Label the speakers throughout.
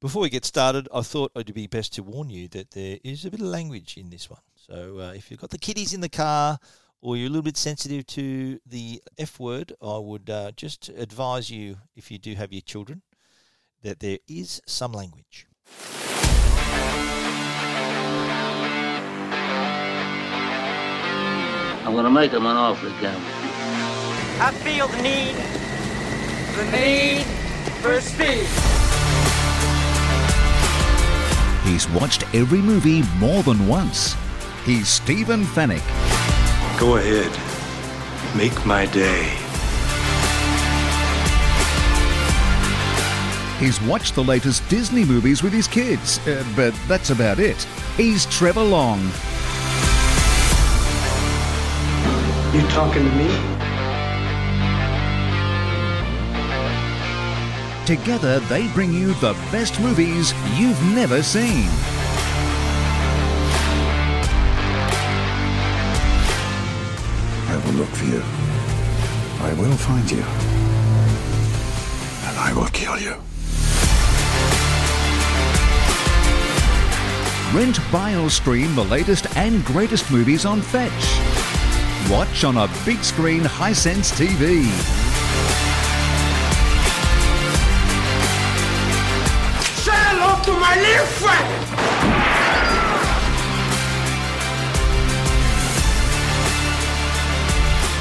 Speaker 1: Before we get started, I thought it'd be best to warn you that there is a bit of language in this one. So uh, if you've got the kiddies in the car or you're a little bit sensitive to the F word, I would uh, just advise you, if you do have your children, that there is some language.
Speaker 2: I'm gonna make him an offer again.
Speaker 3: I feel the need, the need for speed.
Speaker 4: He's watched every movie more than once. He's Stephen Fennick.
Speaker 5: Go ahead. Make my day.
Speaker 4: He's watched the latest Disney movies with his kids, uh, but that's about it. He's Trevor Long.
Speaker 5: You talking to me?
Speaker 4: Together, they bring you the best movies you've never seen.
Speaker 6: I will look for you. I will find you. And I will kill you.
Speaker 4: Rent, buy, or stream the latest and greatest movies on Fetch. Watch on a big screen Hisense TV.
Speaker 3: Say hello to my little friend.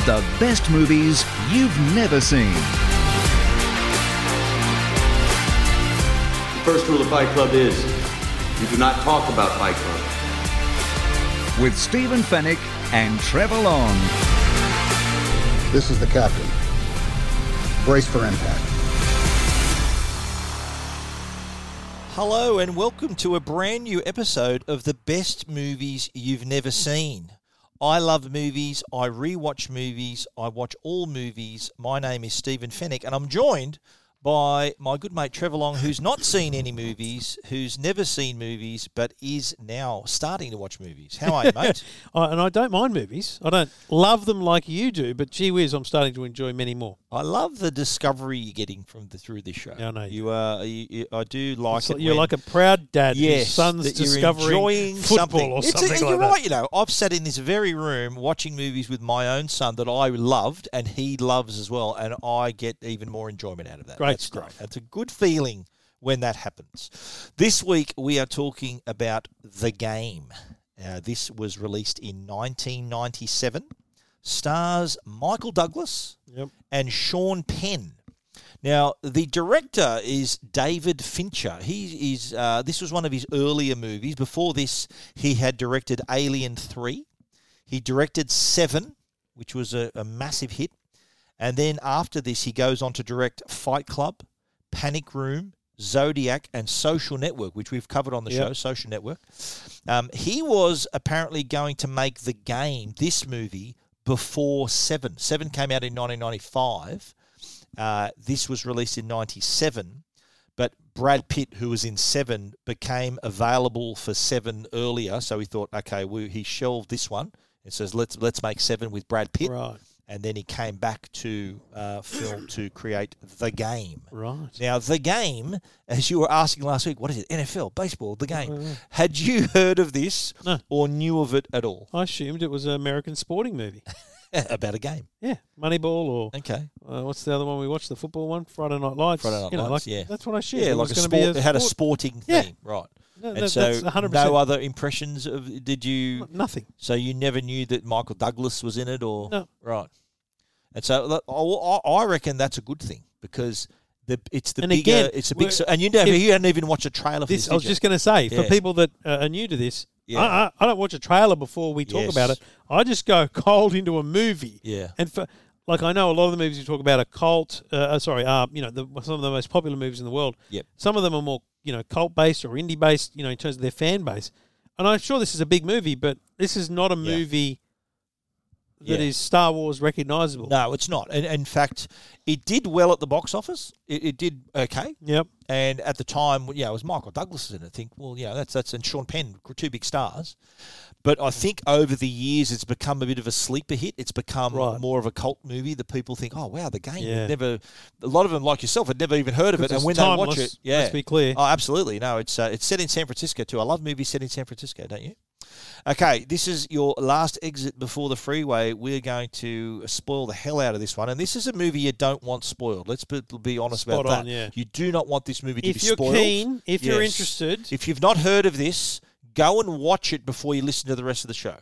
Speaker 4: The best movies you've never seen.
Speaker 7: The first rule of Fight Club is you do not talk about Fight Club.
Speaker 4: With Stephen Fennick and Trevor Long.
Speaker 8: This is the captain. Brace for impact.
Speaker 1: Hello, and welcome to a brand new episode of the best movies you've never seen. I love movies, I rewatch movies, I watch all movies. My name is Stephen Fennick, and I'm joined by my good mate Trevor Long, who's not seen any movies, who's never seen movies, but is now starting to watch movies. How are you, mate?
Speaker 9: I, Uh, and I don't mind movies. I don't love them like you do, but gee whiz, I'm starting to enjoy many more.
Speaker 1: I love the discovery you're getting from the, through this show.
Speaker 9: Yeah, I know.
Speaker 1: you are. You, you, I do like
Speaker 9: It's
Speaker 1: it.
Speaker 9: like- you're
Speaker 1: when-
Speaker 9: like a proud dad
Speaker 1: yes,
Speaker 9: whose son's
Speaker 1: that you're
Speaker 9: discovering
Speaker 1: enjoying
Speaker 9: football
Speaker 1: something.
Speaker 9: or
Speaker 1: It's-
Speaker 9: something like
Speaker 1: you're
Speaker 9: that.
Speaker 1: right. You know, I've sat in this very room watching movies with my own son that I loved and he loves as well, and I get even more enjoyment out of that.
Speaker 9: Great
Speaker 1: That's
Speaker 9: stuff.
Speaker 1: That's a good feeling when that happens. This week we are talking about the game. Uh, this was released in 1997. Stars Michael Douglas
Speaker 9: Yep.
Speaker 1: and Sean Penn. Now, the director is David Fincher. He is. Uh, this was one of his earlier movies. Before this, he had directed Alien Three. He directed Seven, which was a, a massive hit, and then after this, he goes on to direct Fight Club, Panic Room, Zodiac, and Social Network, which we've covered on the
Speaker 9: Yep.
Speaker 1: show. Social Network. Um, he was apparently going to make the game, this movie, before Seven. Seven came out in 1995. Uh, this was released in 97, but Brad Pitt, who was in Seven, became available for Seven earlier. So he thought, okay, we, he shelved this one and says, let's let's make Seven with Brad Pitt.
Speaker 9: Right,
Speaker 1: And then he came back to uh, film to create the game.
Speaker 9: right.
Speaker 1: Now, the game, as you were asking last week, what is it? NFL, baseball, the game. Had you heard of this
Speaker 9: No.
Speaker 1: or knew of it at all?
Speaker 9: I assumed it was an American sporting movie.
Speaker 1: About a game.
Speaker 9: Yeah, Moneyball or
Speaker 1: Okay.
Speaker 9: uh, what's the other one we watched? The football one, Friday Night Lights.
Speaker 1: Friday Night
Speaker 9: You know,
Speaker 1: Lights,
Speaker 9: like-
Speaker 1: yeah.
Speaker 9: that's what I assumed.
Speaker 1: Yeah,
Speaker 9: it
Speaker 1: like
Speaker 9: was
Speaker 1: a
Speaker 9: gonna
Speaker 1: sport,
Speaker 9: be
Speaker 1: It had a
Speaker 9: sport-
Speaker 1: sporting theme,
Speaker 9: Yeah.
Speaker 1: right.
Speaker 9: No,
Speaker 1: and
Speaker 9: that-
Speaker 1: so
Speaker 9: that's 100%.
Speaker 1: no other impressions of did you
Speaker 9: Nothing.
Speaker 1: so you never knew that Michael Douglas was in it or
Speaker 9: No.
Speaker 1: right. And so look, I- I I reckon that's a good thing because the it's the
Speaker 9: And
Speaker 1: bigger
Speaker 9: again,
Speaker 1: it's a
Speaker 9: we're-
Speaker 1: big so- and you never
Speaker 9: if-
Speaker 1: you hadn't even watched a trailer for this.
Speaker 9: This, I
Speaker 1: did
Speaker 9: was
Speaker 1: you?
Speaker 9: just going to say
Speaker 1: Yeah.
Speaker 9: for people that uh, are new to this,
Speaker 1: Yeah.
Speaker 9: I, I, I don't watch a trailer before we talk
Speaker 1: Yes.
Speaker 9: about it. I just go cold into a movie.
Speaker 1: Yeah.
Speaker 9: and for like I know a lot of the movies you talk about are cult. Uh, uh, sorry, uh, you know the, some of the most popular movies in the world.
Speaker 1: Yep.
Speaker 9: Some of them are more you know cult based or indie based. You know in terms of their fan base. And I'm sure this is a big movie, but this is not a
Speaker 1: Yeah.
Speaker 9: movie that is
Speaker 1: Yeah.
Speaker 9: Star Wars recognizable.
Speaker 1: No, it's not. In, in fact, it did well at the box office. It, it did okay.
Speaker 9: Yep.
Speaker 1: And at the time, yeah, it was Michael Douglas in it. I think, well, yeah, that's that's and Sean Penn, two big stars. But I think over the years, it's become a bit of a sleeper hit. It's become
Speaker 9: Right.
Speaker 1: more of a cult movie that people think, oh wow, the game.
Speaker 9: Yeah.
Speaker 1: We've Never, a lot of them, like yourself, had never even heard of it.
Speaker 9: Because
Speaker 1: And when
Speaker 9: it's
Speaker 1: they watch
Speaker 9: timeless,
Speaker 1: it, yeah,
Speaker 9: let's be clear.
Speaker 1: Oh, absolutely. No, it's uh, it's set in San Francisco too. I love movies set in San Francisco, don't you? Okay, this is your last exit before the freeway. We're going to spoil the hell out of this one, and this is a movie you don't want spoiled. Let's be, be honest
Speaker 9: Spot
Speaker 1: about
Speaker 9: on,
Speaker 1: that.
Speaker 9: yeah.
Speaker 1: You do not want this movie to
Speaker 9: If
Speaker 1: be
Speaker 9: you're
Speaker 1: spoiled.
Speaker 9: keen, if you're interested.
Speaker 1: if you've not heard of this, go and watch it before you listen to the rest of the show.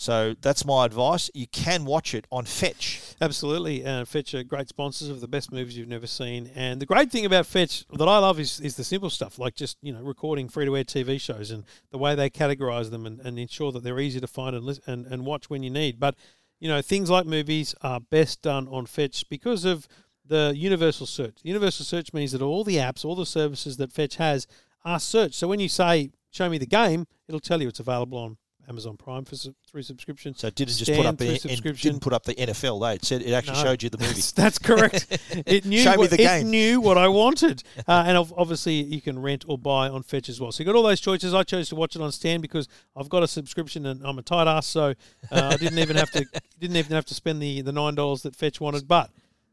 Speaker 1: So that's my advice. You can watch it on Fetch.
Speaker 9: Absolutely. Uh, Fetch are great sponsors of the best movies you've never seen. And the great thing about Fetch that I love is, is the simple stuff, like just, you know, recording free to air TV shows and the way they categorize them and, and ensure that they're easy to find and, lis- and, and watch when you need. But, you know, things like movies are best done on Fetch because of the universal search. Universal search means that all the apps, all the services that Fetch has are searched. So when you say, show me the game, it'll tell you it's available on Amazon Prime for, su- through subscription.
Speaker 1: So it didn't just put
Speaker 9: Stan
Speaker 1: up
Speaker 9: through
Speaker 1: the and didn't put up the NFL though. It said it actually
Speaker 9: no.
Speaker 1: showed you the movie.
Speaker 9: That's, that's correct. It knew
Speaker 1: Show me
Speaker 9: what,
Speaker 1: the
Speaker 9: It
Speaker 1: game.
Speaker 9: knew what I wanted, uh, and ob- obviously you can rent or buy on Fetch as well. So you got all those choices. I chose to watch it on Stan because I've got a subscription and I'm a tight ass, so uh, I didn't even have to didn't even have to spend the the nine dollars that Fetch wanted, but.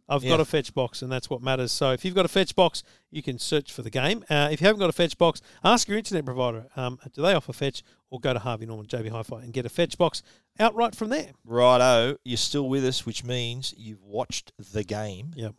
Speaker 9: I've got
Speaker 1: Yeah.
Speaker 9: a fetch box, and that's what matters. So, if you've got a fetch box, you can search for the game. Uh, if you haven't got a fetch box, ask your internet provider um, do they offer fetch, or go to Harvey Norman JB Hi Fi and get a fetch box outright from there.
Speaker 1: Righto, you're still with us, which means you've watched the game.
Speaker 9: Yep.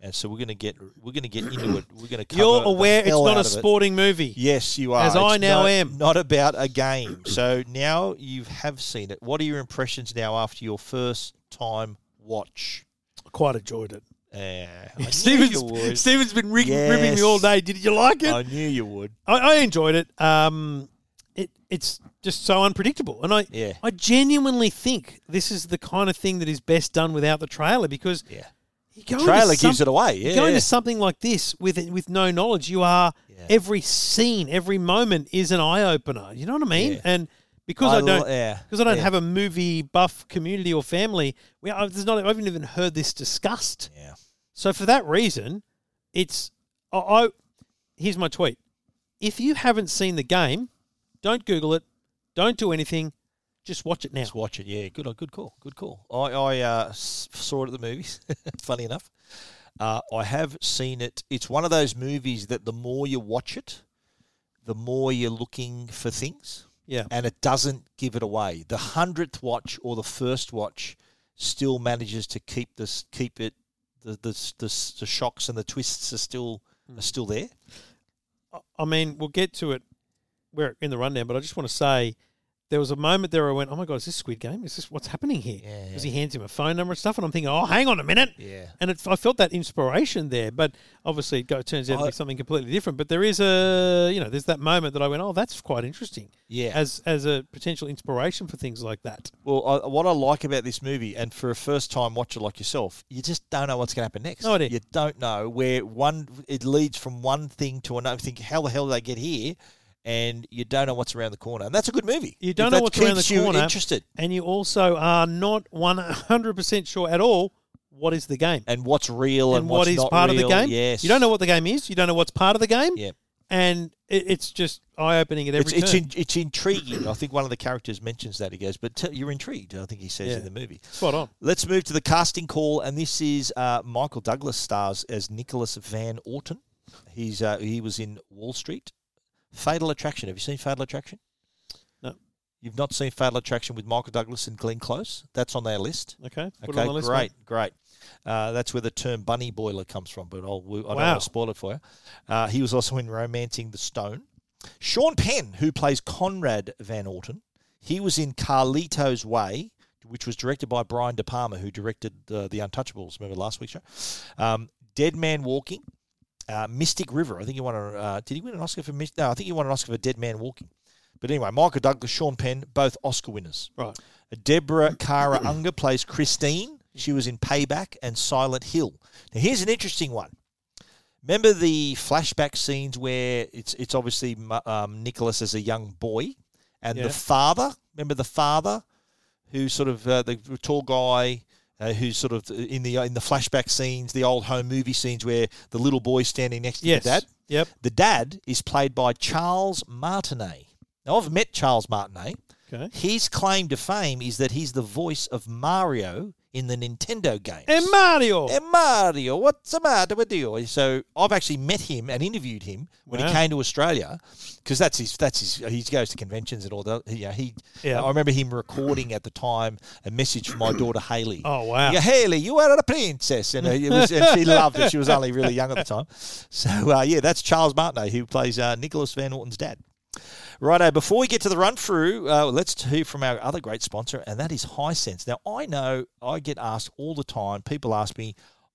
Speaker 1: And so we're gonna get we're gonna get into it. We're gonna cover
Speaker 9: You're
Speaker 1: the
Speaker 9: aware it's
Speaker 1: hell
Speaker 9: not
Speaker 1: out
Speaker 9: a
Speaker 1: of it.
Speaker 9: sporting movie.
Speaker 1: Yes, you are.
Speaker 9: As I
Speaker 1: It's
Speaker 9: now
Speaker 1: not-
Speaker 9: am.
Speaker 1: Not about a game. So now you have seen it. What are your impressions now after your first time watch?
Speaker 9: quite enjoyed it.
Speaker 1: Uh, I knew you would.
Speaker 9: Steven's, Steven's been rig- ribbing
Speaker 1: Yes.
Speaker 9: me all day. Did you like it?
Speaker 1: I knew you would.
Speaker 9: I, I enjoyed it. Um, it it's just so unpredictable, and I
Speaker 1: Yeah.
Speaker 9: I genuinely think this is the kind of thing that is best done without the trailer because
Speaker 1: Yeah.
Speaker 9: you go into
Speaker 1: Trailer
Speaker 9: some-
Speaker 1: gives it away.
Speaker 9: you
Speaker 1: Yeah.
Speaker 9: go
Speaker 1: yeah.
Speaker 9: into something like this with with no knowledge, you are
Speaker 1: Yeah.
Speaker 9: every scene, every moment is an eye opener. You know what I mean?
Speaker 1: Yeah.
Speaker 9: And because
Speaker 1: I
Speaker 9: I,
Speaker 1: lo-
Speaker 9: don't,
Speaker 1: yeah,
Speaker 9: because I don't
Speaker 1: yeah.
Speaker 9: have a movie buff community or family, we I, there's not. I haven't even heard this discussed.
Speaker 1: Yeah.
Speaker 9: So for that reason, it's I, I here's my tweet. If you haven't seen the game, don't Google it. Don't do anything. Just watch it now.
Speaker 1: Just watch it. Yeah, good, uh, good call. Good call. I, I uh, s- saw it at the movies. Funny enough, uh, I have seen it. It's one of those movies that the more you watch it, the more you're looking for things,
Speaker 9: Yeah.
Speaker 1: and it doesn't give it away. The hundredth watch or the first watch still manages to keep this, keep it. The the s- the, s- the shocks and the twists are still
Speaker 9: Hmm.
Speaker 1: are still there.
Speaker 9: I mean, we'll get to it. We're in the rundown, but I just want to say there was a moment there where I went, "Oh my god, is this Squid Game? Is this what's happening here?"
Speaker 1: Yeah,
Speaker 9: Because he hands him a phone number and stuff, and I'm thinking, "Oh, hang on a minute."
Speaker 1: Yeah.
Speaker 9: And it, I felt that inspiration there, but obviously it, go, it turns out to
Speaker 1: I-
Speaker 9: be something completely different. But there is a, you know, there's that moment that I went, "Oh, that's quite interesting."
Speaker 1: Yeah.
Speaker 9: As as a potential inspiration for things like that.
Speaker 1: Well, I, what I like about this movie, and for a first time watcher like yourself, you just don't know what's going to happen next.
Speaker 9: No idea.
Speaker 1: You don't know where one it leads from one thing to another. Think how the hell did they get here, and you don't know what's around the corner. And that's a good movie.
Speaker 9: You
Speaker 1: If
Speaker 9: don't know
Speaker 1: that
Speaker 9: what's around
Speaker 1: keeps
Speaker 9: the
Speaker 1: you
Speaker 9: corner.
Speaker 1: Interested
Speaker 9: And you also are not 100% sure at all what is the game.
Speaker 1: and what's real and,
Speaker 9: and
Speaker 1: what's
Speaker 9: what is
Speaker 1: not
Speaker 9: part
Speaker 1: real.
Speaker 9: of the game.
Speaker 1: Yes,
Speaker 9: You don't know what the game is. You don't know what's part of the game.
Speaker 1: Yeah.
Speaker 9: And it, it's just eye opening at
Speaker 1: It's
Speaker 9: every
Speaker 1: it's,
Speaker 9: turn.
Speaker 1: in, it's intriguing. I think one of the characters mentions that he goes, "But t- you're intrigued." I think he says
Speaker 9: Yeah.
Speaker 1: in the movie.
Speaker 9: Spot on.
Speaker 1: Let's move to the casting call, and this is uh, Michael Douglas stars as Nicholas Van Orton. He's uh, he was in Wall Street, Fatal Attraction. Have you seen Fatal Attraction?
Speaker 9: No.
Speaker 1: You've not seen Fatal Attraction with Michael Douglas and Glenn Close. That's on their list.
Speaker 9: Okay. Put it
Speaker 1: okay,
Speaker 9: on the list,
Speaker 1: great,
Speaker 9: mate.
Speaker 1: great. Uh, that's where the term bunny boiler comes from, but I'll, I don't
Speaker 9: Wow.
Speaker 1: want to spoil it for you. Uh, he was also in Romancing the Stone. Sean Penn, who plays Conrad Van Orton, he was in Carlito's Way, which was directed by Brian De Palma, who directed uh, The Untouchables. Remember last week's show? Um, Dead Man Walking, uh, Mystic River. I think he won a. Uh, did he win an Oscar for? Mys- No, I think he won an Oscar for Dead Man Walking. But anyway, Michael Douglas, Sean Penn, both Oscar winners.
Speaker 9: Right.
Speaker 1: Deborah Kara Unger plays Christine. She was in Payback and Silent Hill. Now, here's an interesting one. Remember the flashback scenes where it's it's obviously mu- um, Nicholas as a young boy, and
Speaker 9: Yeah.
Speaker 1: the father. Remember the father who's sort of uh, the tall guy uh, who's sort of in the in the flashback scenes, the old home movie scenes where the little boy's standing next to
Speaker 9: Yes.
Speaker 1: the dad.
Speaker 9: Yep.
Speaker 1: The dad is played by Charles Martinet. Now I've met Charles Martinet.
Speaker 9: Okay.
Speaker 1: His claim to fame is that he's the voice of Mario in the Nintendo games.
Speaker 9: And Mario.
Speaker 1: Hey, Mario, what's the matter with you? So I've actually met him and interviewed him when
Speaker 9: Wow.
Speaker 1: he came to Australia, because that's his. That's his. He goes to conventions and all that. Yeah, he.
Speaker 9: Yeah.
Speaker 1: I remember him recording at the time a message for my daughter Haley.
Speaker 9: Oh, wow.
Speaker 1: Yeah, Haley, you are a princess, and, uh, it was, and she loved it. She was only really young at the time. So uh, yeah, that's Charles Martinet who plays uh, Nicholas Van Orton's dad. Righto, before we get to the run through, uh, let's hear from our other great sponsor, and that is Hisense. Now, I know I get asked all the time, people ask me,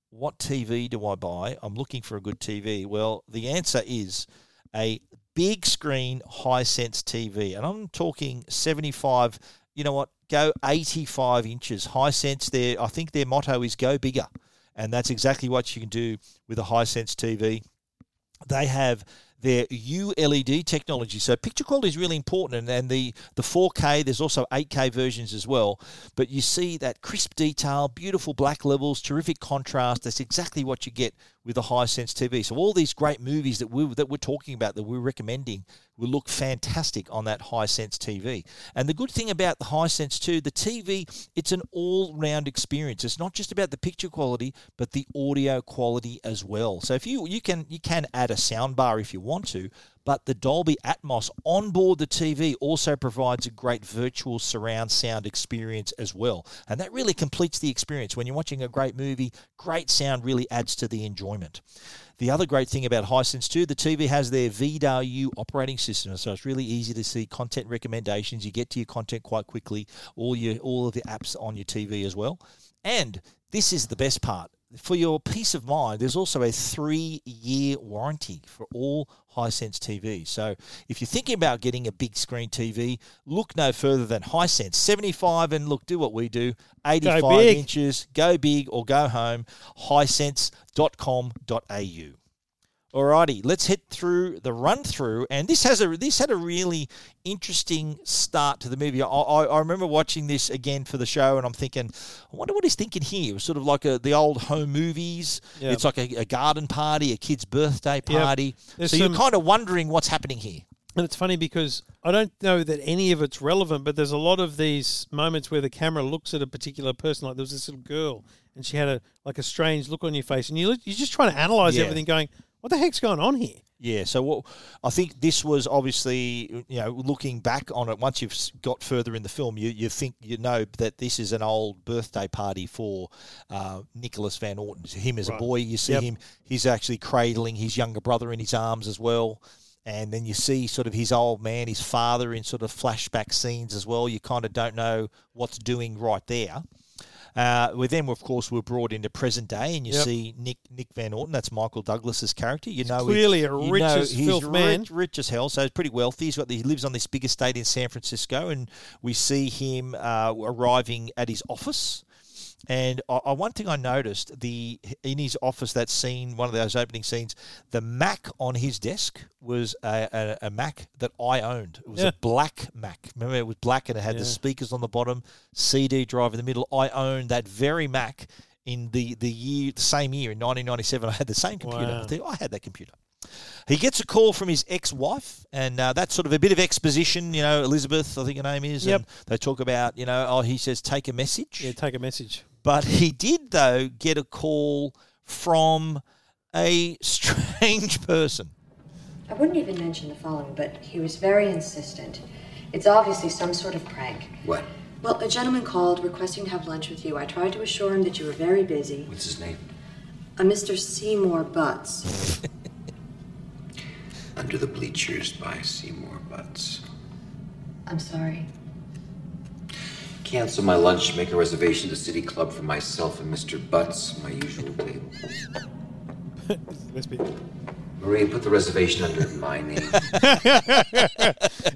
Speaker 1: what TV do I buy? I'm looking for a good TV. Well, the answer is a big screen Hisense TV. And I'm talking 75, you know what, go 85 inches. Hisense, their, I think their motto is go bigger. And that's exactly what you can do with a Hisense TV they have their ULED technology. So picture quality is really important, and, and the, the 4K, there's also 8K versions as well. But you see that crisp detail, beautiful black levels, terrific contrast. That's exactly what you get with the Hisense TV. So all these great movies that we that we're talking about, that we're recommending, will look fantastic on that Hisense TV. And the good thing about the Hisense too, the TV, it's an all-round experience. It's not just about the picture quality, but the audio quality as well. So if you you can you can add a sound bar if you want to, but the Dolby Atmos onboard the TV also provides a great virtual surround sound experience as well. And that really completes the experience. When you're watching a great movie, great sound really adds to the enjoyment. The other great thing about Hisense too, the TV has their VW operating system, so it's really easy to see content recommendations. You get to your content quite quickly, all your all of the apps on your TV as well. And this is the best part. For your peace of mind, there's also a three year warranty for all Hisense TVs. So if you're thinking about getting a big screen TV, look no further than Hisense 75 and look, do what we do 85
Speaker 9: big.
Speaker 1: inches, go big or go home, hisense.com.au. Alrighty, let's hit through the run through, and this has a this had a really interesting start to the movie. I, I, I remember watching this again for the show, and I'm thinking, I wonder what he's thinking here. It was sort of like a, the old home movies.
Speaker 9: Yeah.
Speaker 1: It's like a, a garden party, a kid's birthday party.
Speaker 9: There's
Speaker 1: So
Speaker 9: some-
Speaker 1: you're kind of wondering what's happening here.
Speaker 9: And it's funny because I don't know that any of it's relevant, but there's a lot of these moments where the camera looks at a particular person. Like there was this little girl, and she had a like a strange look on your face, and you look- you're just trying to analyze
Speaker 1: Yeah.
Speaker 9: everything, going, "What the heck's going on here?"
Speaker 1: Yeah, so what I think this was obviously, you know, looking back on it, once you've s- got further in the film, you, you think you know that this is an old birthday party for uh, Nicholas Van Orton. So him as a boy, you see
Speaker 9: Yep.
Speaker 1: him, he's actually cradling his younger brother in his arms as well. And then you see sort of his old man, his father, in sort of flashback scenes as well. You kind of don't know what's doing right there. Uh, we then, of course, were brought into present day, and you
Speaker 9: Yep.
Speaker 1: see Nick Nick Van Orton. That's Michael Douglas's character. You know, he-
Speaker 9: clearly a
Speaker 1: you
Speaker 9: rich
Speaker 1: know
Speaker 9: as
Speaker 1: he's
Speaker 9: filth
Speaker 1: rich,
Speaker 9: man.
Speaker 1: rich as hell. So he's pretty wealthy. He's got the, he lives on this big estate in San Francisco, and we see him uh, arriving at his office. And I, I, one thing I noticed the in his office that scene, one of those opening scenes, the Mac on his desk was a, a, a Mac that I owned. It was
Speaker 9: Yeah.
Speaker 1: a black Mac. Remember, it was black and it had the speakers on the bottom, CD drive in the middle. I owned that very Mac in the the year, the same year in 1997. I had the same computer.
Speaker 9: Wow.
Speaker 1: I think I had that computer. He gets a call from his ex-wife, and uh, that's sort of a bit of exposition. You know, Elizabeth, I think her name is.
Speaker 9: Yep.
Speaker 1: And they talk about, you know, oh, he says take a message.
Speaker 9: Yeah, take a message.
Speaker 1: But he did, though, get a call from a strange person.
Speaker 10: I wouldn't even mention the following, but he was very insistent. It's obviously some sort of prank.
Speaker 5: What?
Speaker 10: Well, a gentleman called requesting to have lunch with you. I tried to assure him that you were very busy.
Speaker 5: What's his name?
Speaker 10: A Mr. Seymour Butts.
Speaker 5: Under the Bleachers by Seymour Butts.
Speaker 10: I'm sorry.
Speaker 5: Cancel my lunch, make a reservation at the City Club for myself and Mr. Butts, my usual table.
Speaker 9: Must be-
Speaker 5: Marie, put the reservation under my name.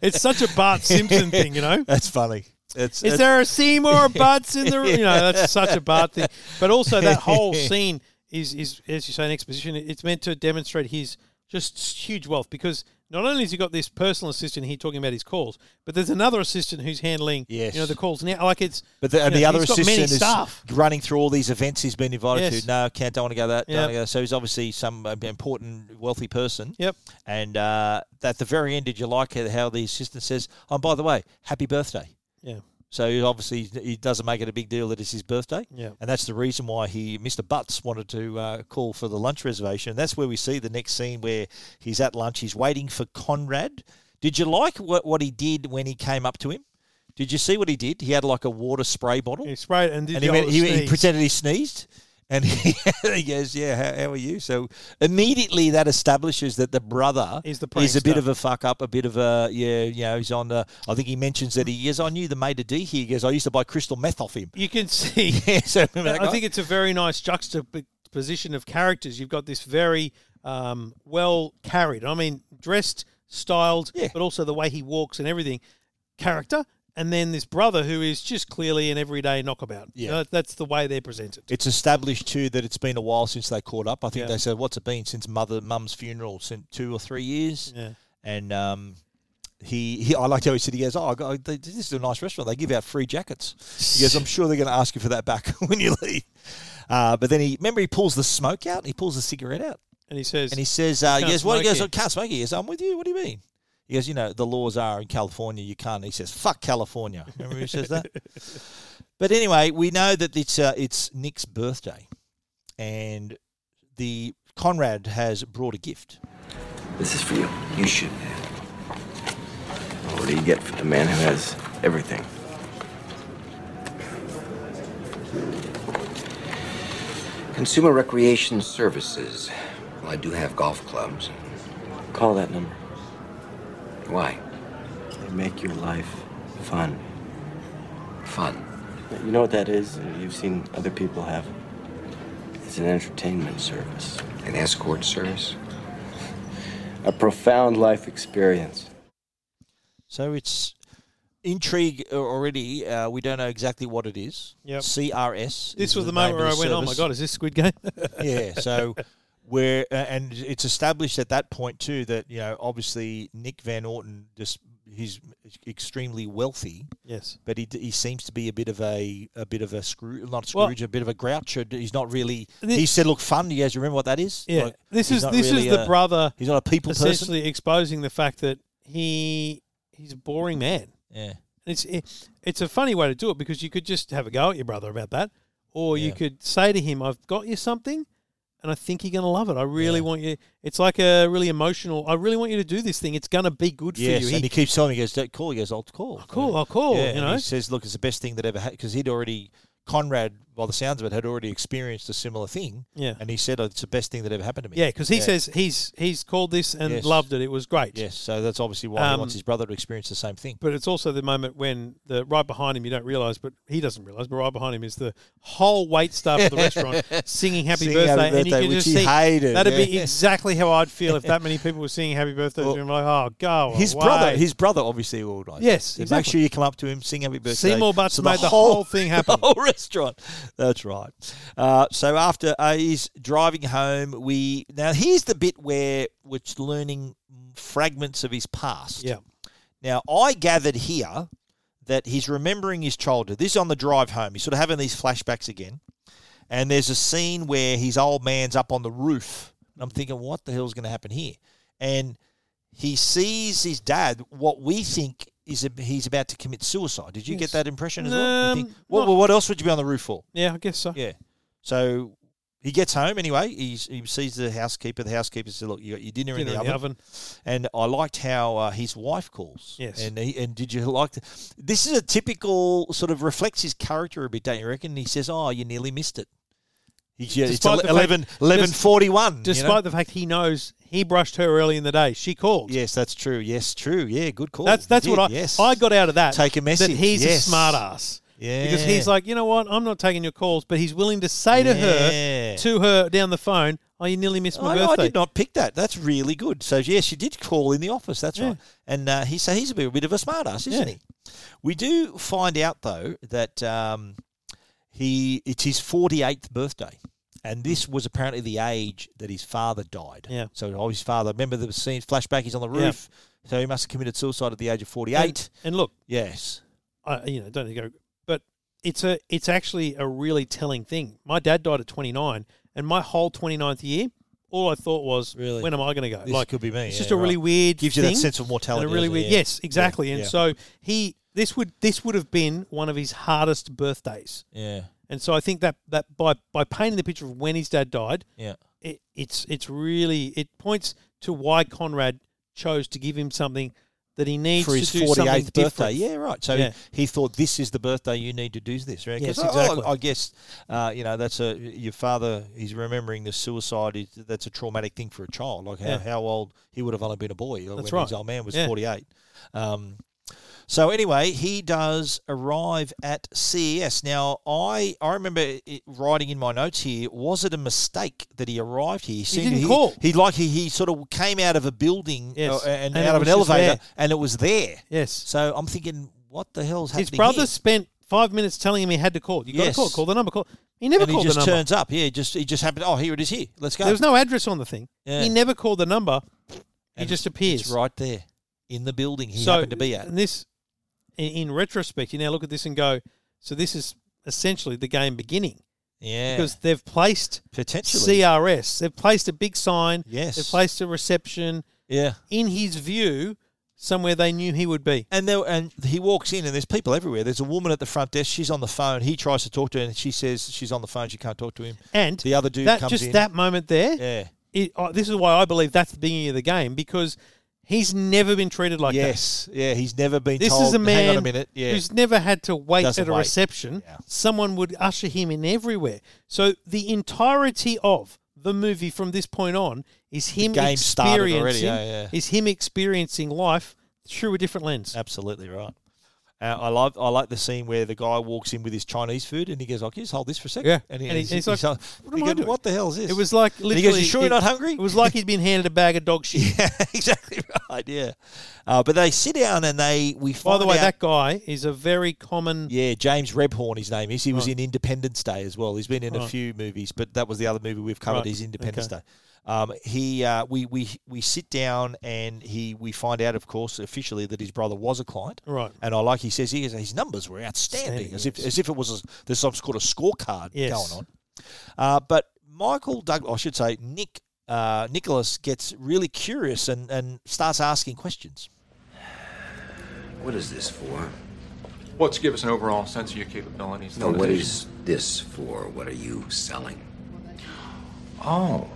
Speaker 9: It's such a Bart Simpson thing, you know.
Speaker 1: That's funny. It's,
Speaker 9: Is there a Seymour Butts in the? You know, that's such a Bart thing. But also that whole scene is is as you say an exposition. It's meant to demonstrate his just huge wealth because not only has he got this personal assistant here talking about his calls, but there's another assistant who's handling
Speaker 1: Yes.
Speaker 9: you know the calls now. Like it's
Speaker 1: But the,
Speaker 9: you
Speaker 1: and
Speaker 9: know,
Speaker 1: the other
Speaker 9: he's got many
Speaker 1: assistant is
Speaker 9: staff.
Speaker 1: running through all these events he's been invited
Speaker 9: Yes.
Speaker 1: to. No, can't. Don't want to go to that. Don't
Speaker 9: Yep.
Speaker 1: want to go. So he's obviously some uh, important wealthy person.
Speaker 9: Yep.
Speaker 1: And uh, at the very end, did you like it how the assistant says, "Oh, and by the way, happy birthday."
Speaker 9: Yeah.
Speaker 1: So he obviously he doesn't make it a big deal that it's his birthday.
Speaker 9: Yep.
Speaker 1: And that's the reason why he, Mr. Butts, wanted to uh, call for the lunch reservation. That's where we see the next scene where he's at lunch. He's waiting for Conrad. Did you like what, what he did when he came up to him? Did you see what he did? He had like a water spray bottle
Speaker 9: He sprayed and did
Speaker 1: and
Speaker 9: the
Speaker 1: he, went,
Speaker 9: old
Speaker 1: he, he
Speaker 9: sneeze.
Speaker 1: pretended he sneezed. And he, he goes, "Yeah, how, how are you?" So immediately that establishes that the brother
Speaker 9: He's the
Speaker 1: is a
Speaker 9: prankster.
Speaker 1: bit of a fuck up, a bit of a yeah, you know, he's on the. I think he mentions that he is. I knew the mate of D here. He goes, "I used to buy crystal meth off him."
Speaker 9: You can see.
Speaker 1: Yeah, so remember that
Speaker 9: I
Speaker 1: guy?
Speaker 9: think it's a very nice juxtaposition of characters. You've got this very um, well carried, I mean, dressed, styled, but also the way he walks and everything, character, and then this brother who is just clearly an everyday knockabout.
Speaker 1: Yeah.
Speaker 9: You know, that's the way they're presented.
Speaker 1: It's established too that it's been a while since they caught up. I think
Speaker 9: Yeah.
Speaker 1: they said, "What's it been since mother mum's funeral? Since two or three years?"
Speaker 9: Yeah.
Speaker 1: And um, he, he, I liked how he said, "He goes, oh, I got, they, this is a nice restaurant. They give out free jackets." He goes, "I'm sure they're going to ask you for that back when you leave." Uh, but then he, remember, he pulls the smoke out. He pulls the cigarette out,
Speaker 9: And he says,
Speaker 1: and he says, uh,
Speaker 9: "Can't
Speaker 1: "Yes, what?" He
Speaker 9: smoke
Speaker 1: goes,
Speaker 9: here."
Speaker 1: "I can't smoke." He goes, "I'm with you. What do you mean?" He goes, "You know, the laws are in California, you can't." He says, "Fuck California." Remember who says that? But anyway, we know that it's uh, it's Nick's birthday, and the Conrad has brought a gift.
Speaker 4: This is for you. You should. What do you get for the man who has everything?
Speaker 5: Consumer Recreation Services. Well, I do have golf clubs.
Speaker 4: Call that number.
Speaker 5: Why?
Speaker 4: They make your life fun.
Speaker 5: Fun.
Speaker 4: You know what that is? You've seen other people have. it. It's an entertainment service.
Speaker 5: An escort service?
Speaker 4: A profound life experience.
Speaker 1: So it's intrigue a- already. Uh, we don't know exactly what it is.
Speaker 9: Yep.
Speaker 1: CRS.
Speaker 9: This
Speaker 1: is
Speaker 9: was the
Speaker 1: name
Speaker 9: moment
Speaker 1: of
Speaker 9: where I went, oh my
Speaker 1: service.
Speaker 9: God, is this Squid Game?
Speaker 1: yeah. So where uh, and it's established at that point too that you know obviously Nick Van Orton just he's extremely wealthy.
Speaker 9: Yes.
Speaker 1: But he, d- he seems to be a bit of a a bit of a screw not
Speaker 9: Well-
Speaker 1: Scrooge a bit of a grouch. or d- He's not really.
Speaker 9: Thi-
Speaker 1: he said, "Look, fun." You guys remember what that is?
Speaker 9: Yeah,
Speaker 1: Like,
Speaker 9: this
Speaker 1: he's
Speaker 9: is
Speaker 1: not
Speaker 9: this
Speaker 1: really
Speaker 9: is the
Speaker 1: a-
Speaker 9: brother.
Speaker 1: He's not a people person.
Speaker 9: essentially exposing the fact that he he's a boring man.
Speaker 1: Yeah.
Speaker 9: it's it, it's a funny way to do it because you could just have a go at your brother about that, or you
Speaker 1: Yeah.
Speaker 9: could say to him, "I've got you something, and I think you're going to love it. I really want you." It's like a really emotional. I really want you to do this thing. It's going to be good
Speaker 1: Yes,
Speaker 9: for you.
Speaker 1: and he keeps telling me, he goes, "Don't call." He goes, "I'll call."
Speaker 9: cool, I'll call.
Speaker 1: Yeah,
Speaker 9: you
Speaker 1: and
Speaker 9: know,
Speaker 1: he says, "Look, it's the best thing that ever happened." Because he'd already Conrad, by the sounds of it, had already experienced a similar thing.
Speaker 9: Yeah.
Speaker 1: and he said, "Oh, "It's the best thing that ever happened to me."
Speaker 9: yeah, because he says he's he's called this and
Speaker 1: Yes.
Speaker 9: loved it. It was great.
Speaker 1: "Yes." So that's obviously why
Speaker 9: Um,
Speaker 1: he wants his brother to experience the same thing.
Speaker 9: But it's also the moment when the right behind him you don't realize, but he doesn't realize, but right behind him is the whole wait staff of the restaurant singing Happy
Speaker 1: Singing
Speaker 9: Birthday,
Speaker 1: Happy
Speaker 9: and you
Speaker 1: Birthday,
Speaker 9: can
Speaker 1: which
Speaker 9: just
Speaker 1: he
Speaker 9: see
Speaker 1: hated,
Speaker 9: that'd be
Speaker 1: yeah.
Speaker 9: exactly how I'd feel if that many people were singing Happy Birthday. to
Speaker 1: Well,
Speaker 9: him. like, oh, go
Speaker 1: His
Speaker 9: away.
Speaker 1: brother, his brother, obviously will like.
Speaker 9: Yes,
Speaker 1: So Make
Speaker 9: exactly.
Speaker 1: sure you come up to him, sing happy birthday.
Speaker 9: Seymour Butts
Speaker 1: So
Speaker 9: made the whole thing happen.
Speaker 1: The whole restaurant. That's right. Uh, so after uh, he's driving home, we now here's the bit where we're learning fragments of his past.
Speaker 9: Yeah.
Speaker 1: Now I gathered here that he's remembering his childhood. This is on the drive home. He's sort of having these flashbacks again, and there's a scene where his old man's up on the roof. And I'm thinking, what the hell's going to happen here? And he sees his dad, what we think is a, he's about to commit suicide. Did you
Speaker 9: Yes.
Speaker 1: get that impression as well? You
Speaker 9: Um,
Speaker 1: think, what,
Speaker 9: not-
Speaker 1: what else would you be on the roof for?
Speaker 9: yeah, I guess so.
Speaker 1: Yeah. So he gets home anyway. He's, he sees the housekeeper. The housekeeper says, "Look, you got your dinner,
Speaker 9: Dinner
Speaker 1: in, the, oven. And I liked how uh, his wife calls.
Speaker 9: Yes.
Speaker 1: And he, and did you like? The, this is a typical sort of reflects his character a bit, don't you reckon? he says, "Oh, you nearly missed it." He, yeah, it's
Speaker 9: Despite the fact-
Speaker 1: 11, 11.41.
Speaker 9: Despite
Speaker 1: you know?
Speaker 9: the fact he knows he brushed her early in the day, she called.
Speaker 1: Yes, that's true. Yes, true. Yeah, good call.
Speaker 9: That's
Speaker 1: He
Speaker 9: that's what I
Speaker 1: did, yes.
Speaker 9: I got out of that.
Speaker 1: Take a message.
Speaker 9: That he's
Speaker 1: yes.
Speaker 9: a smart ass.
Speaker 1: Yeah.
Speaker 9: Because he's like, you know what? I'm not taking your calls, but he's willing to say to
Speaker 1: Yeah.
Speaker 9: her, to her down the phone, oh, you nearly missed my
Speaker 1: I, I
Speaker 9: birthday.
Speaker 1: did not pick that. That's really good. So yes, you did call in the office. That's
Speaker 9: Yeah.
Speaker 1: right. And uh, he so he's a bit, a bit of a smartass, isn't
Speaker 9: Yeah.
Speaker 1: he? We do find out though that um, he it's his forty eighth birthday. and this was apparently the age that his father died.
Speaker 9: Hmm. Yeah.
Speaker 1: So oh, his father, remember the scene flashback? He's on the roof, so he must have committed suicide at the age of forty-eight.
Speaker 9: And, and look,
Speaker 1: yes,
Speaker 9: I, you know, don't think I- but it's a it's actually a really telling thing. My dad died at 29, and my whole 29th year, all I thought was,
Speaker 1: Really?
Speaker 9: when am I going to go?
Speaker 1: This could be me,
Speaker 9: It's
Speaker 1: yeah,
Speaker 9: just a
Speaker 1: right.
Speaker 9: really weird
Speaker 1: Gives you that
Speaker 9: thing
Speaker 1: sense of
Speaker 9: and
Speaker 1: mortality,
Speaker 9: a really
Speaker 1: doesn't it?
Speaker 9: weird,
Speaker 1: Yeah.
Speaker 9: yes, exactly.
Speaker 1: Yeah,
Speaker 9: And
Speaker 1: yeah.
Speaker 9: so he this would this would have been one of his hardest birthdays.
Speaker 1: Yeah.
Speaker 9: And so I think that that by by painting the picture of when his dad died,
Speaker 1: Yeah.
Speaker 9: it, it's it's really it points to why Conrad chose to give him something that he needs
Speaker 1: for his
Speaker 9: to do something
Speaker 1: forty-eighth birthday.
Speaker 9: different.
Speaker 1: Yeah, right. So
Speaker 9: Yeah.
Speaker 1: he thought this is the birthday you need to do this. Right? 'Cause
Speaker 9: Yes,
Speaker 1: I-
Speaker 9: exactly.
Speaker 1: I, I guess uh, you know that's a your father. He's remembering the suicide. is- That's a traumatic thing for a child. Like how,
Speaker 9: Yeah.
Speaker 1: how old he would have only been a boy uh, when
Speaker 9: That's
Speaker 1: his
Speaker 9: right.
Speaker 1: old man was
Speaker 9: Yeah.
Speaker 1: forty-eight. Um, so anyway, he does arrive at CES. Now I I remember it, writing in my notes here. Was it a mistake that he arrived here? He, seemed-
Speaker 9: didn't call.
Speaker 1: He like he, he sort of came out of a building
Speaker 9: Yes.
Speaker 1: uh, and,
Speaker 9: And it
Speaker 1: out of
Speaker 9: was
Speaker 1: an
Speaker 9: just
Speaker 1: elevator,
Speaker 9: there.
Speaker 1: and it was there.
Speaker 9: Yes.
Speaker 1: So I'm thinking, what the hell's happening?
Speaker 9: His brother
Speaker 1: here?
Speaker 9: spent five minutes telling him he had to call. You got
Speaker 1: Yes.
Speaker 9: to call. Call the number. Call. He never
Speaker 1: and he
Speaker 9: called
Speaker 1: just
Speaker 9: the number.
Speaker 1: turns up. Yeah, he just he just happened. Oh, here it is. Here, let's go.
Speaker 9: There was no address on the thing.
Speaker 1: Yeah.
Speaker 9: He never called the number. He
Speaker 1: And
Speaker 9: just appears.
Speaker 1: It's right there in the building he
Speaker 9: so,
Speaker 1: happened to be at.
Speaker 9: And this, in, in retrospect, you now look at this and go, so this is essentially the game beginning
Speaker 1: Yeah,
Speaker 9: because they've placed
Speaker 1: potentially.
Speaker 9: CRS. They've placed a big sign.
Speaker 1: Yes.
Speaker 9: They've placed a reception
Speaker 1: yeah,
Speaker 9: in his view somewhere they knew he would be.
Speaker 1: and there and he walks in and there's people everywhere. There's a woman at the front desk. She's on the phone. He tries to talk to her and she says she's on the phone. She can't talk to him.
Speaker 9: And
Speaker 1: The other dude
Speaker 9: that,
Speaker 1: comes
Speaker 9: just
Speaker 1: in.
Speaker 9: that moment there.
Speaker 1: Yeah.
Speaker 9: It, uh, this is why I believe that's the beginning of the game because he's never been treated like that.
Speaker 1: yes. Yeah. He's never been
Speaker 9: This
Speaker 1: told.
Speaker 9: is a man
Speaker 1: Hang on a minute. Yeah.
Speaker 9: who's never had to wait
Speaker 1: Doesn't
Speaker 9: at a
Speaker 1: wait.
Speaker 9: reception.
Speaker 1: Yeah.
Speaker 9: Someone would usher him in everywhere. So the entirety of the movie from this point on is him
Speaker 1: game started already, oh,
Speaker 9: experiencing
Speaker 1: yeah, yeah.
Speaker 9: is him experiencing life through a different lens.
Speaker 1: Absolutely right. Uh, I love I like the scene where the guy walks in with his Chinese food and he goes, "I can just hold this for a second.
Speaker 9: Yeah.
Speaker 1: and, he,
Speaker 9: And he-
Speaker 1: he's,
Speaker 9: he's like,
Speaker 1: he's like,
Speaker 9: "What am
Speaker 1: he
Speaker 9: I
Speaker 1: goes,
Speaker 9: doing?"
Speaker 1: "What the hell is this?"
Speaker 9: It was like
Speaker 1: And
Speaker 9: literally
Speaker 1: he goes, "You sure you're
Speaker 9: it-
Speaker 1: not hungry?"
Speaker 9: It was like he'd been handed a bag of dog shit.
Speaker 1: yeah, exactly right. Yeah, uh, but they sit down and they we.
Speaker 9: By the
Speaker 1: find
Speaker 9: way,
Speaker 1: out-
Speaker 9: that guy is a very common
Speaker 1: yeah, James Rebhorn, his name is. He was
Speaker 9: Right.
Speaker 1: in Independence Day as well. He's been in a
Speaker 9: Right.
Speaker 1: few movies, but that was the other movie we've covered.
Speaker 9: Right.
Speaker 1: Is Independence
Speaker 9: Okay.
Speaker 1: Day. Um, he uh, we we we sit down and he we find out, of course, officially that his brother was a client.
Speaker 9: Right.
Speaker 1: And I like he says he his numbers were outstanding,
Speaker 9: Outstanding,
Speaker 1: as if
Speaker 9: yes.
Speaker 1: as if it was a, there's some sort of scorecard
Speaker 9: Yes.
Speaker 1: going on. Uh, but Michael Douglas, I should say, Nick uh, Nicholas gets really curious and and starts asking questions.
Speaker 5: What is this for?
Speaker 11: What's give us an overall sense of your capabilities?
Speaker 5: No, what is this for? What are you selling?
Speaker 11: Oh,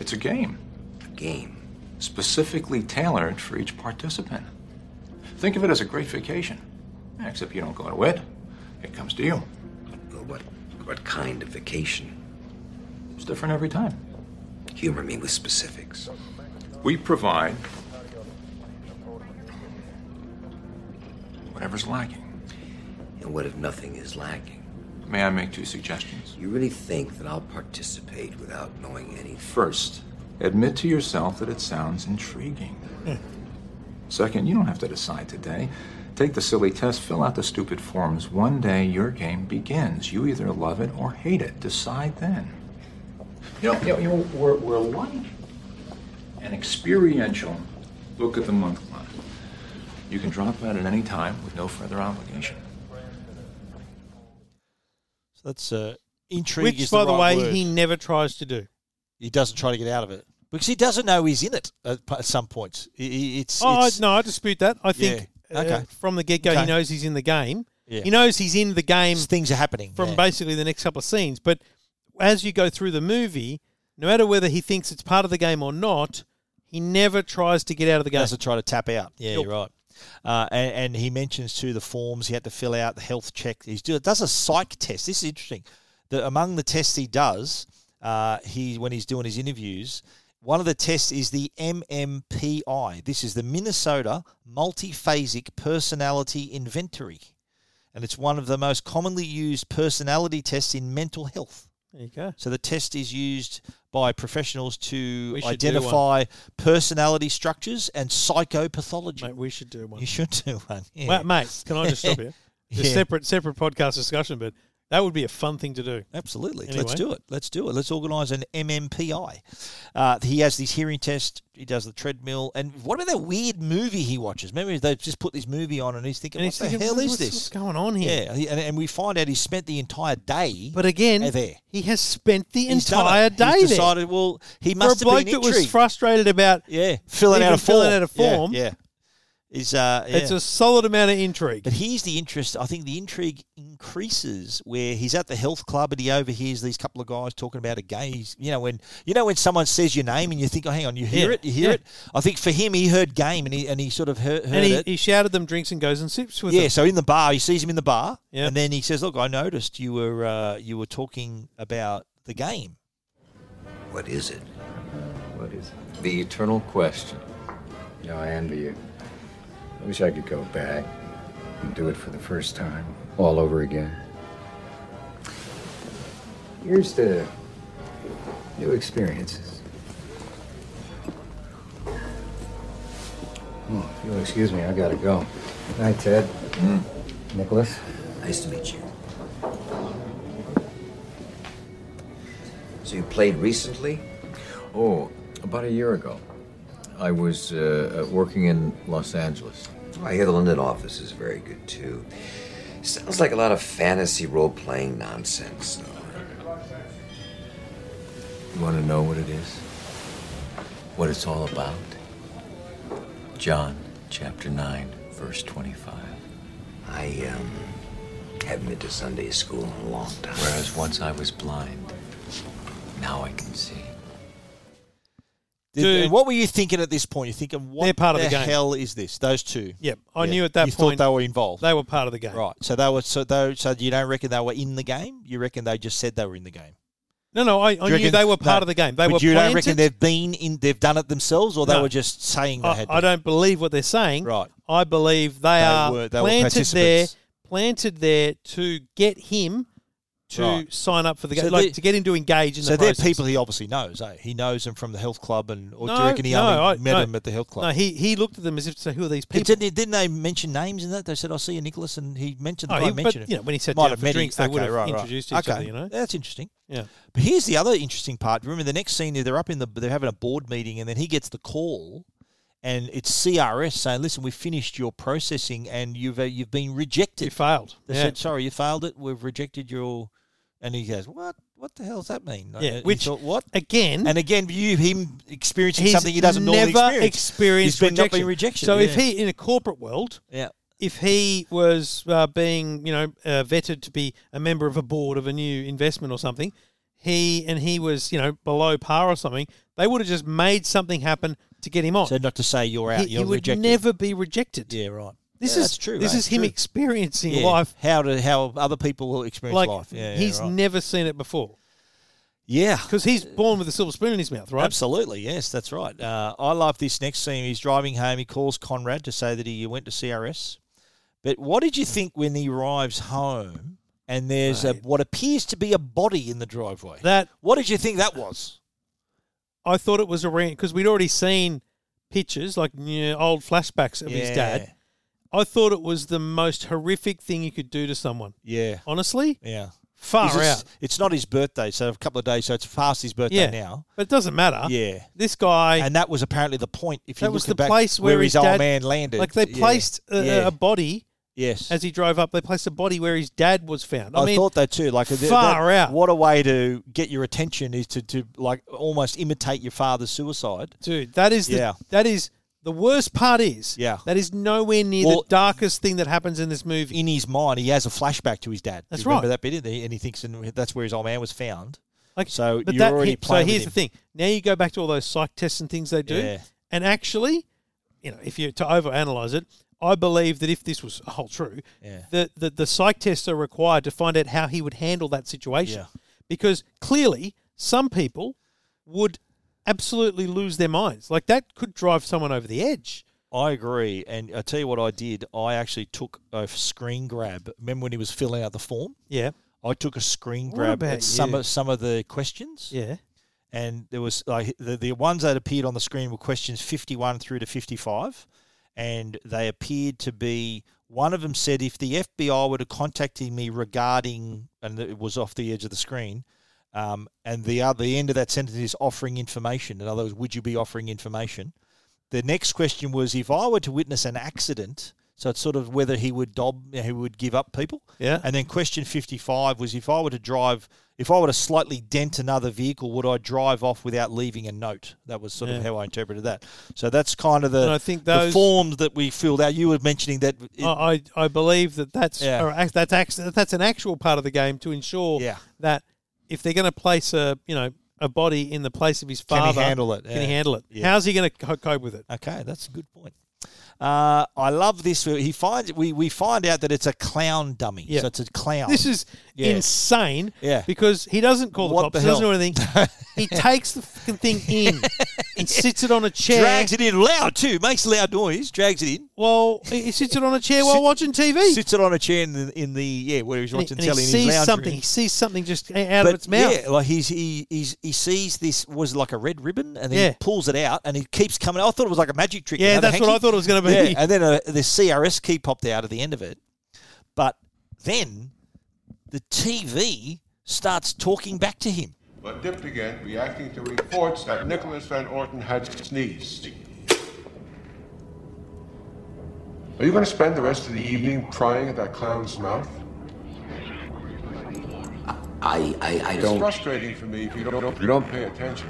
Speaker 11: it's a game
Speaker 5: A game.
Speaker 11: specifically tailored for each participant. Think of it as a great vacation, except you don't go to it. It comes to you.
Speaker 5: Well, What, what kind of vacation?
Speaker 11: It's different every time.
Speaker 5: Humor me with specifics.
Speaker 11: We provide whatever's lacking.
Speaker 5: And what if nothing is lacking?
Speaker 11: May I make two suggestions?
Speaker 5: You really think that I'll participate without knowing anything?
Speaker 11: First, admit to yourself that it sounds intriguing.
Speaker 5: Hmm.
Speaker 11: Second, you don't have to decide today. Take the silly test, fill out the stupid forms. One day your game begins. You either love it or hate it. Decide then. You know, you know, you know, we're, we're like an experiential book of the month club. You can drop out at any time with no further obligation.
Speaker 1: So that's uh, intrigue.
Speaker 9: which
Speaker 1: is
Speaker 9: by
Speaker 1: the,
Speaker 9: the,
Speaker 1: right
Speaker 9: way
Speaker 1: word.
Speaker 9: he never tries to do.
Speaker 1: he doesn't try to get out of it because he doesn't know he's in it at, p- at some points. I- I- It's,
Speaker 9: Oh I,
Speaker 1: it's-
Speaker 9: no, I dispute that. I think
Speaker 1: Yeah. Okay.
Speaker 9: uh, from the get go
Speaker 1: Okay.
Speaker 9: he knows he's in the game.
Speaker 1: Yeah.
Speaker 9: He knows he's in the game
Speaker 1: things are happening
Speaker 9: from
Speaker 1: yeah.
Speaker 9: basically the next couple of scenes. But as you go through the movie, no matter whether he thinks it's part of the game or not, he never tries to get out of the game.
Speaker 1: doesn't try to tap out. Yeah,
Speaker 9: Yep.
Speaker 1: you're right. Uh, and, and he mentions too the forms he had to fill out, the health check. He does a psych test. This is interesting. The, among the tests he does, uh, he when he's doing his interviews, one of the tests is the MMPI. This is the Minnesota Multiphasic Personality Inventory, and it's one of the most commonly used personality tests in mental health.
Speaker 9: There you go.
Speaker 1: So the test is used by professionals to
Speaker 9: We should do
Speaker 1: identify personality structures and psychopathology.
Speaker 9: Mate, we should do one.
Speaker 1: you should do one. Yeah.
Speaker 9: Well, mate, can I just stop you? It's a
Speaker 1: Yeah.
Speaker 9: separate separate podcast discussion, but That would be a fun thing to do.
Speaker 1: Absolutely. Anyway. Let's do it. Let's do it. Let's organise an MMPI. Uh, he has this hearing test. He does the treadmill. And what about that weird movie he watches? Remember, they've just put this movie on and he's thinking,
Speaker 9: And
Speaker 1: what
Speaker 9: he's
Speaker 1: the
Speaker 9: thinking,
Speaker 1: hell is
Speaker 9: "What's-
Speaker 1: this?
Speaker 9: what's going on here?"
Speaker 1: Yeah. he- And, and we find out he spent the entire day
Speaker 9: But again,
Speaker 1: there.
Speaker 9: he has spent the
Speaker 1: He's done
Speaker 9: entire
Speaker 1: it.
Speaker 9: day
Speaker 1: He's
Speaker 9: there.
Speaker 1: decided, well, he must
Speaker 9: For a
Speaker 1: have
Speaker 9: bloke
Speaker 1: been
Speaker 9: that was
Speaker 1: intrigued.
Speaker 9: frustrated about
Speaker 1: yeah, filling out
Speaker 9: even
Speaker 1: a form.
Speaker 9: filling out a form.
Speaker 1: Yeah. yeah. Is, uh, yeah.
Speaker 9: It's a solid amount of intrigue.
Speaker 1: But here's the interest. I think the intrigue increases where he's at the health club and he overhears these couple of guys talking about a gay. he's- You know when you know when someone says your name and you think, oh, hang on, you hear
Speaker 9: Yeah,
Speaker 1: it, you hear
Speaker 9: yeah.
Speaker 1: it. I think for him, he heard game and he and he sort of heard, heard
Speaker 9: and he,
Speaker 1: it.
Speaker 9: he shouted them drinks and goes and sips with
Speaker 1: yeah,
Speaker 9: them.
Speaker 1: so in the bar, he sees him in the bar,
Speaker 9: Yeah.
Speaker 1: and then he says, "Look, I noticed you were uh, you were talking about the game."
Speaker 5: What is it?
Speaker 12: What is it? The eternal question. You know, I envy you. I wish I could go back and do it for the first time, all over again. Here's to new experiences. Oh, if you'll excuse me, I gotta go. Night, Ted. Nicholas.
Speaker 5: Mm-hmm. Nice to meet you. So you played recently?
Speaker 12: Oh, about a year ago, I was uh, uh, working in Los Angeles.
Speaker 5: I hear the London office is very good too. Sounds like a lot of fantasy role playing nonsense, though.
Speaker 12: You want to know what it is? What it's all about? John chapter 9, verse 25.
Speaker 5: I um, haven't been to Sunday school in a long time.
Speaker 12: Whereas once I was blind, now I can see.
Speaker 1: Did-
Speaker 9: Dude.
Speaker 1: and what were you thinking at this point? You're thinking, "What
Speaker 9: They're part of the game.
Speaker 1: hell is this?" Those two.
Speaker 9: Yep, I
Speaker 1: Yeah.
Speaker 9: knew at that
Speaker 1: you
Speaker 9: point
Speaker 1: thought they were involved.
Speaker 9: they were part of the game.
Speaker 1: Right. So they were so they so you don't reckon they were in the game? You reckon they just said they were in the game?
Speaker 9: No, no, I, I
Speaker 1: Do
Speaker 9: knew
Speaker 1: you reckon-
Speaker 9: Oh, they were part
Speaker 1: no,
Speaker 9: of the game. They
Speaker 1: but
Speaker 9: were
Speaker 1: you don't
Speaker 9: planted.
Speaker 1: reckon they've been in they've done it themselves or they
Speaker 9: No.
Speaker 1: were just saying they
Speaker 9: I,
Speaker 1: had
Speaker 9: I don't believe what they're saying.
Speaker 1: Right.
Speaker 9: I believe they,
Speaker 1: They
Speaker 9: are
Speaker 1: were- they were
Speaker 9: planted there,
Speaker 1: participants.
Speaker 9: planted there to get him to
Speaker 1: Right.
Speaker 9: sign up for the game,
Speaker 1: So they-
Speaker 9: like to get him to engage in
Speaker 1: So
Speaker 9: the
Speaker 1: they're
Speaker 9: process.
Speaker 1: people he obviously knows, eh? He knows them from the health club and or
Speaker 9: no,
Speaker 1: do you reckon he
Speaker 9: no,
Speaker 1: only
Speaker 9: I,
Speaker 1: met
Speaker 9: no.
Speaker 1: them at the health club?
Speaker 9: No, he he looked at them as if to say, "Who are these people?"
Speaker 1: Did- didn't, didn't they mention names in that? They said, "I see you, Nicholas," and he mentioned. The
Speaker 9: Oh,
Speaker 1: guy
Speaker 9: he- but,
Speaker 1: mentioned it.
Speaker 9: you know, when he sat
Speaker 1: Might
Speaker 9: down
Speaker 1: have
Speaker 9: for
Speaker 1: met him.
Speaker 9: drinks, they would
Speaker 1: Okay,
Speaker 9: have
Speaker 1: right, right.
Speaker 9: introduced each
Speaker 1: Okay,
Speaker 9: other, you know?
Speaker 1: that's interesting.
Speaker 9: Yeah.
Speaker 1: But here's the other interesting part. Remember the next scene? They're up in the. They're having a board meeting, and then he gets the call, and it's CRS saying, "Listen, we finished your processing, and you've uh, you've been rejected.
Speaker 9: You failed.
Speaker 1: They
Speaker 9: Yeah.
Speaker 1: said, "Sorry, you failed it. We've rejected your." And he goes, "What? What the hell's that mean?"
Speaker 9: Yeah,
Speaker 1: He
Speaker 9: which-
Speaker 1: uh, thought, what
Speaker 9: again-
Speaker 1: And again, you him experiencing
Speaker 9: He's
Speaker 1: something he doesn't
Speaker 9: never
Speaker 1: normally experience.
Speaker 9: experienced
Speaker 1: He's been
Speaker 9: rejection.
Speaker 1: not been rejection.
Speaker 9: So if
Speaker 1: yeah.
Speaker 9: he in a corporate world,
Speaker 1: yeah.
Speaker 9: if he was uh, being you know uh, vetted to be a member of a board of a new investment or something, he and he was you know below par or something, they would have just made something happen to get him on.
Speaker 1: So not to say you're out,
Speaker 9: he, he
Speaker 1: you're
Speaker 9: would
Speaker 1: rejected.
Speaker 9: never be rejected.
Speaker 1: yeah, right.
Speaker 9: This
Speaker 1: Yeah,
Speaker 9: is
Speaker 1: that's true.
Speaker 9: This
Speaker 1: eh?
Speaker 9: is him
Speaker 1: True.
Speaker 9: experiencing
Speaker 1: Yeah,
Speaker 9: life
Speaker 1: How to how other people will experience
Speaker 9: like
Speaker 1: life. Yeah, yeah,
Speaker 9: he's
Speaker 1: right.
Speaker 9: never seen it before
Speaker 1: yeah.
Speaker 9: because he's born with a silver spoon in his mouth, right?
Speaker 1: Absolutely, yes, that's right. Uh, I love this next scene. He's driving home. He calls Conrad to say that he went to CRS. But what did you think when he arrives home and there's a, what appears to be a body in the driveway?
Speaker 9: That
Speaker 1: What did you think that was?
Speaker 9: I thought it was a rant because we'd already seen pictures, like you know, old flashbacks of his dad. I thought it was the most horrific thing you could do to someone.
Speaker 1: Yeah,
Speaker 9: Honestly,
Speaker 1: yeah.
Speaker 9: far
Speaker 1: Is this-
Speaker 9: out.
Speaker 1: It's not his birthday, so a couple of days, so it's past his birthday
Speaker 9: Yeah,
Speaker 1: now.
Speaker 9: but it doesn't matter.
Speaker 1: Yeah.
Speaker 9: this guy.
Speaker 1: And that was apparently the point. If you
Speaker 9: that was
Speaker 1: look
Speaker 9: the
Speaker 1: back
Speaker 9: place where,
Speaker 1: his,
Speaker 9: dad,
Speaker 1: old man landed.
Speaker 9: Like they
Speaker 1: Yeah.
Speaker 9: placed a,
Speaker 1: Yeah.
Speaker 9: a body
Speaker 1: yes.
Speaker 9: as he drove up. They placed a body where his dad was found. I,
Speaker 1: I,
Speaker 9: mean,
Speaker 1: thought that too. Like th- that-
Speaker 9: far out.
Speaker 1: What a way to get your attention is to, to like almost imitate your father's suicide.
Speaker 9: dude, that is the,
Speaker 1: Yeah.
Speaker 9: that is the worst part. Is
Speaker 1: Yeah.
Speaker 9: that is nowhere near
Speaker 1: Well-
Speaker 9: the darkest thing that happens in this movie.
Speaker 1: In his mind, he has a flashback to his dad.
Speaker 9: That's
Speaker 1: you remember
Speaker 9: right.
Speaker 1: that bit, in there? and he thinks and that's where his old man was found.
Speaker 9: Like,
Speaker 1: so
Speaker 9: but
Speaker 1: you're
Speaker 9: that,
Speaker 1: already
Speaker 9: he-
Speaker 1: playing.
Speaker 9: So
Speaker 1: with
Speaker 9: here's the
Speaker 1: him.
Speaker 9: thing. Now you go back to all those psych tests and things they do,
Speaker 1: Yeah.
Speaker 9: and actually, you know, if you to overanalyze it, I believe that if this was all true,
Speaker 1: Yeah.
Speaker 9: that the, the psych tests are required to find out how he would handle that situation,
Speaker 1: Yeah.
Speaker 9: because clearly some people would absolutely lose their minds. Like that could drive someone over the edge.
Speaker 1: I agree, and I tell you what I did. I actually took a screen grab. Remember when he was filling out the form?
Speaker 9: Yeah.
Speaker 1: I took a screen
Speaker 9: What
Speaker 1: grab
Speaker 9: about
Speaker 1: at some
Speaker 9: you?
Speaker 1: of, some of the questions.
Speaker 9: Yeah.
Speaker 1: and there was like the, the ones that appeared on the screen were questions 51 through to 55 and they appeared to be. One of them said, if the FBI were to contact me regarding, and it was off the edge of the screen, um, and the other the end of that sentence is offering information. In other words, would you be offering information? The next question was, if I were to witness an accident, so it's sort of whether he would dob, he would give up people.
Speaker 9: Yeah.
Speaker 1: And then question fifty five was, if I were to drive, if I were to slightly dent another vehicle, would I drive off without leaving a note? That was sort
Speaker 9: Yeah.
Speaker 1: of how I interpreted that. So that's kind of the
Speaker 9: And I think
Speaker 1: the
Speaker 9: those-
Speaker 1: forms that we filled out. You were mentioning that. it-
Speaker 9: I, I I believe that that's
Speaker 1: Yeah.
Speaker 9: or act- that's act- that's an actual part of the game to ensure
Speaker 1: Yeah.
Speaker 9: that if they're going to place a you know a body in the place of his
Speaker 1: Can he
Speaker 9: father,
Speaker 1: handle it?
Speaker 9: Can
Speaker 1: Yeah.
Speaker 9: he handle it?
Speaker 1: Yeah.
Speaker 9: How's he going to co- cope with it?
Speaker 1: Okay, that's a good point. Uh, I love this. He finds we, we find out that it's a clown dummy.
Speaker 9: Yeah.
Speaker 1: So it's a clown.
Speaker 9: This is
Speaker 1: Yeah.
Speaker 9: insane.
Speaker 1: Yeah.
Speaker 9: Because he doesn't call the
Speaker 1: What
Speaker 9: cops.
Speaker 1: the
Speaker 9: he doesn't do
Speaker 1: hell?
Speaker 9: anything. he takes the fucking thing in and sits it on a chair.
Speaker 1: drags it in loud too. Makes loud noise. Drags it in.
Speaker 9: Well, he he sits it on a chair while
Speaker 1: Sit-
Speaker 9: watching TV.
Speaker 1: Sits it on a chair in the, in the yeah where he's
Speaker 9: and he,
Speaker 1: watching
Speaker 9: and he
Speaker 1: telly. in his
Speaker 9: sees
Speaker 1: lounge
Speaker 9: something.
Speaker 1: room.
Speaker 9: He sees something just out of
Speaker 1: But,
Speaker 9: its mouth.
Speaker 1: Yeah, like he's he he's, he sees this was like a red ribbon, and then
Speaker 9: Yeah.
Speaker 1: he pulls it out, and he keeps coming. I thought it was like a magic trick. you
Speaker 9: Yeah,
Speaker 1: know, the
Speaker 9: that's what I
Speaker 1: hanky.
Speaker 9: thought it was gonna be.
Speaker 1: Yeah, and then uh, the CRS key popped out at the end of it, but then the TV starts talking back to him.
Speaker 7: But dipped again, reacting to reports that Nicholas Van Orton had sneezed. Are you going to spend the rest of the evening prying at that clown's mouth?
Speaker 5: I, I, I
Speaker 7: it's
Speaker 5: don't.
Speaker 7: frustrating for me if you don't,
Speaker 5: You don't-
Speaker 7: pay attention.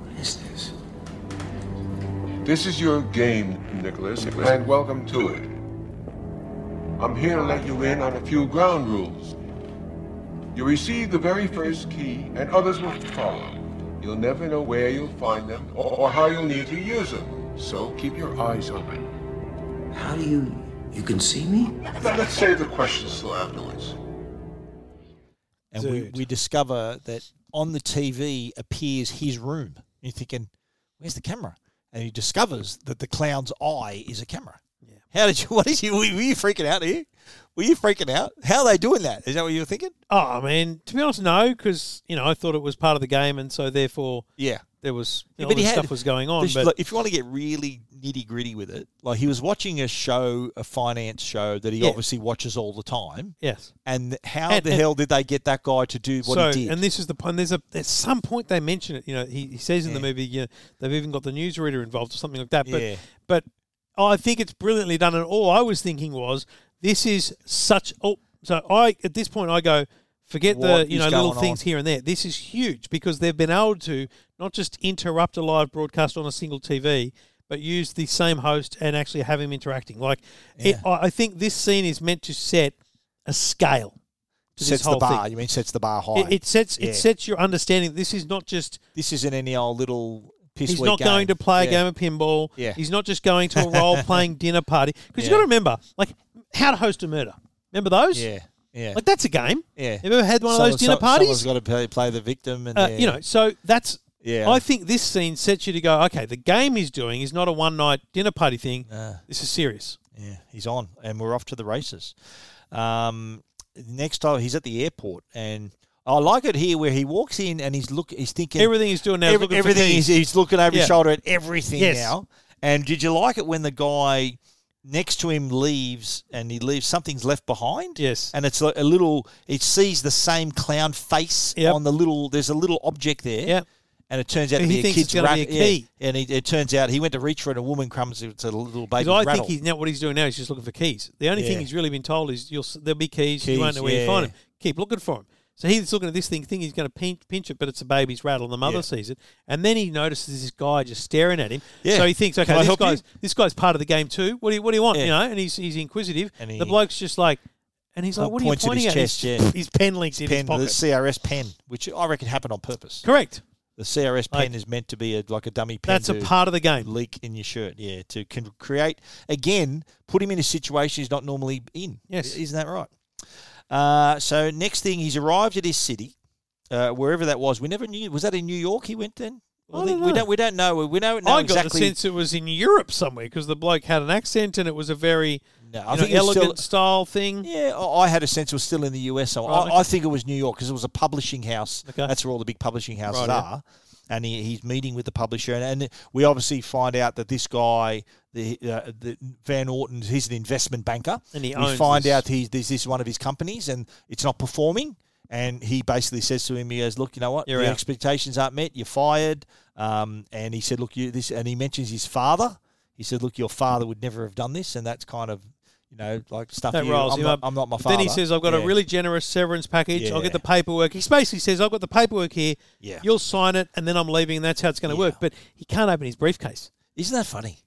Speaker 5: What is this?
Speaker 7: This is your game, Nicholas, and welcome to it. I'm here to let you in on a few ground rules. You receive the very first key, and others will follow. You'll never know where you'll find them or, or how you'll need to use them, so keep your eyes open.
Speaker 5: How do you. You can see me?
Speaker 7: Let- Let's save the questions till afterwards.
Speaker 1: and we,
Speaker 7: Dude.
Speaker 1: we discover that on the TV appears his room. And you're thinking, where's the camera? And he discovers that the clown's eye is a camera. Yeah. How did you? What is you? Were you freaking out here? Were you freaking out? How are they doing that? Is that what you were thinking?
Speaker 9: Oh, I mean, to be honest, no, because you know I thought it was part of the game, and so therefore,
Speaker 1: Yeah.
Speaker 9: there was you know,
Speaker 1: Yeah,
Speaker 9: all this stuff was going on.
Speaker 1: this-
Speaker 9: But
Speaker 1: like, if you want to get really nitty gritty with it, like he was watching a show, a finance show that he
Speaker 9: Yeah.
Speaker 1: obviously watches all the time.
Speaker 9: yes,
Speaker 1: And how
Speaker 9: And-
Speaker 1: the
Speaker 9: and-
Speaker 1: hell did they get that guy to do what
Speaker 9: so
Speaker 1: he did?
Speaker 9: and this is the point. There's a at some point they mention it. You know, he, he says in the movie, you know, they've even got the newsreader involved or something like that. But
Speaker 1: Yeah.
Speaker 9: but oh, I think it's brilliantly done. And all I was thinking was, this is such. Oh, so I at this point I go. Forget
Speaker 1: What
Speaker 9: the you
Speaker 1: is
Speaker 9: know little
Speaker 1: going
Speaker 9: things
Speaker 1: on?
Speaker 9: here and there. This is huge because they've been able to not just interrupt a live broadcast on a single TV, but use the same host and actually have him interacting. Like, it, I I think this scene is meant to set a scale. To this
Speaker 1: sets the
Speaker 9: whole
Speaker 1: bar.
Speaker 9: Thing.
Speaker 1: You mean sets the bar high?
Speaker 9: It, it sets
Speaker 1: Yeah.
Speaker 9: it sets your understanding. that This is not just
Speaker 1: This isn't any old little piss
Speaker 9: he's
Speaker 1: weak
Speaker 9: not
Speaker 1: game.
Speaker 9: going to play
Speaker 1: Yeah.
Speaker 9: a game of pinball.
Speaker 1: Yeah.
Speaker 9: he's not just going to a role playing dinner party. Because you got to
Speaker 1: Yeah.
Speaker 9: remember, like how to host a murder. Remember those?
Speaker 1: Yeah, yeah.
Speaker 9: Like that's a game.
Speaker 1: Yeah.
Speaker 9: Have you ever had one of those dinner parties?
Speaker 1: Someone's got to play, play the victim, and
Speaker 9: Uh,
Speaker 1: yeah.
Speaker 9: You know, so that's.
Speaker 1: Yeah.
Speaker 9: I think this scene sets you to go. Okay, the game he's doing is not a one night dinner party thing. this is serious.
Speaker 1: Yeah, he's on, and we're off to the races. Um, next time he's at the airport, and I like it here where he walks in and he's look, he's thinking
Speaker 9: Everything he's doing now. is
Speaker 1: Every-
Speaker 9: looking for
Speaker 1: everything
Speaker 9: keys.
Speaker 1: he's, he's looking over
Speaker 9: Yeah.
Speaker 1: his shoulder at everything
Speaker 9: Yes.
Speaker 1: now. And did you like it when the guy next to him leaves and he leaves something's left behind?
Speaker 9: Yes.
Speaker 1: And it's like a little. It sees the same clown face
Speaker 9: Yep.
Speaker 1: on the little. There's a little object there.
Speaker 9: Yep.
Speaker 1: And it turns out to
Speaker 9: And he
Speaker 1: be a
Speaker 9: thinks it's
Speaker 1: kid's
Speaker 9: gonna
Speaker 1: rat-
Speaker 9: be a
Speaker 1: yeah.
Speaker 9: key.
Speaker 1: And he, it turns out he went to reach for it. And a woman comes. It's a little baby.
Speaker 9: Because I
Speaker 1: rattle.
Speaker 9: think he's now what he's doing now is just looking for keys. The only thing
Speaker 1: Yeah.
Speaker 9: he's really been told is you'll s- there'll be keys, you
Speaker 1: Keys,
Speaker 9: won't know where you
Speaker 1: yeah.
Speaker 9: find them. Keep looking for them. So he's looking at this thing, thinking he's going to pinch, pinch it, but it's a baby's rattle, and the mother
Speaker 1: Yeah.
Speaker 9: sees it, and then he notices this guy just staring at him.
Speaker 1: Yeah.
Speaker 9: So he thinks,
Speaker 1: Can
Speaker 9: okay,
Speaker 1: I
Speaker 9: this
Speaker 1: help you?
Speaker 9: guy's this guy's part of the game too. What do you what do you want?
Speaker 1: Yeah.
Speaker 9: You know, and he's he's inquisitive.
Speaker 1: And
Speaker 9: the
Speaker 1: he-
Speaker 9: bloke's just like, and he's like,
Speaker 1: Oh,
Speaker 9: what are you
Speaker 1: points at
Speaker 9: pointing
Speaker 1: his
Speaker 9: at? He's-
Speaker 1: chest, yeah.
Speaker 9: his pen links in his
Speaker 1: pen, the
Speaker 9: pocket.
Speaker 1: CRS pen, which I reckon happened on purpose.
Speaker 9: Correct.
Speaker 1: The CRS pen
Speaker 9: Like-
Speaker 1: is meant to be a, like a dummy pen.
Speaker 9: That's a
Speaker 1: to
Speaker 9: part of the game.
Speaker 1: Leak in your shirt, yeah, to con- create again, put him in a situation he's not normally in.
Speaker 9: Yes.
Speaker 1: isn't that right? Uh, so next thing, he's arrived at his city, uh, wherever that was. We never knew. Was that in New York? He went then.
Speaker 9: I
Speaker 1: Well,
Speaker 9: don't
Speaker 1: We
Speaker 9: know.
Speaker 1: don't. We don't know. We don't know
Speaker 9: I got
Speaker 1: exactly.
Speaker 9: the sense it was in Europe somewhere because the bloke had an accent and it was a very
Speaker 1: No, I
Speaker 9: you know,
Speaker 1: think it was still-
Speaker 9: elegant style thing.
Speaker 1: Yeah, I I had a sense it was still in the US. So
Speaker 9: Right,
Speaker 1: I, I think it was New York because it was a publishing house.
Speaker 9: Okay.
Speaker 1: That's where all the big publishing houses
Speaker 9: Right, yeah.
Speaker 1: are. and he, he's meeting with the publisher. And, and we obviously find out that this guy, the, uh, the Van Orton, he's an investment banker.
Speaker 9: And he
Speaker 1: we
Speaker 9: owns
Speaker 1: find
Speaker 9: this.
Speaker 1: out he's this is one of his companies, and it's not performing. And he basically says to him, he goes, "Look, you know what?
Speaker 9: You're
Speaker 1: Your
Speaker 9: out."
Speaker 1: expectations aren't met. You're fired." Um, and he said, "Look, you this." And he mentions his father. He said, "Look, your father would never have done this," and that's kind of. You know, like stuff.
Speaker 9: That
Speaker 1: you,
Speaker 9: rolls
Speaker 1: I'm
Speaker 9: him
Speaker 1: not,
Speaker 9: up.
Speaker 1: I'm not my
Speaker 9: But
Speaker 1: father.
Speaker 9: Then he says, "I've got
Speaker 1: Yeah.
Speaker 9: a really generous severance package. I'll
Speaker 1: Yeah.
Speaker 9: get the paperwork." He basically says, "I've got the paperwork here.
Speaker 1: Yeah.
Speaker 9: You'll sign it, and then I'm leaving, and that's how it's going to work." But he can't open his briefcase.
Speaker 1: Isn't that funny?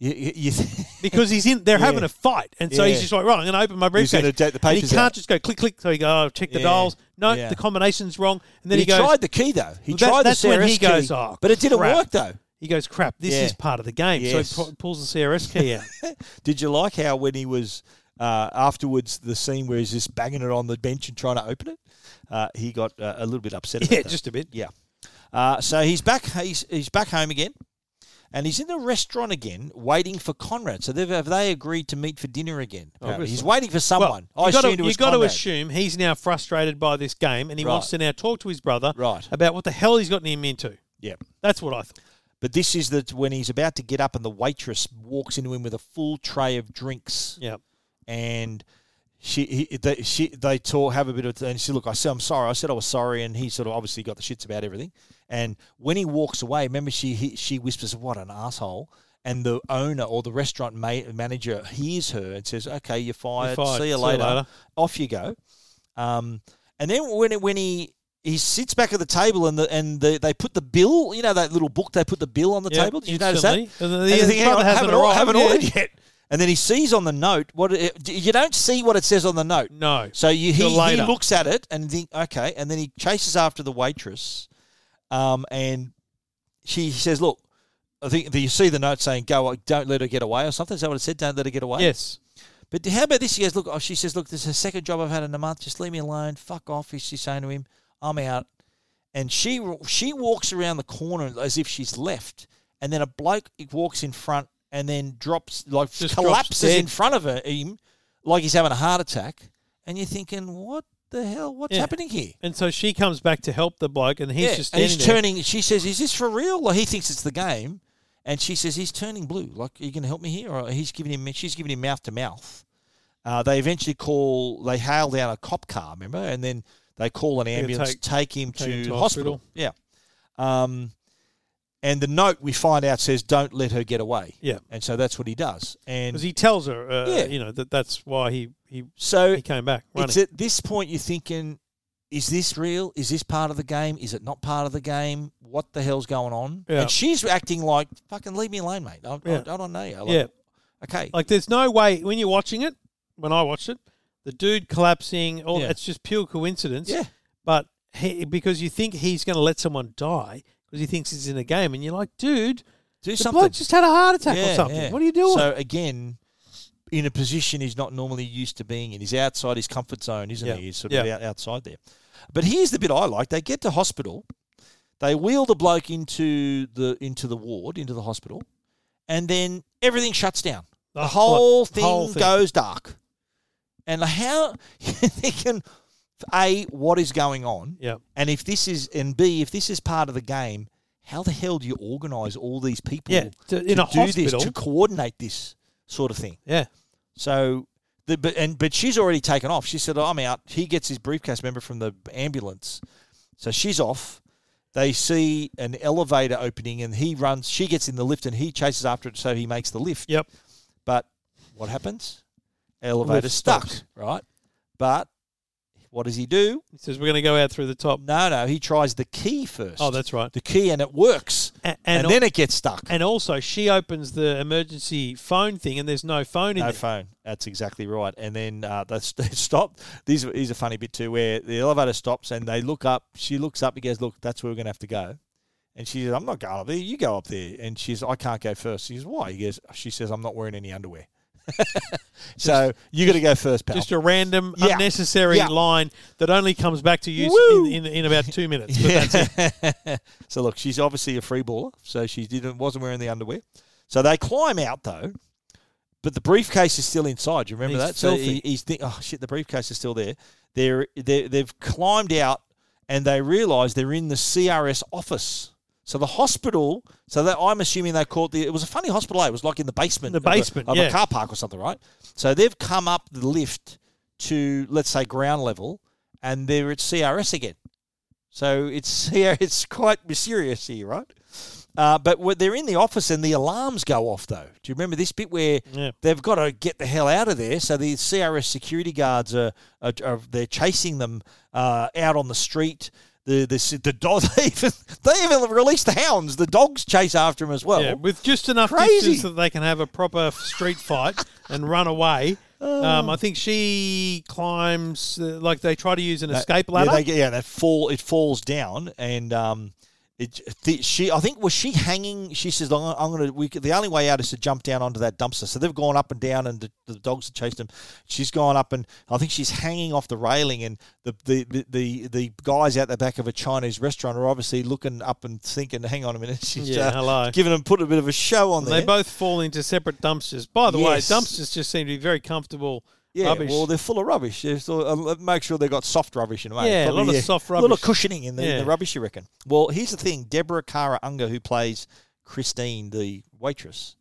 Speaker 1: You, you, you
Speaker 9: because he's in. They're
Speaker 1: Yeah.
Speaker 9: having a fight, and so he's
Speaker 1: Yeah.
Speaker 9: just like, "Right, I'm going to open my
Speaker 1: He's
Speaker 9: briefcase."
Speaker 1: gonna take the
Speaker 9: And he
Speaker 1: papers
Speaker 9: can't
Speaker 1: out.
Speaker 9: just go click click. So he go, oh, check the
Speaker 1: Yeah.
Speaker 9: dials. No,
Speaker 1: Yeah.
Speaker 9: the combination's wrong. And then
Speaker 1: he,
Speaker 9: he, goes,
Speaker 1: tried the key though. He
Speaker 9: Well, that-
Speaker 1: tried
Speaker 9: that's
Speaker 1: the CRS
Speaker 9: when he
Speaker 1: key,
Speaker 9: goes, "Oh,
Speaker 1: but it didn't
Speaker 9: crap."
Speaker 1: work though.
Speaker 9: He goes, "Crap, this
Speaker 1: Yeah.
Speaker 9: is part of the game."
Speaker 1: Yes.
Speaker 9: So he pu- pulls the CRS key out.
Speaker 1: Did you like how when he was uh, afterwards the scene where he's just banging it on the bench and trying to open it? Uh, he got uh, a little bit upset. About
Speaker 9: Yeah,
Speaker 1: that.
Speaker 9: just a bit.
Speaker 1: Yeah. Uh, so he's back. He's he's back home again, and he's in the restaurant again, waiting for Conrad. So they've have they agreed to meet for dinner again? Apparently. He's waiting for someone.
Speaker 9: Well,
Speaker 1: I
Speaker 9: you
Speaker 1: assumed
Speaker 9: gotta,
Speaker 1: it was
Speaker 9: you gotta
Speaker 1: Conrad.
Speaker 9: assume he's now frustrated by this game, and he
Speaker 1: Right.
Speaker 9: wants to now talk to his brother
Speaker 1: Right.
Speaker 9: about what the hell he's gotten him into.
Speaker 1: Yeah.
Speaker 9: That's what I thought.
Speaker 1: But this is that when he's about to get up and the waitress walks into him with a full tray of drinks.
Speaker 9: Yeah.
Speaker 1: And she, he, they, she, they talk, have a bit of, and she, look, I said, I'm sorry. I said I was sorry. And he sort of obviously got the shits about everything. And when he walks away, remember she, he, she whispers, what an asshole. And the owner or the restaurant ma- manager hears her and says, okay, you're fired.
Speaker 9: fired.
Speaker 1: See you
Speaker 9: See you
Speaker 1: later.
Speaker 9: later.
Speaker 1: Off you go. Um, and then when it, when he, he sits back at the table and the, and the, they put the bill, you know, that little book, they put the bill on the
Speaker 9: Yeah,
Speaker 1: table. Did you notice that?
Speaker 9: instantly. And the-
Speaker 1: you
Speaker 9: the
Speaker 1: think, "Hang on,
Speaker 9: brother hasn't
Speaker 1: haven't or-
Speaker 9: arrived
Speaker 1: haven't
Speaker 9: yet."
Speaker 1: ordered yet. And then he sees on the note what it, you don't see what it says on the note.
Speaker 9: No.
Speaker 1: So you, he,
Speaker 9: Till
Speaker 1: he
Speaker 9: later.
Speaker 1: looks at it and think, okay, and then he chases after the waitress, um, and she says, "Look, I think you see the note saying go, uh, don't let her get away or something." Is that what it said? Don't let her get away.
Speaker 9: Yes.
Speaker 1: But how about this? He goes, look, oh, she says, look, this is the second job I've had in a month. Just leave me alone. Fuck off. Is she saying to him? I'm out. And she she walks around the corner as if she's left, and then a bloke walks in front and then drops like
Speaker 9: Just
Speaker 1: collapses
Speaker 9: drops dead.
Speaker 1: in front of her, him, like he's having a heart attack. And you're thinking, what the hell? What's
Speaker 9: Yeah.
Speaker 1: happening here?
Speaker 9: And so she comes back to help the bloke, and he's
Speaker 1: Yeah,
Speaker 9: just
Speaker 1: and
Speaker 9: standing
Speaker 1: he's
Speaker 9: there.
Speaker 1: turning. She says, "Is this for real?" Like he thinks it's the game, and she says he's turning blue. Like, are you going to help me here? Or he's giving him. She's giving him mouth to mouth. Uh, They eventually call. They hail down a cop car. Remember, and then they call an
Speaker 9: Yeah,
Speaker 1: ambulance,
Speaker 9: take-
Speaker 1: take, him
Speaker 9: take
Speaker 1: to,
Speaker 9: him to
Speaker 1: hospital. Yeah. Um, and the note we find out says, "Don't let her get away."
Speaker 9: Yeah.
Speaker 1: And so that's what he does. And
Speaker 9: because he tells her, uh,
Speaker 1: Yeah.
Speaker 9: you know, that that's why he he
Speaker 1: so
Speaker 9: he came back running.
Speaker 1: it's at this point you're thinking, is this real? Is this part of the game? Is it not part of the game? What the hell's going on?
Speaker 9: Yeah.
Speaker 1: And she's acting like, fucking leave me alone, mate. I, I,
Speaker 9: Yeah.
Speaker 1: I don't know you. Like,
Speaker 9: Yeah.
Speaker 1: Okay.
Speaker 9: Like, there's no way when you're watching it. When I watched it, the dude collapsing, all
Speaker 1: Yeah.
Speaker 9: it's just pure coincidence.
Speaker 1: Yeah.
Speaker 9: But he, because you think he's going to let someone die because he thinks he's in a game, and you're like, dude,
Speaker 1: Do
Speaker 9: the
Speaker 1: something.
Speaker 9: bloke just had a heart attack or
Speaker 1: Yeah,
Speaker 9: something.
Speaker 1: yeah.
Speaker 9: What are you doing?
Speaker 1: So again, in a position he's not normally used to being in. He's outside his comfort zone, isn't
Speaker 9: Yeah.
Speaker 1: he? He's sort of
Speaker 9: Yeah.
Speaker 1: out, outside there. But here's the bit I like. They get to hospital. They wheel the bloke into the into the ward, into the hospital, and then everything shuts down. The
Speaker 9: Oh,
Speaker 1: whole,
Speaker 9: like,
Speaker 1: thing,
Speaker 9: whole thing.
Speaker 1: goes dark. And how you're thinking, A, what is going on?
Speaker 9: Yeah.
Speaker 1: And if this is and B, if this is part of the game, how the hell do you organise all these people
Speaker 9: Yeah, to- in a
Speaker 1: do
Speaker 9: hospital.
Speaker 1: this to coordinate this sort of thing?
Speaker 9: yeah.
Speaker 1: So the but and but she's already taken off. She said, "I'm out." He gets his briefcase member from the ambulance, so she's off. They see an elevator opening, and he runs. She gets in the lift, and he chases after it, so he makes the lift.
Speaker 9: Yep.
Speaker 1: But what happens? Elevator
Speaker 9: Lift
Speaker 1: stuck,
Speaker 9: stops.
Speaker 1: right? But what does he do?
Speaker 9: He says we're going to go out through the top.
Speaker 1: No, no, he tries the key first.
Speaker 9: Oh, that's right.
Speaker 1: the key, and it works.
Speaker 9: A- and
Speaker 1: and
Speaker 9: al-
Speaker 1: then it gets stuck.
Speaker 9: And also, she opens the emergency phone thing, and there's no phone in
Speaker 1: No
Speaker 9: there.
Speaker 1: phone. That's exactly right. And then uh, they s- they stop. This is a funny bit too, where the elevator stops and they look up. She looks up and goes, "Look, that's where we're going to have to go." And she says, "I'm not going up there. You go up there." And she says, "I can't go first. She says, "Why?" He goes, "She says I'm not wearing any underwear." so you got to go first, pal.
Speaker 9: Just a random,
Speaker 1: Yeah.
Speaker 9: unnecessary
Speaker 1: Yeah.
Speaker 9: line that only comes back to use
Speaker 1: Woo.
Speaker 9: in, in, in about two minutes. But
Speaker 1: Yeah.
Speaker 9: that's it.
Speaker 1: so look, she's obviously a free baller, so she didn't wasn't wearing the underwear. So they climb out though, but the briefcase is still inside. You remember
Speaker 9: He's
Speaker 1: that? So
Speaker 9: filthy.
Speaker 1: he, he's think, oh shit, the briefcase is still there. They're, they they've climbed out and they realise they're in the CRS office. So the hospital, so that I'm assuming they caught the. It was a funny hospital. eh? It was like in the basement,
Speaker 9: The
Speaker 1: of a-
Speaker 9: basement,
Speaker 1: of, a,
Speaker 9: yeah.
Speaker 1: car park or something, right? So they've come up the lift to let's say ground level, and they're at CRS again. So it's yeah, it's quite mysterious here, right? Uh, but when they're in the office and the alarms go off, though. Do you remember this bit where
Speaker 9: Yeah.
Speaker 1: they've got to get the hell out of there? So the CRS security guards are, are, are they're chasing them uh, out on the street. The the the dog they even they even release the hounds. The dogs chase after them as well.
Speaker 9: yeah, with just enough
Speaker 1: Oh, Crazy.
Speaker 9: distance that they can have a proper street fight and run away.
Speaker 1: Oh.
Speaker 9: Um, I think she climbs, uh, like they try to use an
Speaker 1: That-
Speaker 9: escape
Speaker 1: yeah,
Speaker 9: ladder.
Speaker 1: they get- Yeah, that fall it falls down and um, it th- she I think was she hanging. She says I'm, I'm gonna we, could- the only way out is to jump down onto that dumpster. So they've gone up and down and the, the dogs have chased them. She's gone up and I think she's hanging off the railing and the the, the, the, the guys out the back of a Chinese restaurant are obviously looking up and thinking, hang on a minute, she's
Speaker 9: Yeah,
Speaker 1: uh,
Speaker 9: hello.
Speaker 1: giving them put a bit of a show on
Speaker 9: And
Speaker 1: there.
Speaker 9: they both fall into separate dumpsters. By the
Speaker 1: Yes.
Speaker 9: way, dumpsters just seem to be very comfortable
Speaker 1: Yeah,
Speaker 9: rubbish.
Speaker 1: well, they're full of rubbish. They're still- uh, make sure they've got soft rubbish in a way.
Speaker 9: Yeah, a
Speaker 1: Probably,
Speaker 9: lot of soft
Speaker 1: A lot of
Speaker 9: rubbish.
Speaker 1: cushioning in the, in the
Speaker 9: Yeah.
Speaker 1: rubbish, you reckon? Well, here's the thing. Deborah Kara Unger, who plays Christine, the waitress,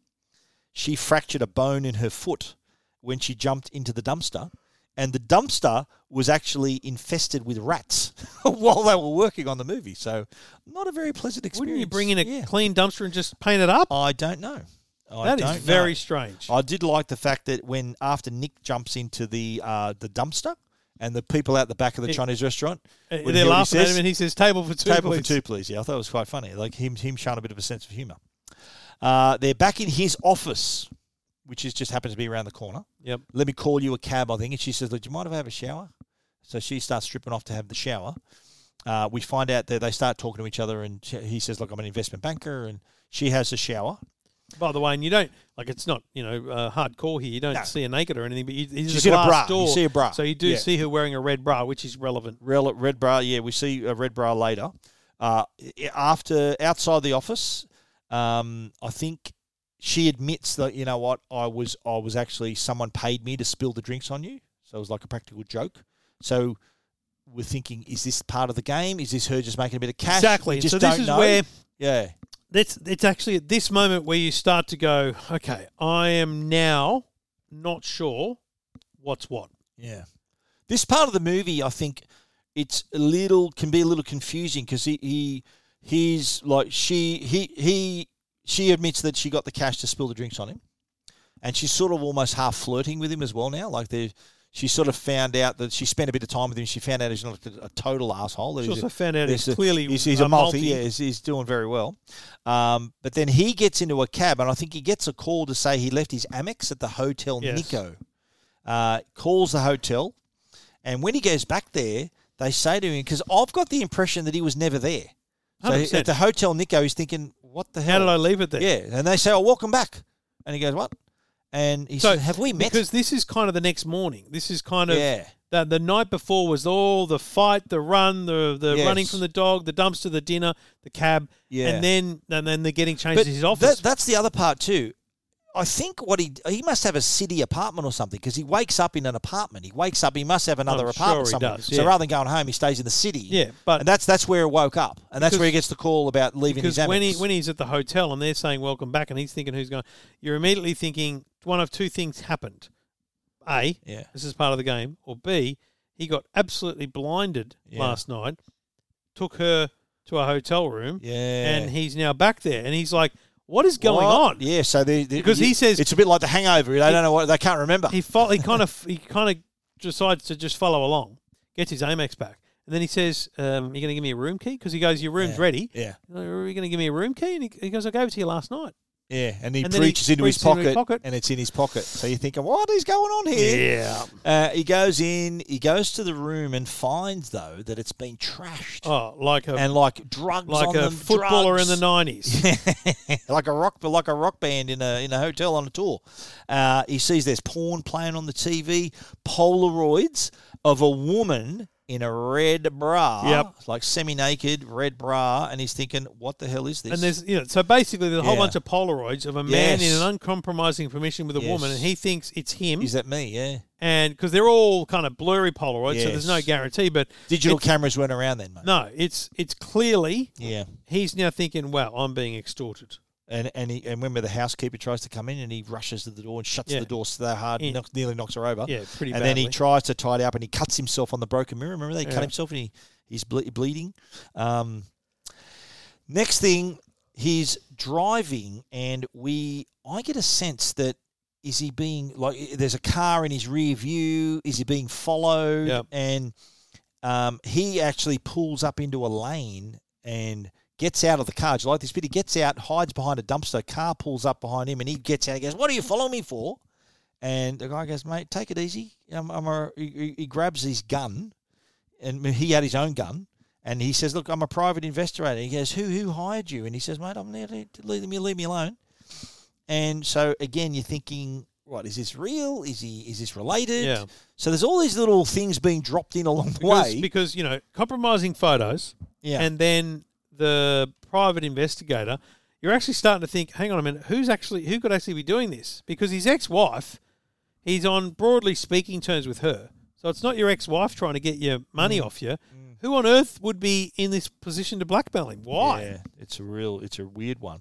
Speaker 1: she fractured a bone in her foot when she jumped into the dumpster. And the dumpster was actually infested with rats while they were working on the movie. So, not a very pleasant experience.
Speaker 9: Wouldn't you bring in a
Speaker 1: Yeah.
Speaker 9: clean dumpster and just paint it up?
Speaker 1: I don't know. I
Speaker 9: That is
Speaker 1: don't know.
Speaker 9: very strange. Uh,
Speaker 1: I did like the fact that when after Nick jumps into the uh, the dumpster and the people out the back of the
Speaker 9: It-
Speaker 1: Chinese restaurant,
Speaker 9: Uh,
Speaker 1: when
Speaker 9: They're
Speaker 1: he
Speaker 9: laughing at
Speaker 1: says,
Speaker 9: him, and he says, "Table for two,
Speaker 1: table
Speaker 9: please."
Speaker 1: for two, please. Yeah, I thought it was quite funny. Like him, him showing a bit of a sense of humour. Uh, they're back in his office, which is just happens to be around the corner.
Speaker 9: Yep.
Speaker 1: Let me call you a cab, I think. And she says, "Look, do you mind if I have a shower?" So she starts stripping off to have the shower. Uh, we find out that they start talking to each other, and she- he says, "Look, I'm an investment banker," and she has a shower.
Speaker 9: By the way, and you don't like it's not you know uh, hardcore here. You don't see her naked or anything, but you, there's
Speaker 1: She's
Speaker 9: a
Speaker 1: in a
Speaker 9: glass
Speaker 1: bra. You
Speaker 9: door,
Speaker 1: see a bra.
Speaker 9: So you do
Speaker 1: Yeah.
Speaker 9: see her wearing a red bra, which is relevant.
Speaker 1: Rel- red bra. Yeah, we see a red bra later. Uh, i- after outside the office, um, I think she admits that you know what I was. I was actually someone paid me to spill the drinks on you. So it was like a practical joke. So we're thinking, is this part of the game? Is this her just making a bit of cash?
Speaker 9: Exactly.
Speaker 1: We just
Speaker 9: so this
Speaker 1: don't
Speaker 9: is
Speaker 1: know.
Speaker 9: where
Speaker 1: yeah,
Speaker 9: that's it's actually at this moment where you start to go, okay, I am now not sure what's what.
Speaker 1: Yeah. This part of the movie, I think, it's a little can be a little confusing because he, he he's like she he he she admits that she got the cash to spill the drinks on him, and she's sort of almost half flirting with him as well now. Like they, she sort of found out that she spent a bit of time with him. She found out he's not a, a total asshole. that
Speaker 9: She
Speaker 1: he's
Speaker 9: also
Speaker 1: a-
Speaker 9: found out he's
Speaker 1: a-
Speaker 9: clearly
Speaker 1: he's, he's
Speaker 9: a
Speaker 1: a multi.
Speaker 9: multi.
Speaker 1: Yeah, he's, he's doing very well. Um, but then he gets into a cab, and I think he gets a call to say he left his Amex at the hotel
Speaker 9: Yes.
Speaker 1: Nico uh, calls the hotel, and when he goes back there, they say to him because I've got the impression that he was never there. So
Speaker 9: 100%.
Speaker 1: at the hotel, Nico is thinking, "What the hell?
Speaker 9: did I leave it there?"
Speaker 1: Oh. Yeah, and they say, "Oh, welcome back," and he goes, "What?" And he says, "Have we met?"
Speaker 9: Because this is kind of the next morning. This is kind of
Speaker 1: Yeah.
Speaker 9: the, the night before was all the fight, the run, the the
Speaker 1: Yes.
Speaker 9: running from the dog, the dumpster, the dinner, the cab,
Speaker 1: Yeah.
Speaker 9: and then and then they're getting changed
Speaker 1: But
Speaker 9: at his office.
Speaker 1: That, that's the other part too. I think what he he must have a city apartment or something because he wakes up in an apartment. He wakes up. He must have another
Speaker 9: I'm sure
Speaker 1: apartment
Speaker 9: he
Speaker 1: somewhere.
Speaker 9: does,
Speaker 1: So
Speaker 9: yeah.
Speaker 1: rather than going home, he stays in the city.
Speaker 9: Yeah, but-
Speaker 1: and that's that's where he woke up, and that's
Speaker 9: Because-
Speaker 1: where he gets the call about leaving
Speaker 9: because
Speaker 1: his Amex.
Speaker 9: when he when he's at the hotel and they're saying welcome back and he's thinking who's going, you're immediately thinking one of two things happened: a,
Speaker 1: Yeah.
Speaker 9: this is part of the game, or b, he got absolutely blinded
Speaker 1: Yeah.
Speaker 9: last night, took her to a hotel room,
Speaker 1: Yeah.
Speaker 9: and he's now back there, and he's like, what is going
Speaker 1: What?
Speaker 9: on?
Speaker 1: Yeah, so they, they-
Speaker 9: Because he says-
Speaker 1: it's a bit like the Hangover. They don't know what they can't remember.
Speaker 9: he fo- he kind of he kind of decides to just follow along, gets his Amex back, and then he says, um, "You're going to give me a room key?" Because he goes, "Your room's
Speaker 1: Yeah.
Speaker 9: ready."
Speaker 1: Yeah.
Speaker 9: Are you going to give me a room key? And he, he goes, "I gave it to you last night."
Speaker 1: yeah, and he
Speaker 9: and then he
Speaker 1: reaches into his
Speaker 9: reaches into
Speaker 1: pocket,
Speaker 9: his pocket.
Speaker 1: and it's in his pocket. So you're thinking, what is going on here?
Speaker 9: Yeah.
Speaker 1: Uh, he goes in, he goes to the room, and finds though that it's been trashed
Speaker 9: Oh, like a
Speaker 1: and like drugs,
Speaker 9: like
Speaker 1: on
Speaker 9: a
Speaker 1: them,
Speaker 9: footballer
Speaker 1: drugs.
Speaker 9: in the nineties.
Speaker 1: like a rock, like a rock band in a in a hotel on a tour. Uh, he sees there's porn playing on the TV, Polaroids of a woman in a red bra,
Speaker 9: Yep.
Speaker 1: like semi-naked red bra, and he's thinking, "What the hell is this?"
Speaker 9: And there's, you know, so basically there's a whole
Speaker 1: Yeah.
Speaker 9: bunch of Polaroids of a man
Speaker 1: Yes.
Speaker 9: in an uncompromising permission with a woman,
Speaker 1: Yes.
Speaker 9: and he thinks it's him.
Speaker 1: is that me? Yeah.
Speaker 9: And because they're all kind of blurry Polaroids, so there's no
Speaker 1: Yes.
Speaker 9: guarantee. But
Speaker 1: Digital
Speaker 9: it's-
Speaker 1: cameras weren't around then, mate.
Speaker 9: No, it's it's clearly
Speaker 1: Yeah.
Speaker 9: he's now thinking, wow, I'm being extorted.
Speaker 1: And and he, and remember the housekeeper tries to come in and he rushes to the door and shuts
Speaker 9: Yeah.
Speaker 1: the door so hard,
Speaker 9: In-
Speaker 1: knock, nearly knocks her over.
Speaker 9: Yeah, pretty
Speaker 1: And then he
Speaker 9: badly.
Speaker 1: tries to tie it up and he cuts himself on the broken mirror. Remember they
Speaker 9: Yeah.
Speaker 1: cut himself and he, he's ble- bleeding. Um, next thing, he's driving and we I get a sense that is he being like there's a car in his rear view? Is he being followed?
Speaker 9: Yep.
Speaker 1: And um, he actually pulls up into a lane and gets out of the car. Do you like this bit? He gets out, hides behind a dumpster. Car pulls up behind him, and he gets out. He goes, "What are you following me for?" And the guy goes, "Mate, take it easy." I'm, I'm a, he- he, he grabs his gun, and he had his own gun. And he says, "Look, I'm a private investigator." He goes, "Who who hired you?" And he says, "Mate, I'm there. to- to Leave me leave me alone." And so again, you're thinking, "What is this real? Is he is this related?"
Speaker 9: Yeah.
Speaker 1: So there's all these little things being dropped in along the
Speaker 9: Because,
Speaker 1: way.
Speaker 9: because you know, compromising photos
Speaker 1: Yeah.
Speaker 9: and then the private investigator, you're actually starting to think, hang on a minute, who's actually who could actually be doing this? Because his ex wife, he's on broadly speaking terms with her. So it's not your ex wife trying to get your
Speaker 1: Mm.
Speaker 9: money off you. Who on earth would be in this position to blackmail him? Why?
Speaker 1: Yeah, it's a real, it's a weird one.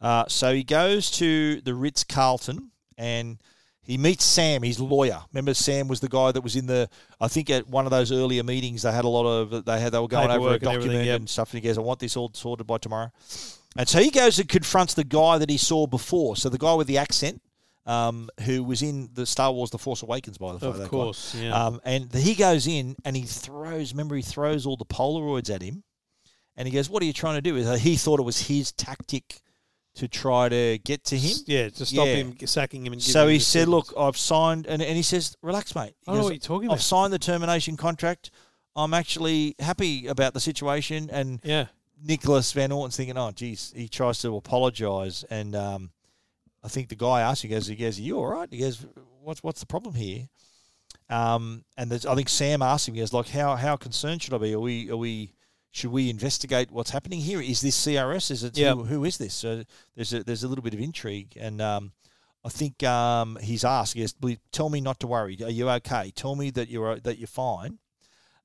Speaker 1: Uh, so he goes to the Ritz Carlton and he meets Sam, his lawyer. Remember, Sam was the guy that was in the. I think at one of those earlier meetings, they had a lot of they had they were going over a
Speaker 9: Paperwork and everything,
Speaker 1: document and,
Speaker 9: yep.
Speaker 1: stuff, and he goes, "I want this all sorted by tomorrow." And so he goes and confronts the guy that he saw before. So the guy with the accent. Um, who was in the Star Wars: The Force Awakens? By the way,
Speaker 9: Of
Speaker 1: that guy.
Speaker 9: course, yeah.
Speaker 1: Um, and he goes in and he throws. Remember, he throws all the Polaroids at him, and he goes, "What are you trying to do?" Uh, He thought it was his tactic to try to get to him.
Speaker 9: Yeah, to stop
Speaker 1: Yeah.
Speaker 9: him sacking him and giving
Speaker 1: So
Speaker 9: him
Speaker 1: he
Speaker 9: the
Speaker 1: said,
Speaker 9: signals.
Speaker 1: "Look, I've signed," and, and he says, "Relax, mate." He
Speaker 9: I don't know
Speaker 1: goes,
Speaker 9: what you're talking
Speaker 1: I've
Speaker 9: about."
Speaker 1: signed the termination contract. I'm actually happy about the situation, and
Speaker 9: Yeah.
Speaker 1: Nicholas Van Orton's thinking, "Oh, geez," he tries to apologise, and um, I think the guy asks, he goes, "He goes, are you all right?" He goes, "What's what's the problem here?" Um, and there's- I think Sam asked him, he goes, like, how how concerned should I be? Are we are we should we investigate what's happening here? Is this CRS? Is it
Speaker 9: Yeah.
Speaker 1: who, who is this? So there's a there's a little bit of intrigue, and um, I think um, he's asked, he goes, "Please tell me not to worry. Are you okay? Tell me that you're that you're fine.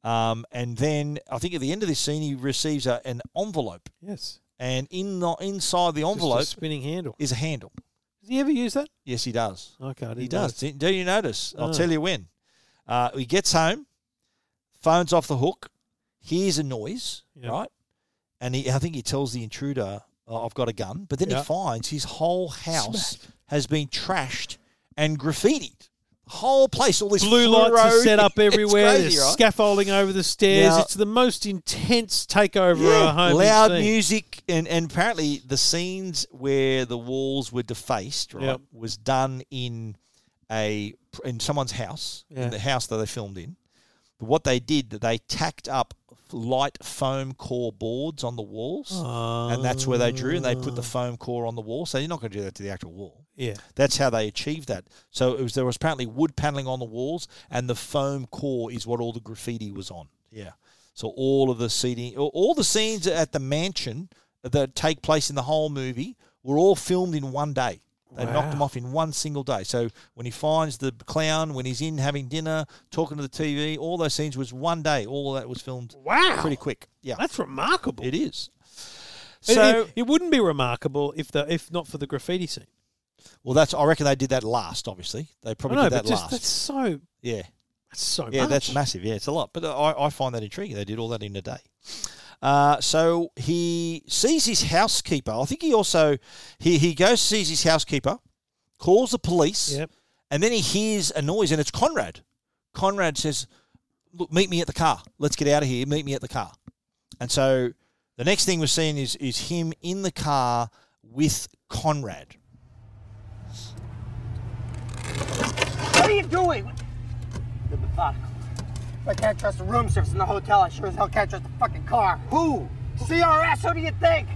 Speaker 1: Um, and then I think at the end of this scene, he receives a, an envelope,
Speaker 9: Yes.
Speaker 1: and in the, inside the
Speaker 9: Just a
Speaker 1: envelope
Speaker 9: spinning handle.
Speaker 1: is a handle.
Speaker 9: Does he ever use that?
Speaker 1: Yes, he does.
Speaker 9: Okay, I didn't
Speaker 1: He does.
Speaker 9: notice.
Speaker 1: Do you notice? I'll
Speaker 9: Oh.
Speaker 1: tell you when. Uh, he gets home, phone's off the hook, hears a noise,
Speaker 9: Yeah.
Speaker 1: right? And he, I think he tells the intruder, "Oh, "I've got a gun," but then
Speaker 9: Yeah.
Speaker 1: he finds his whole house has been trashed and graffitied. Whole place, all this
Speaker 9: Blue lights are
Speaker 1: fluoro-
Speaker 9: set up
Speaker 1: It's
Speaker 9: everywhere.
Speaker 1: crazy,
Speaker 9: There's
Speaker 1: right?
Speaker 9: scaffolding over the stairs.
Speaker 1: Now-
Speaker 9: it's the most intense takeover of
Speaker 1: Yeah,
Speaker 9: a home.
Speaker 1: loud
Speaker 9: you've seen.
Speaker 1: music, and, and apparently the scenes where the walls were defaced, right,
Speaker 9: Yep.
Speaker 1: was done in a in someone's house,
Speaker 9: Yeah.
Speaker 1: in the house that they filmed in. But what they did, that they tacked up light foam core boards on the walls, and that's where they drew, and they put the foam core on the wall. So you're not going to do that to the actual wall.
Speaker 9: Ah. Yeah.
Speaker 1: That's how they achieved that. So it was there was apparently wood paneling on the walls, and the foam core is what all the graffiti was on. Yeah. So all of the seating, all- all the scenes at the mansion that take place in the whole movie were all filmed in one day. They knocked them off in one single day. So when he finds the clown, when he's in having dinner, talking to the TV, all those scenes was one day. All of that was filmed.
Speaker 9: Wow.
Speaker 1: Pretty quick. Yeah.
Speaker 9: That's remarkable.
Speaker 1: It is.
Speaker 9: It-
Speaker 1: So
Speaker 9: it, it wouldn't be remarkable if the if not for the graffiti scene.
Speaker 1: well, that's I reckon they did that last. Obviously, they probably
Speaker 9: I know,
Speaker 1: did that
Speaker 9: but just,
Speaker 1: last.
Speaker 9: that's so
Speaker 1: yeah.
Speaker 9: that's so
Speaker 1: yeah,
Speaker 9: much.
Speaker 1: that's massive. Yeah, it's a lot. But I, I find that intriguing. They did all that in a day. Uh, so he sees his housekeeper. I think he also he he goes sees his housekeeper, calls the police,
Speaker 9: Yep.
Speaker 1: and then he hears a noise, and it's Conrad. Conrad says, "Look, meet me at the car. Let's get out of here. Meet me at the car." And so the next thing we're seeing is is him in the car with Conrad.
Speaker 3: What are you doing? The methodical. If I can't trust the room service in the hotel, I sure as hell can't trust the fucking car. Who? CRS, who do you think?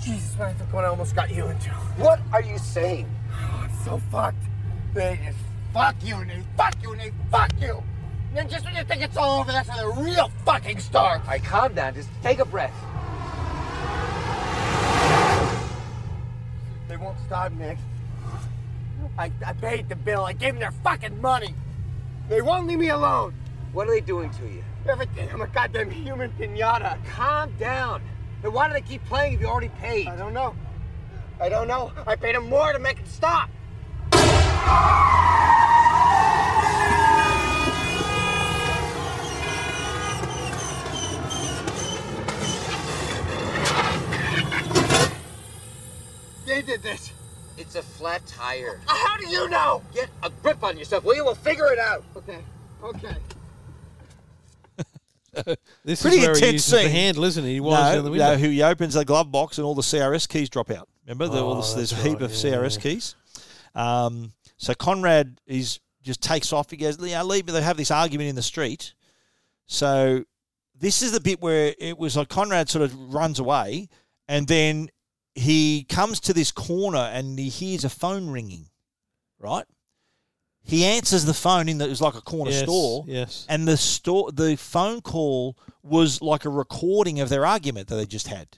Speaker 3: Jesus, man, I think what I almost got you into. What are you saying? I'm so fucked. They just fuck you, Nate. Fuck you, Nate. Fuck you. And then just when you think it's all over, that's when the real fucking starts.
Speaker 5: All right, calm down. Just take a breath.
Speaker 3: They won't stop, Nick. I, I paid the bill. I gave them their fucking money. They won't leave me alone.
Speaker 5: What are they doing to you?
Speaker 3: Everything. I'm a goddamn human pinata.
Speaker 5: Calm down. Then why do they keep playing if you already paid?
Speaker 3: I don't know. I don't know. I paid them more to make it stop. They did this.
Speaker 5: It's a flat tire.
Speaker 3: How do you know?
Speaker 5: Get a grip on yourself, will you? We'll figure it out.
Speaker 3: Okay. Okay.
Speaker 9: This
Speaker 1: Pretty
Speaker 9: is where he
Speaker 1: intense
Speaker 9: uses
Speaker 1: scene.
Speaker 9: the handle, isn't he? He winds down
Speaker 1: no,
Speaker 9: the window.
Speaker 1: no, who he opens the glove box and all the CRS keys drop out. Remember, There- all
Speaker 9: Oh,
Speaker 1: this, there's a
Speaker 9: that's
Speaker 1: heap
Speaker 9: right,
Speaker 1: of
Speaker 9: yeah,
Speaker 1: CRS keys. Um, so Conrad is just takes off. He goes, "Yeah, leave me." They have this argument in the street. So this is the bit where it was like Conrad sort of runs away, and then he comes to this corner and he hears a phone ringing. Right, he answers the phone in that it was like a corner
Speaker 9: Yes,
Speaker 1: store.
Speaker 9: yes.
Speaker 1: and the store, the phone call was like a recording of their argument that they just had.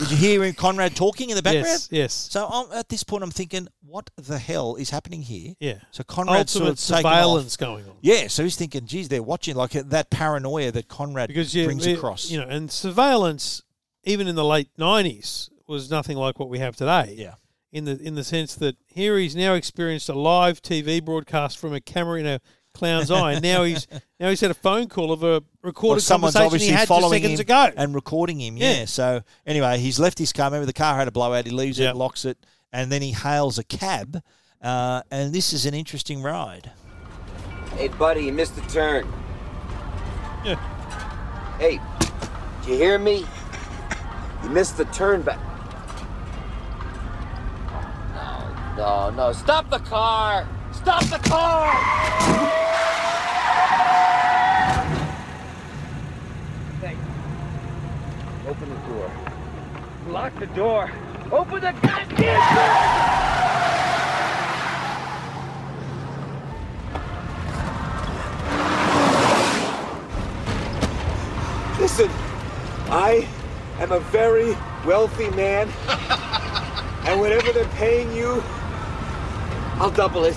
Speaker 1: Did you hear Conrad talking in the background?
Speaker 9: Yes, yes.
Speaker 1: So I'm, at this point, I'm thinking, what the hell is happening here?
Speaker 9: Yeah.
Speaker 1: So Conrad's sort of
Speaker 9: Ultimate
Speaker 1: taken
Speaker 9: surveillance
Speaker 1: off.
Speaker 9: going on.
Speaker 1: Yeah. So he's thinking, geez, they're watching like that paranoia that Conrad
Speaker 9: because you,
Speaker 1: brings
Speaker 9: it-
Speaker 1: across.
Speaker 9: You know, and surveillance, even in the late nineties, was nothing like what we have today.
Speaker 1: Yeah.
Speaker 9: In the in the sense that here he's now experienced a live TV broadcast from a camera in a clown's eye, and now he's now he's had a phone call of a recorded
Speaker 1: Well, someone's
Speaker 9: conversation
Speaker 1: obviously
Speaker 9: he had just
Speaker 1: following
Speaker 9: seconds
Speaker 1: him
Speaker 9: ago.
Speaker 1: and recording him. Yeah.
Speaker 9: Yeah.
Speaker 1: So anyway, he's left his car. Remember, the car had a blowout. He leaves it, locks it, and then he hails a cab. Uh, and this is an interesting ride.
Speaker 5: Hey, buddy, you missed the turn.
Speaker 9: Yeah.
Speaker 5: Hey, do you hear me? You missed the turn back. Oh, No, no, no. Stop the car! Stop the car! Open the door.
Speaker 13: Lock the door. Open the goddamn door!
Speaker 5: Listen, I am a very wealthy man, and whatever they're paying you, I'll double it.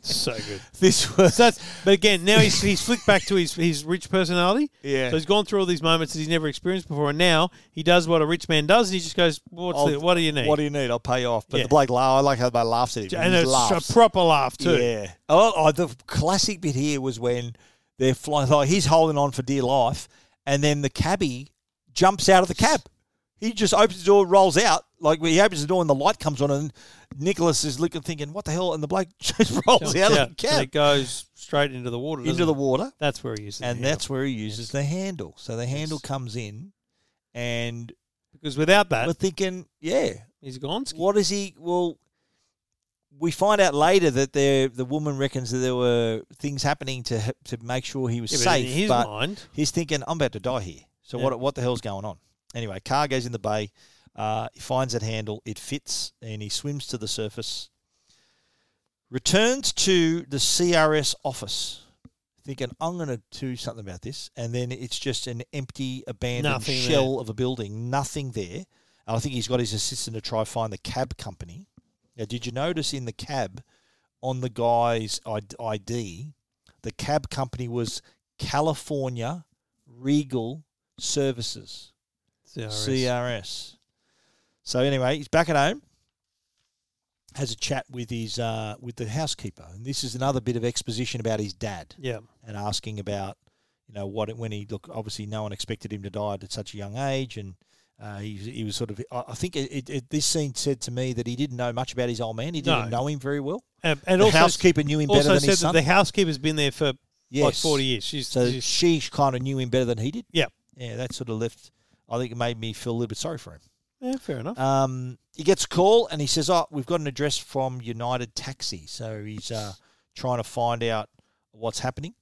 Speaker 9: So good.
Speaker 1: This was.
Speaker 9: So that's, but again, now he's he's flicked back to his, his rich personality.
Speaker 1: Yeah.
Speaker 9: So he's gone through all these moments that he's never experienced before, and now he does what a rich man does, and he just goes, "What's
Speaker 1: I'll-
Speaker 9: the, what do you need?"
Speaker 1: What do you need? I'll pay you off. But
Speaker 9: Yeah.
Speaker 1: the Blake laugh. I like how they laughed at him.
Speaker 9: and
Speaker 1: He
Speaker 9: it's
Speaker 1: laughs.
Speaker 9: a proper laugh too.
Speaker 1: Yeah. Oh, oh, the classic bit here was when they're flying. Like he's holding on for dear life, and then the cabbie jumps out of the cab. He just opens the door, rolls out. Like he opens the door and the light comes on, and Nicholas is looking, thinking, "What the hell?" And the Blake just rolls
Speaker 9: Jumps
Speaker 1: out
Speaker 9: out,
Speaker 1: of the
Speaker 9: and
Speaker 1: cab
Speaker 9: it goes straight into the water.
Speaker 1: into
Speaker 9: doesn't
Speaker 1: the
Speaker 9: it?
Speaker 1: water,
Speaker 9: That's where he uses. the
Speaker 1: and
Speaker 9: handle.
Speaker 1: that's where he uses the handle. So the handle comes in, and
Speaker 9: because without that,
Speaker 1: we're thinking, yeah,
Speaker 9: he's gone.
Speaker 1: what is he? Well, we find out later that there, the woman reckons that there were things happening to he- to make sure he was
Speaker 9: Yeah, but in
Speaker 1: safe.
Speaker 9: his
Speaker 1: but
Speaker 9: mind-
Speaker 1: he's thinking, "I'm about to die here." So
Speaker 9: Yeah.
Speaker 1: what what the hell's going on? Anyway, car goes in the bay. Uh, he finds that handle. It fits, and he swims to the surface. Returns to the CRS office, thinking, "I'm going to do something about this." And then it's just an empty, abandoned
Speaker 9: Nothing there.
Speaker 1: shell of a building. Nothing there. And I think he's got his assistant to try find the cab company. Now, did you notice in the cab on the guy's ID- ID, the cab company was California Regal Services,
Speaker 9: CRS.
Speaker 1: CRS. So anyway, he's back at home, has a chat with his uh, with the housekeeper, and this is another bit of exposition about his dad
Speaker 9: Yeah.
Speaker 1: and asking about you know what when he look obviously no one expected him to die at such a young age and uh, he, he was sort of I I think it, it, it, this scene said to me that he didn't know much about his old man he didn't
Speaker 9: No.
Speaker 1: know him very well
Speaker 9: And, and
Speaker 1: the
Speaker 9: also
Speaker 1: housekeeper knew him better
Speaker 9: also
Speaker 1: than
Speaker 9: said
Speaker 1: his son
Speaker 9: that the housekeeper's been there for like
Speaker 1: Yes.
Speaker 9: forty years. She's,
Speaker 1: so
Speaker 9: she's-
Speaker 1: she kind of knew him better than he did
Speaker 9: yeah,
Speaker 1: yeah that sort of left I think it made me feel a little bit sorry for him
Speaker 9: yeah, fair enough.
Speaker 1: um, he gets a call and he says, "Oh, we've got an address from United Taxi." So he's uh, trying to find out what's happening.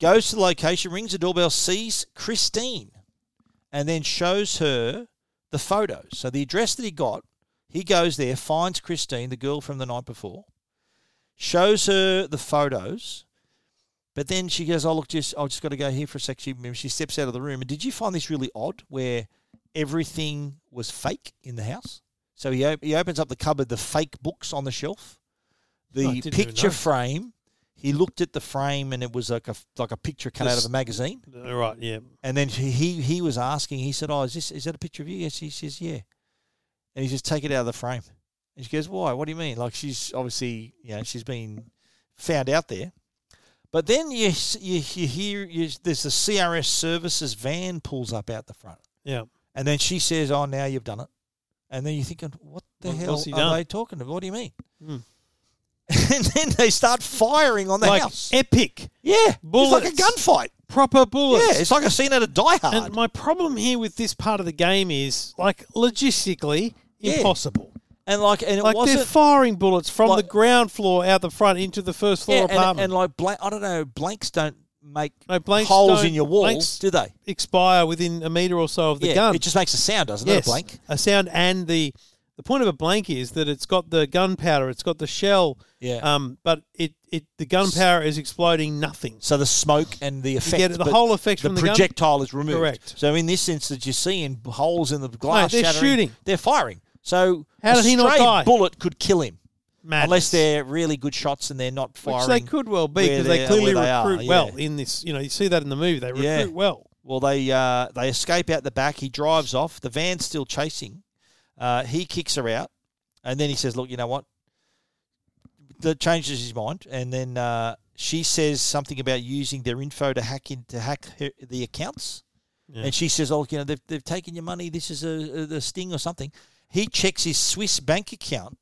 Speaker 1: Goes to the location, rings the doorbell, sees Christine, and then shows her the photos. So the address that he got, he goes there, finds Christine, the girl from the night before. shows her the photos, but then she goes, "Oh look, just I just got to go here for a sec." She, she steps out of the room, and did you find this really odd, where everything was fake in the house? So he op- he opens up the cupboard, the fake books on the shelf,
Speaker 9: Oh, I
Speaker 1: the
Speaker 9: didn't even
Speaker 1: picture
Speaker 9: know.
Speaker 1: frame. He looked at the frame, and it was like a like a picture cut out
Speaker 9: This-
Speaker 1: of a magazine.
Speaker 9: Uh, Right, yeah.
Speaker 1: And then she, he he was asking. He said, "Oh, is this is that a picture of you?" Yes. She says, "Yeah." And he says, "Take it out of the frame." And she goes, "Why? What do you mean?" Like she's obviously, you know, she's been found out there. But then you s- you, you hear you, there's the CRS services van pulls up out the front,
Speaker 9: Yeah.
Speaker 1: and then she says, "Oh, now you've done it." And then you're thinking, "What the
Speaker 9: What-
Speaker 1: hell
Speaker 9: what's he
Speaker 1: are
Speaker 9: done?
Speaker 1: they talking about? What do you mean?"
Speaker 9: Hmm.
Speaker 1: and then they start firing on the
Speaker 9: like
Speaker 1: house.
Speaker 9: epic
Speaker 1: Yeah,
Speaker 9: bullets.
Speaker 1: it's like a gunfight.
Speaker 9: Proper bullets.
Speaker 1: Yeah, it's like a scene out of Die Hard.
Speaker 9: And my problem here with this part of the game is like logistically
Speaker 1: Yeah.
Speaker 9: impossible.
Speaker 1: And like, and it
Speaker 9: Like they're
Speaker 1: wasn't
Speaker 9: firing bullets from
Speaker 1: Like-
Speaker 9: the ground floor out the front into the first floor
Speaker 1: yeah, and-
Speaker 9: apartment.
Speaker 1: And, like, blank, I don't know, blanks don't make
Speaker 9: No, blanks
Speaker 1: holes
Speaker 9: don't-
Speaker 1: in your walls,
Speaker 9: blanks
Speaker 1: do they?
Speaker 9: expire within a meter or so of the
Speaker 1: yeah,
Speaker 9: gun.
Speaker 1: it just makes a sound, doesn't it? A blank.
Speaker 9: a sound and the the point of a blank is that it's got the gunpowder, it's got the shell,
Speaker 1: Yeah.
Speaker 9: um, but it, it the gunpowder is exploding nothing.
Speaker 1: So the smoke and the effect,
Speaker 9: get the
Speaker 1: but
Speaker 9: whole effect
Speaker 1: the
Speaker 9: from the gun.
Speaker 1: projectile is removed.
Speaker 9: Correct.
Speaker 1: So in this instance, you're seeing holes in the glass.
Speaker 9: they're
Speaker 1: shattering.
Speaker 9: shooting.
Speaker 1: They're firing. So
Speaker 9: How
Speaker 1: a
Speaker 9: did he not
Speaker 1: stray
Speaker 9: die?
Speaker 1: bullet could kill him.
Speaker 9: Madness.
Speaker 1: Unless they're really good shots and they're not firing.
Speaker 9: Which they could well be
Speaker 1: where
Speaker 9: because they
Speaker 1: they're-
Speaker 9: clearly
Speaker 1: where they are,
Speaker 9: recruit
Speaker 1: yeah.
Speaker 9: well in this. You know, you see that in the movie. They recruit
Speaker 1: Yeah.
Speaker 9: well.
Speaker 1: Well, they uh, they escape out the back. He drives off. The van's still chasing. Uh, he kicks her out, and then he says, "Look, you know what?" That changes his mind, and then uh, she says something about using their info to hack in to hack her, the accounts.
Speaker 9: Yeah.
Speaker 1: And she says, "Oh, you know, they've they've taken your money. This is a, a the sting or something." He checks his Swiss bank account,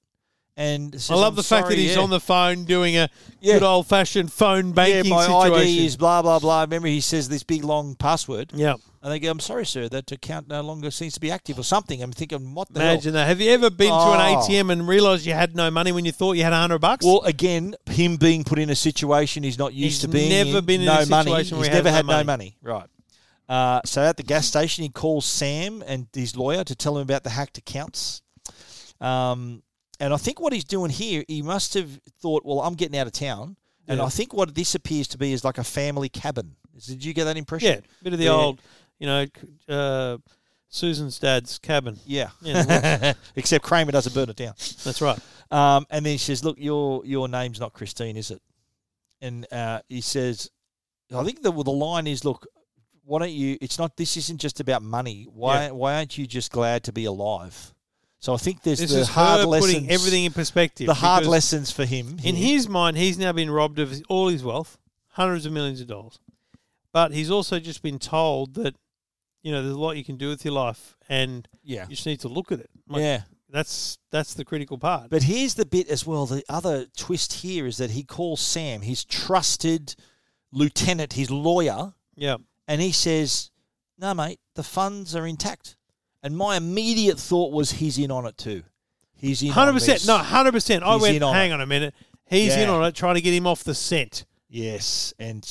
Speaker 1: and says,
Speaker 9: I love
Speaker 1: "I'm
Speaker 9: the fact
Speaker 1: sorry,
Speaker 9: that he's
Speaker 1: yeah."
Speaker 9: on the phone doing a
Speaker 1: Yeah.
Speaker 9: good old fashioned phone banking
Speaker 1: yeah, my
Speaker 9: situation.
Speaker 1: ID is blah blah blah. Remember, he says this big long password.
Speaker 9: Yeah.
Speaker 1: and they go, "I'm sorry, sir, that account no longer seems to be active or something." I'm thinking, what the
Speaker 9: Imagine
Speaker 1: hell?
Speaker 9: that. Have you ever been to an
Speaker 1: Oh.
Speaker 9: ATM and realised you had no money when you thought you had hundred bucks?
Speaker 1: Well, again, him being put in a situation he's not used
Speaker 9: He's
Speaker 1: to being.
Speaker 9: never
Speaker 1: in,
Speaker 9: been in
Speaker 1: no
Speaker 9: a
Speaker 1: money.
Speaker 9: situation where
Speaker 1: he's
Speaker 9: he has
Speaker 1: never
Speaker 9: no
Speaker 1: had no
Speaker 9: money.
Speaker 1: money. Right. Uh, so at the gas station, he calls Sam and his lawyer to tell him about the hacked accounts. Um, and I think what he's doing here, he must have thought, "Well, I'm getting out of town." And
Speaker 9: Yeah.
Speaker 1: I think what this appears to be is like a family cabin. Did you get that impression?
Speaker 9: yeah, bit of the
Speaker 1: Where-
Speaker 9: old, you know, uh, Susan's dad's cabin.
Speaker 1: Yeah.
Speaker 9: Yeah, the woods.
Speaker 1: Except Kramer doesn't burn it down.
Speaker 9: that's right.
Speaker 1: Um, and then she says, "Look, your your name's not Christine, is it?" And uh, he says, "I think the well, the line is, look, why don't you? It's not. This isn't just about money. Why
Speaker 9: Yeah.
Speaker 1: why aren't you just glad to be alive?" So I think there's
Speaker 9: This
Speaker 1: the
Speaker 9: is
Speaker 1: hard
Speaker 9: her
Speaker 1: lessons,
Speaker 9: putting everything in perspective.
Speaker 1: the hard
Speaker 9: because-
Speaker 1: lessons for him.
Speaker 9: In
Speaker 1: here.
Speaker 9: his mind, he's now been robbed of his- all his wealth, hundreds of millions of dollars. But he's also just been told that, you know, there's a lot you can do with your life, and
Speaker 1: Yeah.
Speaker 9: you just need to look at it. Like,
Speaker 1: Yeah.
Speaker 9: that's that's the critical part.
Speaker 1: But here's the bit as well. The other twist here is that he calls Sam, his trusted lieutenant, his lawyer,
Speaker 9: yeah,
Speaker 1: and he says, "No, mate, the funds are intact." And my immediate thought was, "He's in on it too. He's in." on
Speaker 9: hundred percent.
Speaker 1: this."
Speaker 9: No, hundred percent. I
Speaker 1: He's
Speaker 9: went.
Speaker 1: in on
Speaker 9: Hang
Speaker 1: it."
Speaker 9: on a minute. He's in
Speaker 1: Yeah.
Speaker 9: on it, trying to get him off the scent.
Speaker 1: Yes, and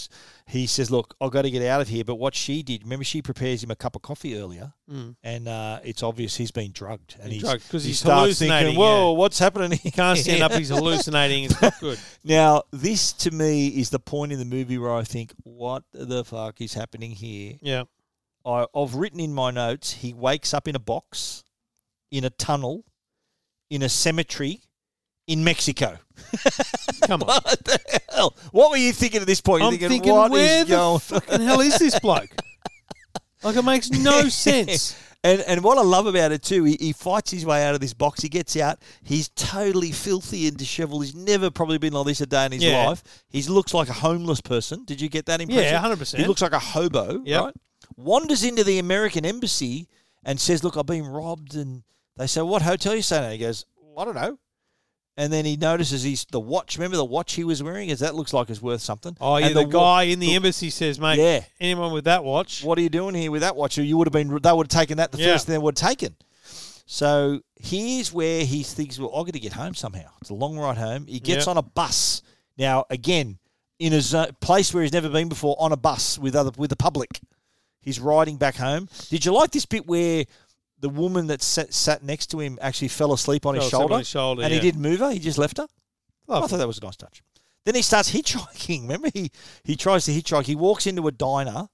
Speaker 1: he says, "Look, I've got to get out of here." But what she did, remember, she prepares him a cup of coffee earlier,
Speaker 9: Mm.
Speaker 1: and uh, it's obvious he's been drugged. And
Speaker 9: Been
Speaker 1: he's
Speaker 9: drugged 'cause
Speaker 1: he
Speaker 9: he's
Speaker 1: starts
Speaker 9: hallucinating,
Speaker 1: Thinking, Whoa,
Speaker 9: yeah.
Speaker 1: what's happening? He
Speaker 9: Can't stand up. He's hallucinating. It's not good.
Speaker 1: Now, this to me is the point in the movie where I think, "What the fuck is happening here?"
Speaker 9: Yeah.
Speaker 1: I, I've written in my notes, he wakes up in a box, in a tunnel, in a cemetery, in Mexico.
Speaker 9: Come on.
Speaker 1: What the hell? What were you thinking at this point? You're
Speaker 9: I'm thinking,
Speaker 1: what is
Speaker 9: where the
Speaker 1: going
Speaker 9: fucking hell is this bloke? Like it makes no sense.
Speaker 1: And, and what I love about it too, he, he fights his way out of this box. He gets out. He's totally filthy and dishevelled. He's never probably been like this a day in his
Speaker 9: Yeah.
Speaker 1: life. He looks like a homeless person. Did you get that impression?
Speaker 9: 100%.
Speaker 1: He looks like a hobo,
Speaker 9: Yep.
Speaker 1: right? Wanders into the American embassy and says, "Look, I've been robbed." And they say, "What hotel you staying at?" He goes, "I don't know." And then he notices he's the watch. Remember the watch he was wearing? Is that looks like it's worth something?
Speaker 9: Oh yeah,
Speaker 1: And
Speaker 9: the,
Speaker 1: wa-
Speaker 9: guy in the embassy says, "Mate,
Speaker 1: Yeah.
Speaker 9: anyone with that watch,
Speaker 1: what are you doing here with that watch? You would have been, they would have taken that the
Speaker 9: Yeah.
Speaker 1: first thing they would have taken. So here's where he thinks, well, I've got to get home somehow. It's a long ride home. He gets
Speaker 9: Yeah.
Speaker 1: on a bus. Now, again, in a zo- place where he's never been before, on a bus with other with the public. He's riding back home. Did you like this bit where the woman that sat, sat next to him actually fell asleep on
Speaker 9: Fell
Speaker 1: his
Speaker 9: asleep on
Speaker 1: shoulder?
Speaker 9: his shoulder,
Speaker 1: and
Speaker 9: yeah.
Speaker 1: he didn't move her. He just left her. I thought that was a nice touch. Then he starts hitchhiking. Remember, he, he tries to hitchhike. He walks into a diner.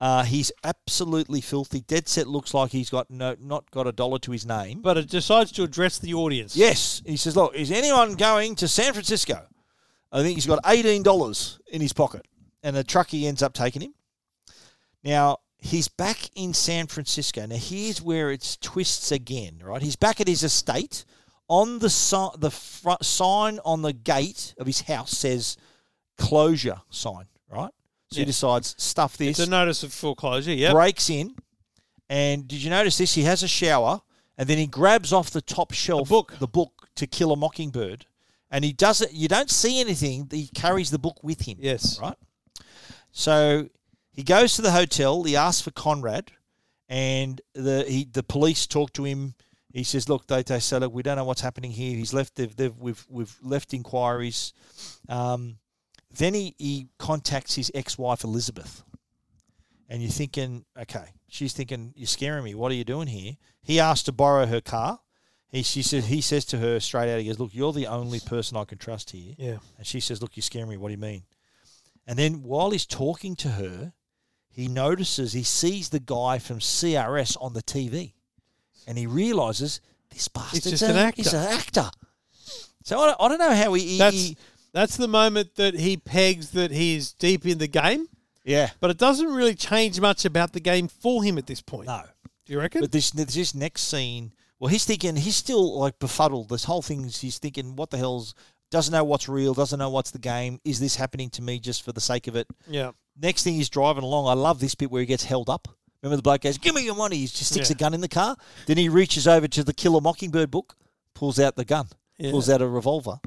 Speaker 1: Uh, he's absolutely filthy. Dead set looks like he's got no, not got a dollar to his name.
Speaker 9: But it decides to address the audience.
Speaker 1: Yes, he says, "Look, is anyone going to San Francisco?" I think he's got eighteen dollars in his pocket, and the truckie ends up taking him. Now he's back in San Francisco. Now here's where it twists again. Right, he's back at his estate. On the si- the front sign on the gate of his house says closure sign. Right, so he
Speaker 9: Yeah.
Speaker 1: decides stuff this.
Speaker 9: It's a notice of foreclosure. Yeah.
Speaker 1: breaks in, and did you notice this? He has a shower, and then he grabs off the top shelf book, the book to kill a mockingbird, and he does it. You don't see anything. He carries the book with him.
Speaker 9: Yes.
Speaker 1: Right. So he goes to the hotel. He asks for Conrad, and the he, the police talk to him. He says, "Look, they, they say, look, we don't know what's happening here. He's left. They've, they've, we've we've left inquiries." Um, then he, he contacts his ex-wife Elizabeth, and you're thinking, okay, she's thinking, you're scaring me. What are you doing here? He asked to borrow her car. He she says he says to her straight out, he goes, look, you're the only person I can trust here.
Speaker 9: Yeah.
Speaker 1: And she says, look, you're scaring me. What do you mean? And then while he's talking to her, he notices he sees the guy from CRS on the TV, and he realizes this bastard's
Speaker 9: just
Speaker 1: a-
Speaker 9: an actor.
Speaker 1: He's an actor. So I don't, I don't know how he. he-
Speaker 9: That's
Speaker 1: he-
Speaker 9: that's the moment that he pegs that he's deep in the game.
Speaker 1: yeah.
Speaker 9: But it doesn't really change much about the game for him at this point.
Speaker 1: No.
Speaker 9: Do you reckon?
Speaker 1: But this this next scene, well, he's thinking he's still like befuddled. This whole thing's he's thinking, what the hell's doesn't know what's real, doesn't know what's the game. Is this happening to me just for the sake of it?
Speaker 9: Yeah.
Speaker 1: Next thing he's driving along. I love this bit where he gets held up. Remember the bloke goes, "Give me your money." He just sticks
Speaker 9: Yeah.
Speaker 1: a gun in the car. Then he reaches over to the Killer Mockingbird book, pulls out the gun,
Speaker 9: Yeah.
Speaker 1: pulls out a revolver,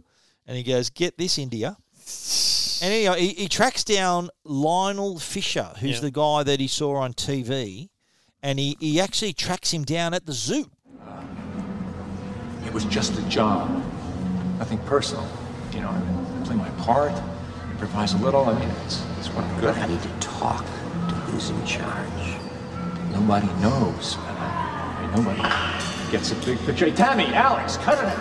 Speaker 1: and he goes, "Get this, India." And anyway, he, he tracks down Lionel Fisher, who's
Speaker 9: Yeah.
Speaker 1: the guy that he saw on TV, and he, he actually tracks him down at the zoo.
Speaker 11: It was just a job, nothing personal. You know, I mean, I play my part, improvise a little. I mean, it's, it's what I'm good at. I need to talk to who's in charge. Nobody knows. and I- I mean, nobody gets a big picture. Hey, Tammy, Alex, cut it.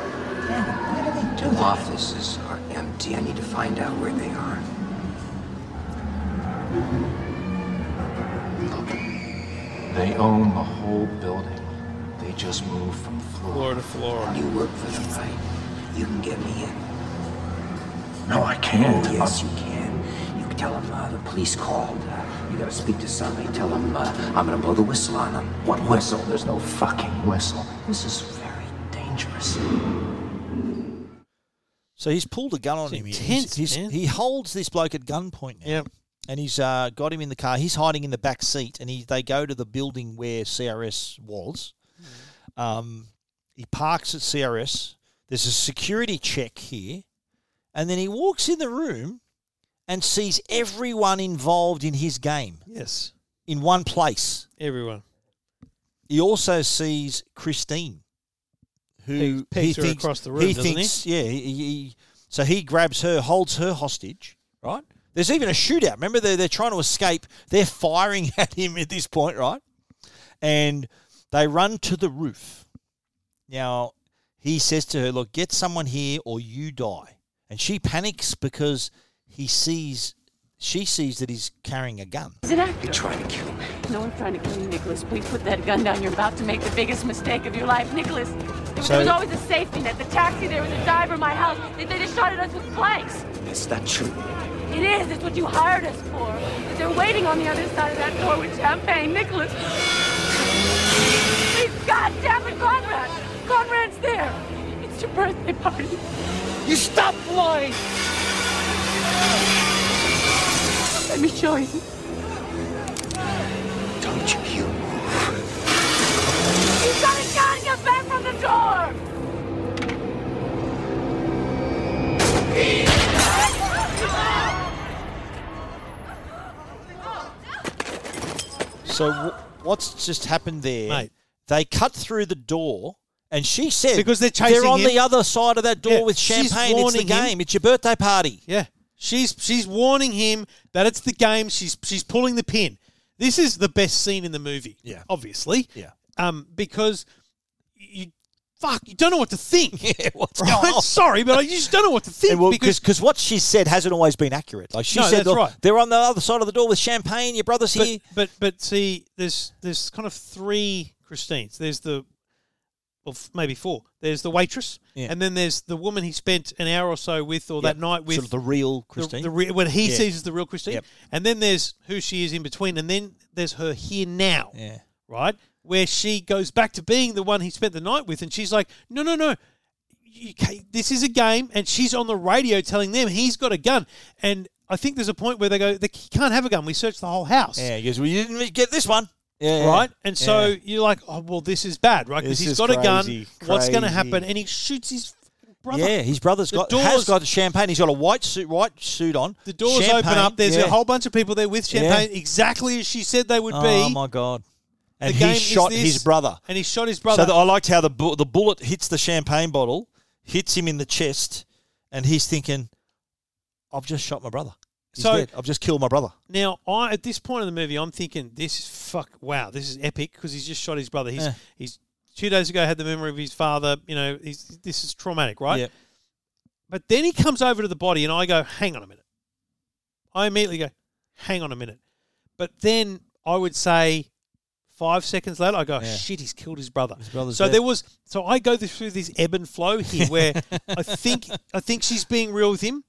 Speaker 4: Two offices are empty. I need to find out where they are.
Speaker 11: They own the whole building. They just move from floor,
Speaker 9: to floor.
Speaker 11: You work for them, right? You can get me in. No, I can't.
Speaker 4: Oh, yes, you can. You can tell them uh, the police called. Uh, you gotta speak to somebody. Tell them uh, I'm gonna blow the whistle on them.
Speaker 11: What whistle? There's no fucking whistle.
Speaker 4: This is very dangerous.
Speaker 1: So he's pulled a gun on him. here. He's-
Speaker 9: intense,
Speaker 1: he's-
Speaker 9: man.
Speaker 1: he holds this bloke at gunpoint now. And he's uh, got him in the car. He's hiding in the back seat, and he, they go to the building where CRS was. Um, he parks at CRS. There's a security check here, and then he walks in the room and sees everyone involved in his game
Speaker 9: Yes.
Speaker 1: in one place.
Speaker 9: Everyone.
Speaker 1: He also sees Christine,
Speaker 9: He
Speaker 1: who
Speaker 9: pegs her across the room,
Speaker 1: He
Speaker 9: doesn't he?
Speaker 1: thinks, yeah. He, he- he- so he grabs her, holds her hostage. Right? There's even a shootout. Remember, they're they're trying to escape. They're firing at him at this point, right? And they run to the roof. Now he says to her, "Look, get someone here, or you die." And she panics because he sees, she sees that he's carrying a gun.
Speaker 8: He's an actor.
Speaker 4: trying to kill me.
Speaker 8: No one's trying to kill you, Nicholas. Please put that gun down. You're about to make the biggest mistake of your life, Nicholas. There,
Speaker 4: So-
Speaker 8: there was always a safety net. The taxi, there was a diver, my house. They, they just shot at us with blanks.
Speaker 4: That's not true.
Speaker 8: It is. It's what you hired us for. But they're waiting on the other side of that door with champagne, Nicholas. Please, God damn it, Conrad! Conrad's there. It's your birthday party. You stop lying. Let me show you.
Speaker 4: Don't you hear?
Speaker 8: You got a gun! Get back from the door!
Speaker 1: So w- what's just happened there?
Speaker 9: Mate.
Speaker 1: They cut through the door, and she said
Speaker 9: Because they're chasing
Speaker 1: They're on
Speaker 9: him."
Speaker 1: the other side of that door
Speaker 9: Yeah,
Speaker 1: with
Speaker 9: she's
Speaker 1: champagne. It's the
Speaker 9: warning him.
Speaker 1: game. It's your birthday party.
Speaker 9: Yeah. She's she's warning him that it's the game. She's she's pulling the pin. This is the best scene in the movie.
Speaker 1: Yeah.
Speaker 9: Obviously.
Speaker 1: Yeah.
Speaker 9: Um, because you fuck, you don't know what to think.
Speaker 1: Yeah, what's
Speaker 9: right?
Speaker 1: going on?
Speaker 9: Sorry, but I just don't know what to think because
Speaker 1: because what she said hasn't always been accurate. Like she
Speaker 9: No,
Speaker 1: said,
Speaker 9: that's
Speaker 1: "Look,
Speaker 9: right.
Speaker 1: they're on the other side of the door with champagne. Your brother's
Speaker 9: but,
Speaker 1: here.
Speaker 9: But but see, there's there's kind of three Christines. There's the well, f- maybe four. There's the waitress,
Speaker 1: Yeah.
Speaker 9: and then there's the woman he spent an hour or so with, or that
Speaker 1: Yeah,
Speaker 9: night with.
Speaker 1: sort of the real
Speaker 9: the-
Speaker 1: Christine.
Speaker 9: the re- what he
Speaker 1: Yeah.
Speaker 9: sees as the real Christine,
Speaker 1: Yep.
Speaker 9: and then there's who she is in between, and then there's her here now,
Speaker 1: Yeah.
Speaker 9: right? Where she goes back to being the one he spent the night with, and she's like, "No, no, no, you ca this is a game, and she's on the radio telling them he's got a gun. And I think there's a point where they go, they c- can't have a gun. We searched the whole house.
Speaker 1: Yeah, he goes, well, you didn't get this one. Yeah, yeah.
Speaker 9: Right? And so
Speaker 1: Yeah.
Speaker 9: you're like, oh, well, this is bad, right?
Speaker 1: This
Speaker 9: Because he's
Speaker 1: is
Speaker 9: got a gun.
Speaker 1: crazy,
Speaker 9: What's going to
Speaker 1: crazy.
Speaker 9: happen? And he shoots his f***ing brother.
Speaker 1: Yeah, his brother's
Speaker 9: The
Speaker 1: got
Speaker 9: doors,
Speaker 1: has got champagne. He's got a white suit, white suit on.
Speaker 9: The doors open
Speaker 1: Champagne,
Speaker 9: up. There's
Speaker 1: yeah.
Speaker 9: a whole bunch of people there with
Speaker 1: Yeah.
Speaker 9: champagne, exactly as she said they would
Speaker 1: Oh
Speaker 9: be.
Speaker 1: my god!
Speaker 9: The
Speaker 1: And
Speaker 9: game
Speaker 1: he
Speaker 9: is
Speaker 1: shot
Speaker 9: this,
Speaker 1: his brother.
Speaker 9: And he shot his brother.
Speaker 1: So the, I liked how the bu- the bullet hits the champagne bottle, hits him in the chest, and he's thinking, "I've just shot my brother. He's
Speaker 9: So-
Speaker 1: dead. I've just killed my brother."
Speaker 9: Now, I at this point in the movie, I'm thinking this is fuck. Wow, this is epic because he's just shot his brother. He's
Speaker 1: Yeah.
Speaker 9: he's two days ago had the memory of his father. You know, he's, this is traumatic, right?
Speaker 1: Yep.
Speaker 9: But then he comes over to the body, and I go, "Hang on a minute." I immediately go, "Hang on a minute." But then I would say five seconds later, I go,
Speaker 1: Yeah.
Speaker 9: "Shit, he's killed his brother."
Speaker 1: His brother's
Speaker 9: so
Speaker 1: dead.
Speaker 9: there was. So I go this- through this ebb and flow here, where I think I think she's being real with him.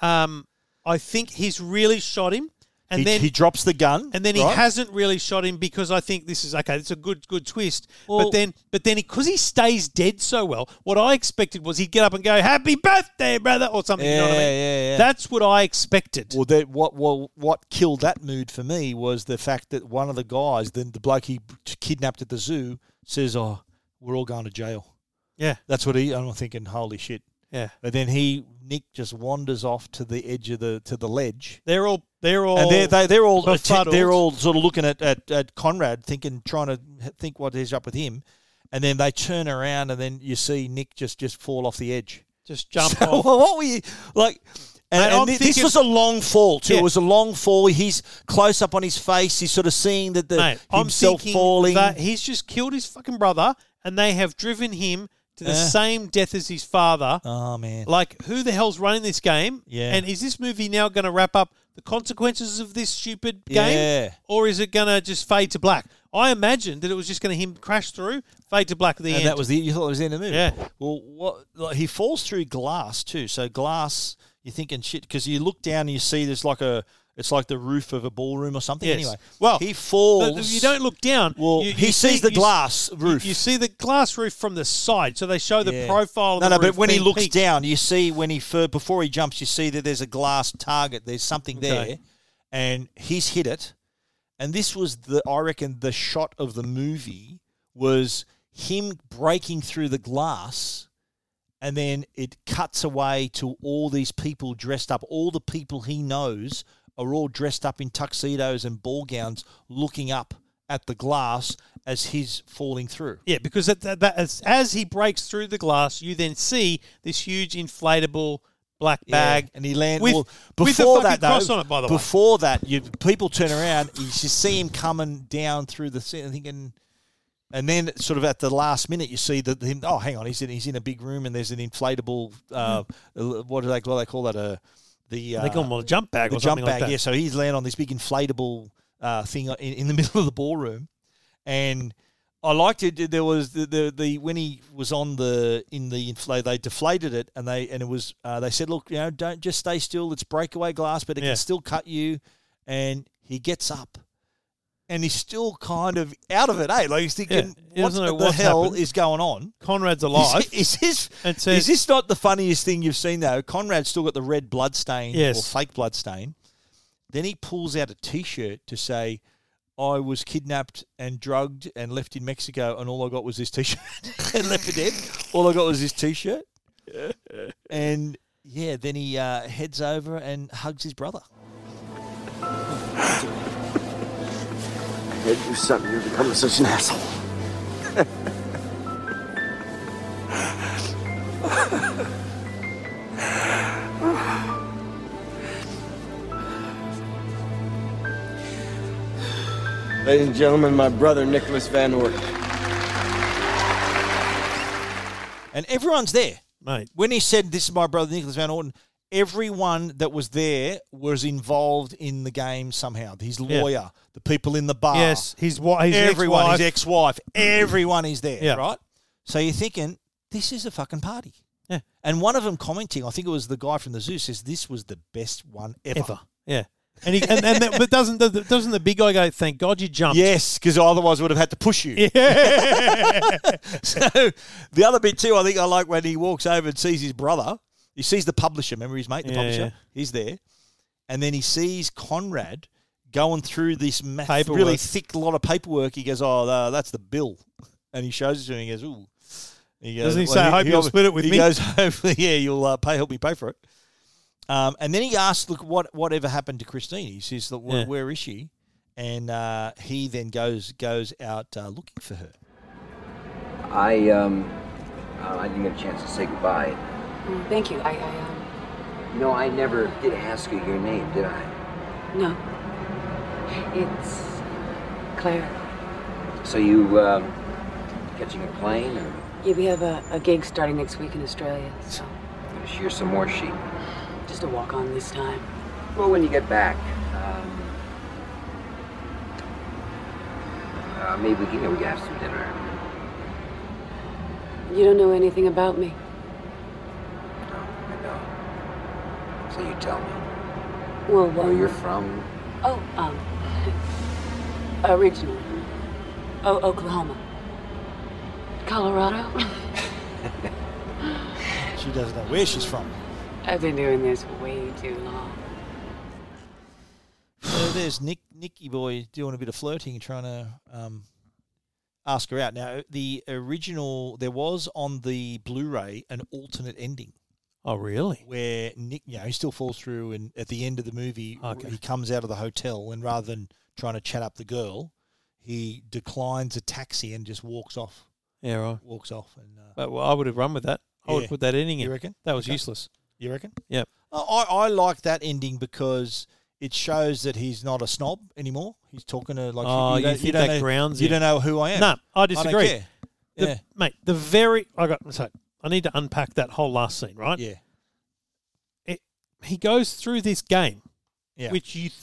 Speaker 9: Um, I think he's really shot him. And
Speaker 1: he,
Speaker 9: then
Speaker 1: he drops the gun,
Speaker 9: and then he
Speaker 1: right?
Speaker 9: hasn't really shot him because I think this is okay. It's a good good twist.
Speaker 1: Well-
Speaker 9: but then but then because he, stays dead so well, what I expected was he'd get up and go "Happy birthday, brother" or something. you know what
Speaker 1: Yeah,
Speaker 9: I mean?
Speaker 1: yeah, yeah.
Speaker 9: That's what I expected.
Speaker 1: Well, that what well, what killed that mood for me was the fact that one of the guys, then the bloke he kidnapped at the zoo, says, "Oh, we're all going to jail."
Speaker 9: Yeah.
Speaker 1: That's what he. I'm thinking, holy shit.
Speaker 9: Yeah.
Speaker 1: But then he Nick just wanders off to the edge of the to the ledge,
Speaker 9: They're all they're all
Speaker 1: and they're they, they're all
Speaker 9: Oh,
Speaker 1: uh,
Speaker 9: befuddled.
Speaker 1: they're all sort of looking at, at at Conrad, thinking, trying to think what is up with him, and then they turn around, and then you see Nick just just fall off the edge.
Speaker 9: just jump
Speaker 1: So,
Speaker 9: off.
Speaker 1: what were you like? And,
Speaker 9: Mate,
Speaker 1: and
Speaker 9: I'm
Speaker 1: thi- this
Speaker 9: thinking-
Speaker 1: was a long fall too.
Speaker 9: Yeah.
Speaker 1: It was a long fall. He's close up on his face. He's sort of seeing that the
Speaker 9: Mate, I'm
Speaker 1: himself
Speaker 9: thinking
Speaker 1: falling.
Speaker 9: that he's just killed his fucking brother, and they have driven him to the
Speaker 1: Yeah.
Speaker 9: same death as his father.
Speaker 1: oh man,
Speaker 9: Like, who the hell's running this game?
Speaker 1: Yeah.
Speaker 9: And is this movie now going to wrap up the consequences of this stupid game?
Speaker 1: Yeah.
Speaker 9: Or is it going to just fade to black? I imagined that it was just going to him crash through, fade to black at the
Speaker 1: and
Speaker 9: end.
Speaker 1: that was the you thought it was the end of the movie.
Speaker 9: Yeah.
Speaker 1: Well, what like, he falls through glass too. So glass, you're thinking shit because you look down and you see there's like a it's like the roof of a ballroom or something.
Speaker 9: Yes.
Speaker 1: Anyway,
Speaker 9: Well,
Speaker 1: he
Speaker 9: But
Speaker 1: falls.
Speaker 9: if you don't look down.
Speaker 1: Well,
Speaker 9: you-
Speaker 1: he
Speaker 9: you
Speaker 1: sees
Speaker 9: see-
Speaker 1: the
Speaker 9: you s-
Speaker 1: glass roof.
Speaker 9: You see the glass roof from the side, so they show the
Speaker 1: Yeah.
Speaker 9: profile. Of
Speaker 1: no,
Speaker 9: the
Speaker 1: no,
Speaker 9: roof
Speaker 1: but when he
Speaker 9: being
Speaker 1: looks
Speaker 9: peaked.
Speaker 1: down, you see when he fir- before he jumps, you see that there's a glass target. There's something there,
Speaker 9: Okay.
Speaker 1: and he's hit it. And this was the I reckon the shot of the movie was him breaking through the glass, and then it cuts away to all these people dressed up. All the people he knows are all dressed up in tuxedos and ball gowns, looking up at the glass as he's falling through.
Speaker 9: Yeah, because that, that, that, as, as he breaks through the glass, you then see this huge inflatable black bag,
Speaker 1: Yeah, and he lands.
Speaker 9: with,
Speaker 1: well, before
Speaker 9: with a fucking
Speaker 1: that, though,
Speaker 9: cross on it. By the way,
Speaker 1: before that, you people turn around, you just see him coming down through the scene, thinking, and then sort of at the last minute, you see that him. Oh, hang on, he's in he's in a big room, and there's an inflatable. Uh, l- What do they what do they call that? A the uh,
Speaker 9: Hmm. they call him a jump bag
Speaker 1: the
Speaker 9: or
Speaker 1: jump
Speaker 9: something
Speaker 1: bag.
Speaker 9: like that.
Speaker 1: yeah, so he's laying on this big inflatable uh, thing in, in the middle of the ballroom, and I liked it. There was the, the, the when he was on the in the inflate, they deflated it, and they and it was uh, they said, look, you know, don't just stay still. It's breakaway glass, but it
Speaker 9: Yeah.
Speaker 1: can still cut you. And he gets up, and he's still kind of out of it, eh? Like he's thinking,
Speaker 9: He
Speaker 1: what
Speaker 9: doesn't
Speaker 1: the
Speaker 9: know what's
Speaker 1: hell
Speaker 9: happened.
Speaker 1: is going on?
Speaker 9: Conrad's alive.
Speaker 1: Is, is
Speaker 9: And
Speaker 1: this
Speaker 9: says-
Speaker 1: is this not the funniest thing you've seen though? Conrad's still got the red blood stain or
Speaker 9: Yes.
Speaker 1: fake blood stain. Then he pulls out a T-shirt to say, "I was kidnapped and drugged and left in Mexico, and all I got was this T-shirt and left for dead. All I got was this T-shirt." And yeah, then he uh, heads over and hugs his brother.
Speaker 5: You gotta do something. You're becoming such an asshole. Ladies and gentlemen, my brother Nicholas Van Ork.
Speaker 1: and everyone's there,
Speaker 9: mate.
Speaker 1: When he said, "This is my brother Nicholas Van Orton," everyone that was there was involved in the game somehow. His
Speaker 9: Yeah.
Speaker 1: lawyer, the people in the bar,
Speaker 9: Yes, his wa- his
Speaker 1: everyone,
Speaker 9: ex-wife.
Speaker 1: his ex-wife, everyone is there,
Speaker 9: Yeah.
Speaker 1: right? So you're thinking this is a fucking party.
Speaker 9: Yeah.
Speaker 1: And one of them commenting, I think it was the guy from the zoo, says this was the best one ever.
Speaker 9: Ever. Yeah. And he and, and that, but doesn't the, doesn't the big guy go? Thank God you jumped.
Speaker 1: Yes, because otherwise would have had to push you. so the other bit too, I think I like when he walks over and sees his brother. He sees the publisher, remember his mate, the
Speaker 9: Yeah,
Speaker 1: publisher.
Speaker 9: yeah.
Speaker 1: He's there, and then he sees Conrad going through this ma-
Speaker 9: Paperwork.
Speaker 1: really thick lot of paperwork. He goes, "Oh, uh, that's the bill," and he shows it to him. He goes, "Ooh." He goes,
Speaker 9: Doesn't he say, "I hope you'll
Speaker 1: obvi-
Speaker 9: split it with
Speaker 1: he
Speaker 9: me?"
Speaker 1: goes, "Hopefully, yeah, you'll uh, pay, help me pay for it." Um, and then he asks, "Look, what whatever happened to Christine?" He says, "Look, where-
Speaker 9: Yeah.
Speaker 1: "Where is she?" And uh, he then goes goes out uh, looking for her.
Speaker 4: I, um, uh, I didn't get a chance to say goodbye.
Speaker 8: Mm, Thank you. I, I um,
Speaker 4: No, I never did ask you your name, did I?
Speaker 8: um, no. It's Claire.
Speaker 4: So you, um, catching a plane or
Speaker 8: Yeah, we have a, a gig starting next week in Australia. So
Speaker 4: gonna shear some more sheep?
Speaker 8: just a walk on this time.
Speaker 4: Well, when you get back, um, uh, maybe we can, you know, we can have some dinner.
Speaker 8: You don't know anything about me.
Speaker 4: I know. So you tell me
Speaker 8: Well, what?
Speaker 4: where you're from.
Speaker 8: Oh, um, originally. Oh, Oklahoma. Colorado.
Speaker 1: She doesn't know where she's from.
Speaker 8: I've been doing this way too long.
Speaker 1: So there's Nick Nicky boy doing a bit of flirting, trying to um, ask her out. Now the original there was on the Blu-ray an alternate ending.
Speaker 9: Oh, really?
Speaker 1: where Nick, you know, he still falls through, and at the end of the movie,
Speaker 9: Okay.
Speaker 1: he comes out of the hotel, and rather than trying to chat up the girl, he declines a taxi and just walks off.
Speaker 9: Yeah. Right.
Speaker 1: Walks off, and uh,
Speaker 9: But well, I would have run with that. I would
Speaker 1: Yeah.
Speaker 9: have put that ending in.
Speaker 1: You reckon?
Speaker 9: That was
Speaker 1: Okay.
Speaker 9: useless.
Speaker 1: you reckon?
Speaker 9: Yep.
Speaker 1: I, I I like that ending because it shows that he's not a snob anymore. He's talking to like
Speaker 9: oh, you,
Speaker 1: don't-
Speaker 9: think
Speaker 1: don't
Speaker 9: that
Speaker 1: know,
Speaker 9: grounds
Speaker 1: you
Speaker 9: him.
Speaker 1: don't know who I am.
Speaker 9: No, I
Speaker 1: don't
Speaker 9: disagree.
Speaker 1: care.
Speaker 9: The-
Speaker 1: Yeah.
Speaker 9: mate, the very I got so I need to unpack that whole last scene, right?
Speaker 1: Yeah.
Speaker 9: It, he goes through this game,
Speaker 1: Yeah.
Speaker 9: which you th-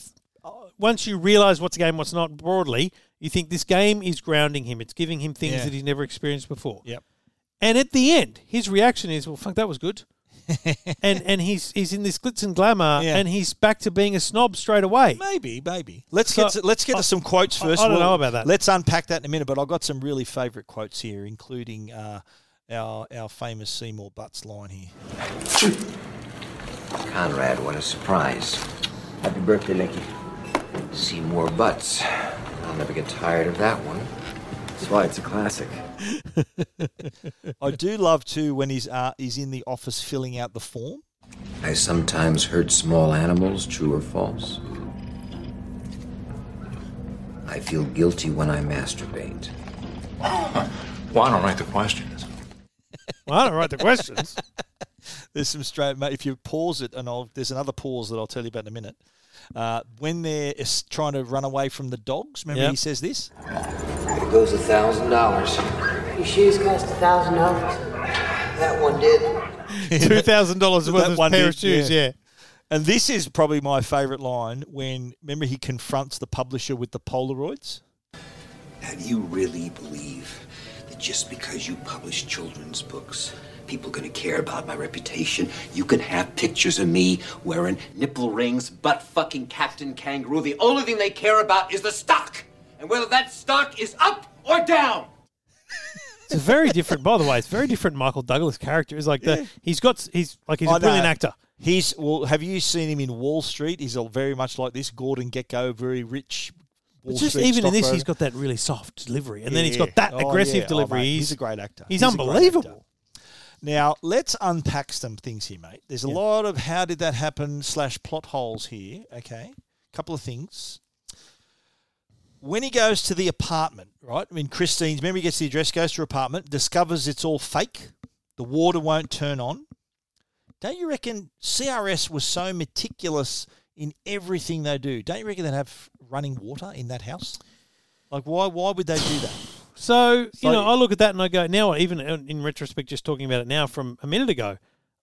Speaker 9: uh, once you realize what's a game, what's not broadly, you think this game is grounding him. It's giving him things
Speaker 1: Yeah.
Speaker 9: that he's never experienced before.
Speaker 1: Yep.
Speaker 9: And at the end, his reaction is, "Well, fuck, that was good." and and he's he's in this glitz and glamour,
Speaker 1: Yeah.
Speaker 9: and he's back to being a snob straight away.
Speaker 1: Maybe, maybe. Let's
Speaker 9: So-
Speaker 1: get to, let's get
Speaker 9: I-
Speaker 1: to some quotes
Speaker 9: I-
Speaker 1: first.
Speaker 9: I don't know about that.
Speaker 1: Let's unpack that in a minute. But I've got some really favourite quotes here, including uh, our our famous Seymour Butts line here.
Speaker 4: Conrad, what a surprise. Happy birthday, Nicky. Seymour Butts. I'll never get tired of that one. That's why it's a classic.
Speaker 1: I do love too when he's uh, he's in the office filling out the form.
Speaker 4: I sometimes hurt small animals, true or false. I feel guilty when I masturbate.
Speaker 11: Well, I don't write the questions.
Speaker 9: Well, I don't write the questions.
Speaker 1: There's some straight. mate, If you pause it, and I'll, there's another pause that I'll tell you about in a minute. Uh, when they're is- trying to run away from the dogs, remember
Speaker 9: Yep.
Speaker 1: he says this.
Speaker 4: There goes a thousand dollars.
Speaker 8: Your shoes cost a thousand dollars.
Speaker 4: That one did.
Speaker 9: Two thousand dollars worth
Speaker 1: That
Speaker 9: of
Speaker 1: one
Speaker 9: pair of
Speaker 1: did,
Speaker 9: shoes.
Speaker 1: yeah.
Speaker 9: yeah.
Speaker 1: And this is probably my favourite line when remember he confronts the publisher with the Polaroids.
Speaker 6: Now, do you really believe that just because you publish children's books, people are going to care about my reputation?
Speaker 4: You can have pictures of me wearing nipple rings, butt fucking Captain Kangaroo. The only thing they care about is the stock. And whether that stock is up or down.
Speaker 9: It's a very different, by the way. It's very different. Michael Douglas character is like the he's got he's like he's
Speaker 1: I
Speaker 9: a
Speaker 1: know.
Speaker 9: brilliant actor.
Speaker 1: He's well. Have you seen him in Wall Street? He's a very much like this Gordon Gecko, very rich. Wall
Speaker 9: But just
Speaker 1: Street
Speaker 9: even in this,
Speaker 1: stockbroker.
Speaker 9: he's got that really soft delivery, and then he's
Speaker 1: Yeah.
Speaker 9: got that
Speaker 1: Oh,
Speaker 9: aggressive
Speaker 1: yeah. Oh,
Speaker 9: delivery.
Speaker 1: mate,
Speaker 9: he's,
Speaker 1: he's a great actor.
Speaker 9: He's,
Speaker 1: He's a great
Speaker 9: unbelievable.
Speaker 1: Now let's unpack some things here, mate. There's a lot of how did that happen slash plot holes here. Okay, couple of things. When he goes to the apartment, right? I mean, Christine's memory gets the address, goes to her apartment, discovers it's all fake. The water won't turn on. Don't you reckon CRS was so meticulous in everything they do? Don't you reckon they'd have running water in that house? Like, why? Why would they do that?
Speaker 9: So,
Speaker 1: So-
Speaker 9: you know, I look at that and I go, now, even in retrospect, just talking about it now from a minute ago,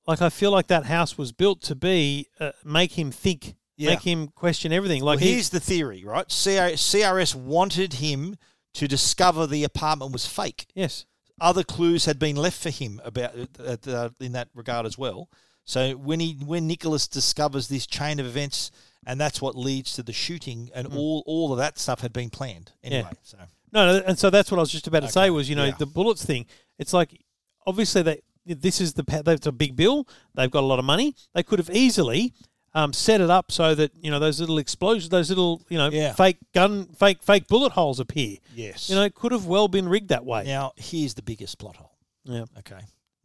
Speaker 9: like I feel like that house was built to be, uh, make him think,
Speaker 1: Yeah.
Speaker 9: make him question everything. Like
Speaker 1: well,
Speaker 9: he-
Speaker 1: here's the theory, right? CR- CRS wanted him to discover the apartment was fake.
Speaker 9: Yes.
Speaker 1: Other clues had been left for him about uh, at the, in that regard as well. So when he when Nicholas discovers this chain of events, and that's what leads to the shooting, and all all of that stuff had been planned anyway.
Speaker 9: Hmm. Yeah.
Speaker 1: So
Speaker 9: No, no, and so that's what I was just about to say was, you know,
Speaker 1: yeah.
Speaker 9: the bullets thing. It's like obviously they this is the pa- that's a big bill. They've got a lot of money. They could have easily um, set it up so that you know those little explosions, those little you know
Speaker 1: Yeah.
Speaker 9: fake gun, fake fake bullet holes appear.
Speaker 1: Yes.
Speaker 9: you know, it could have well been rigged that way.
Speaker 1: now here's the biggest plot hole.
Speaker 9: Yeah.
Speaker 1: Okay.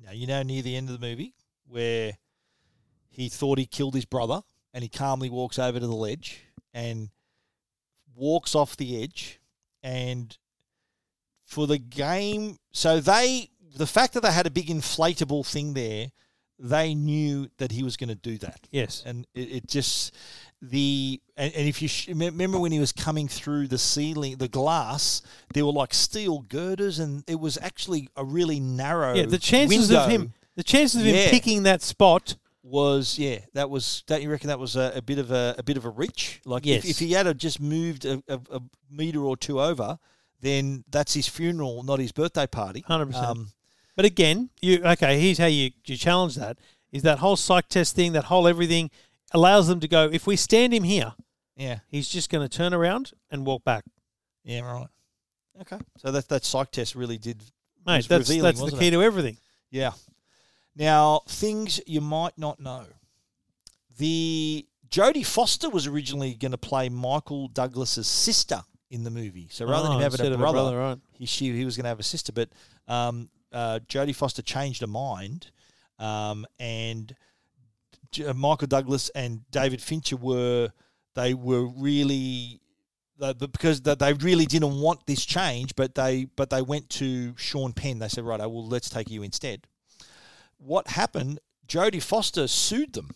Speaker 1: Now you know near the end of the movie where he thought he killed his brother and he calmly walks over to the ledge and walks off the edge and for the game so they the fact that they had a big inflatable thing there they knew that he was going to do that
Speaker 9: Yes.
Speaker 1: and it, it just the and, and if you sh- me- remember when he was coming through the ceiling the glass there were like steel girders and it was actually a really narrow
Speaker 9: Yeah, the chances of
Speaker 1: window.
Speaker 9: him, the chances of him
Speaker 1: Yeah.
Speaker 9: picking that spot.
Speaker 1: was yeah that was don't you reckon that was a, a bit of a, a bit of a reach like
Speaker 9: Yes.
Speaker 1: if, if he had have just moved a, a, a meter or two over then that's his funeral not his birthday party Um,
Speaker 9: Hundred percent. But again, you okay? Here's how you you challenge that: is that whole psych test thing, that whole everything allows them to go. If we stand him here,
Speaker 1: yeah
Speaker 9: he's just going to turn around and walk back.
Speaker 1: yeah right okay so that that psych test really did
Speaker 9: Mate,
Speaker 1: was
Speaker 9: that's
Speaker 1: revealing,
Speaker 9: that's the
Speaker 1: wasn't
Speaker 9: key
Speaker 1: it?
Speaker 9: to everything.
Speaker 1: Yeah. Now, things you might not know. The Jodie Foster was originally going to play Michael Douglas's sister in the movie. So rather than
Speaker 9: Oh,
Speaker 1: him having
Speaker 9: instead
Speaker 1: a
Speaker 9: of a
Speaker 1: brother,
Speaker 9: brother, right.
Speaker 1: he she, he was going to have a sister. But um, uh, Jodie Foster changed her mind, um, and J- uh, Michael Douglas and David Fincher were they were really they- but because they- they really didn't want this change, but they but they went to Sean Penn. They said, "Right, oh, well, let's take you instead." What happened? Jodie Foster sued them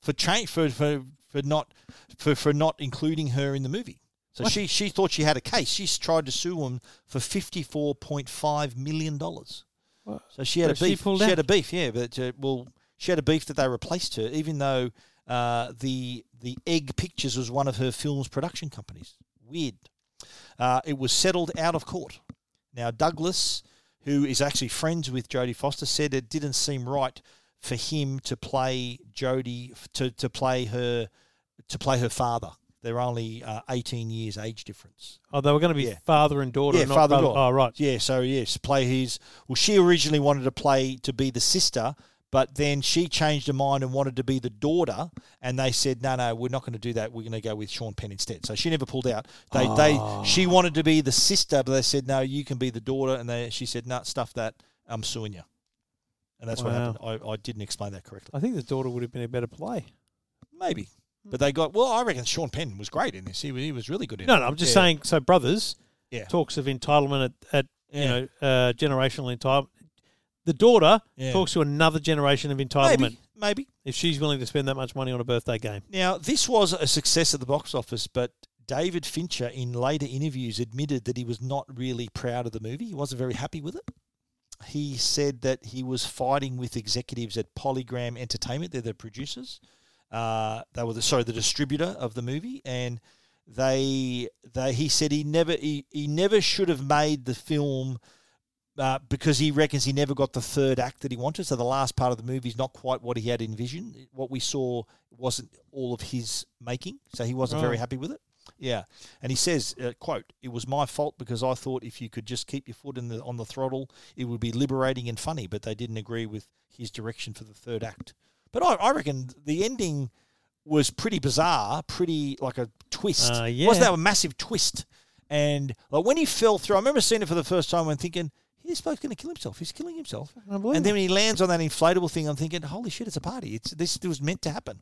Speaker 1: for change for, for, for not for, for not including her in the movie. So
Speaker 9: What?
Speaker 1: she she thought she had a case. She's tried to sue them for fifty four point five million dollars. So she had
Speaker 9: So
Speaker 1: a
Speaker 9: she
Speaker 1: beef. She,
Speaker 9: pulled out.
Speaker 1: had a beef, yeah. But uh, well, she had a beef that they replaced her, even though uh, the the Egg Pictures was one of her film's production companies. Weird. Uh, it was settled out of court. Now Douglas, who is actually friends with Jodie Foster, said it didn't seem right for him to play Jodie to, to play her to play her father. They're only uh, eighteen years age difference.
Speaker 9: Oh, they were going to be
Speaker 1: Yeah.
Speaker 9: father and daughter.
Speaker 1: Yeah,
Speaker 9: not
Speaker 1: father in
Speaker 9: brother-
Speaker 1: law.
Speaker 9: Oh, right.
Speaker 1: Yeah, so yes, play his. Well, she originally wanted to play to be the sister, but then she changed her mind and wanted to be the daughter. And they said, no, no, we're not going to do that. We're going to go with Sean Penn instead. So she never pulled out. They,
Speaker 9: Oh.
Speaker 1: they, she wanted to be the sister, but they said, no, you can be the daughter. And they, she said, no, stuff that. I'm suing you. And that's
Speaker 9: Wow.
Speaker 1: what happened. I, I didn't explain that correctly.
Speaker 9: I Hmm. think the daughter would have been a better play.
Speaker 1: Maybe. But they got, well, I reckon Sean Penn was great in this. He, was- he was really good in
Speaker 9: No,
Speaker 1: it.
Speaker 9: no, I'm just
Speaker 1: Yeah.
Speaker 9: saying. So brothers,
Speaker 1: Yeah.
Speaker 9: talks of entitlement at, at you
Speaker 1: Yeah.
Speaker 9: know uh, generational entitlement. The daughter
Speaker 1: Yeah.
Speaker 9: talks to another generation of entitlement
Speaker 1: Maybe, maybe.
Speaker 9: if she's willing to spend that much money on a birthday game.
Speaker 1: Now, this was a success at the box office, but David Fincher, in later interviews, admitted that he was not really proud of the movie. He wasn't very happy with it. He said that he was fighting with executives at Polygram Entertainment. They're the producers. Uh, they were the sorry, the distributor of the movie, and they they he said he never he, he never should have made the film uh, because he reckons he never got the third act that he wanted. So the last part of the movie is not quite what he had envisioned. What we saw wasn't all of his making, so he wasn't very
Speaker 9: Right.
Speaker 1: happy with it. Yeah, and he says, uh, "quote It was my fault because I thought if you could just keep your foot in the on the throttle, it would be liberating and funny." But they didn't agree with his direction for the third act. But I, I reckon the ending was pretty bizarre, pretty like a twist.
Speaker 9: Uh, yeah.
Speaker 1: Wasn't that a massive twist? And like when he fell through, I remember seeing it for the first time and thinking, this bloke's going to kill himself. He's killing himself. And then when he lands on that inflatable thing, I'm thinking, holy shit, it's a party. It's this was meant to happen.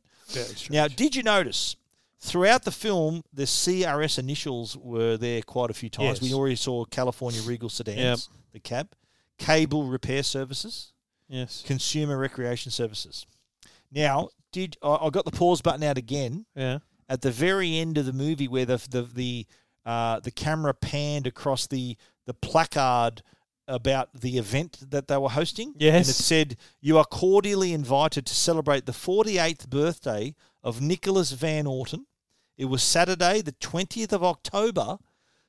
Speaker 1: Now, did you notice throughout the film the CRS initials were there quite a few times?
Speaker 9: Yes.
Speaker 1: We already saw California Regal Sedans,
Speaker 9: Yep.
Speaker 1: the cab, Cable Repair Services,
Speaker 9: Yes.
Speaker 1: Consumer Recreation Services. Now, did I, I got the pause button out again?
Speaker 9: Yeah.
Speaker 1: at the very end of the movie where the the the uh, the camera panned across the the placard about the event that they were hosting.
Speaker 9: Yes.
Speaker 1: And it said, You are cordially invited to celebrate the 48th birthday of Nicholas Van Orton. It was Saturday, the 20th of October,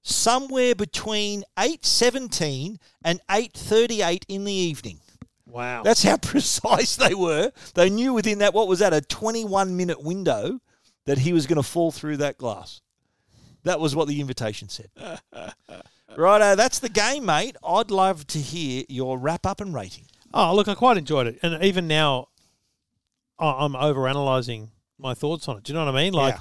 Speaker 1: somewhere between 8.17 and 8.38 in the evening.
Speaker 9: Wow.
Speaker 1: That's how precise they were. They knew within that, what was that, a 21 minute window that he was going to fall through that glass. That was what the invitation said. Righto, that's the game, mate. I'd love to hear your wrap up and rating.
Speaker 9: Oh, look, I quite enjoyed it, and even now, I- I'm overanalyzing my thoughts on it. Do you know what I mean? Like,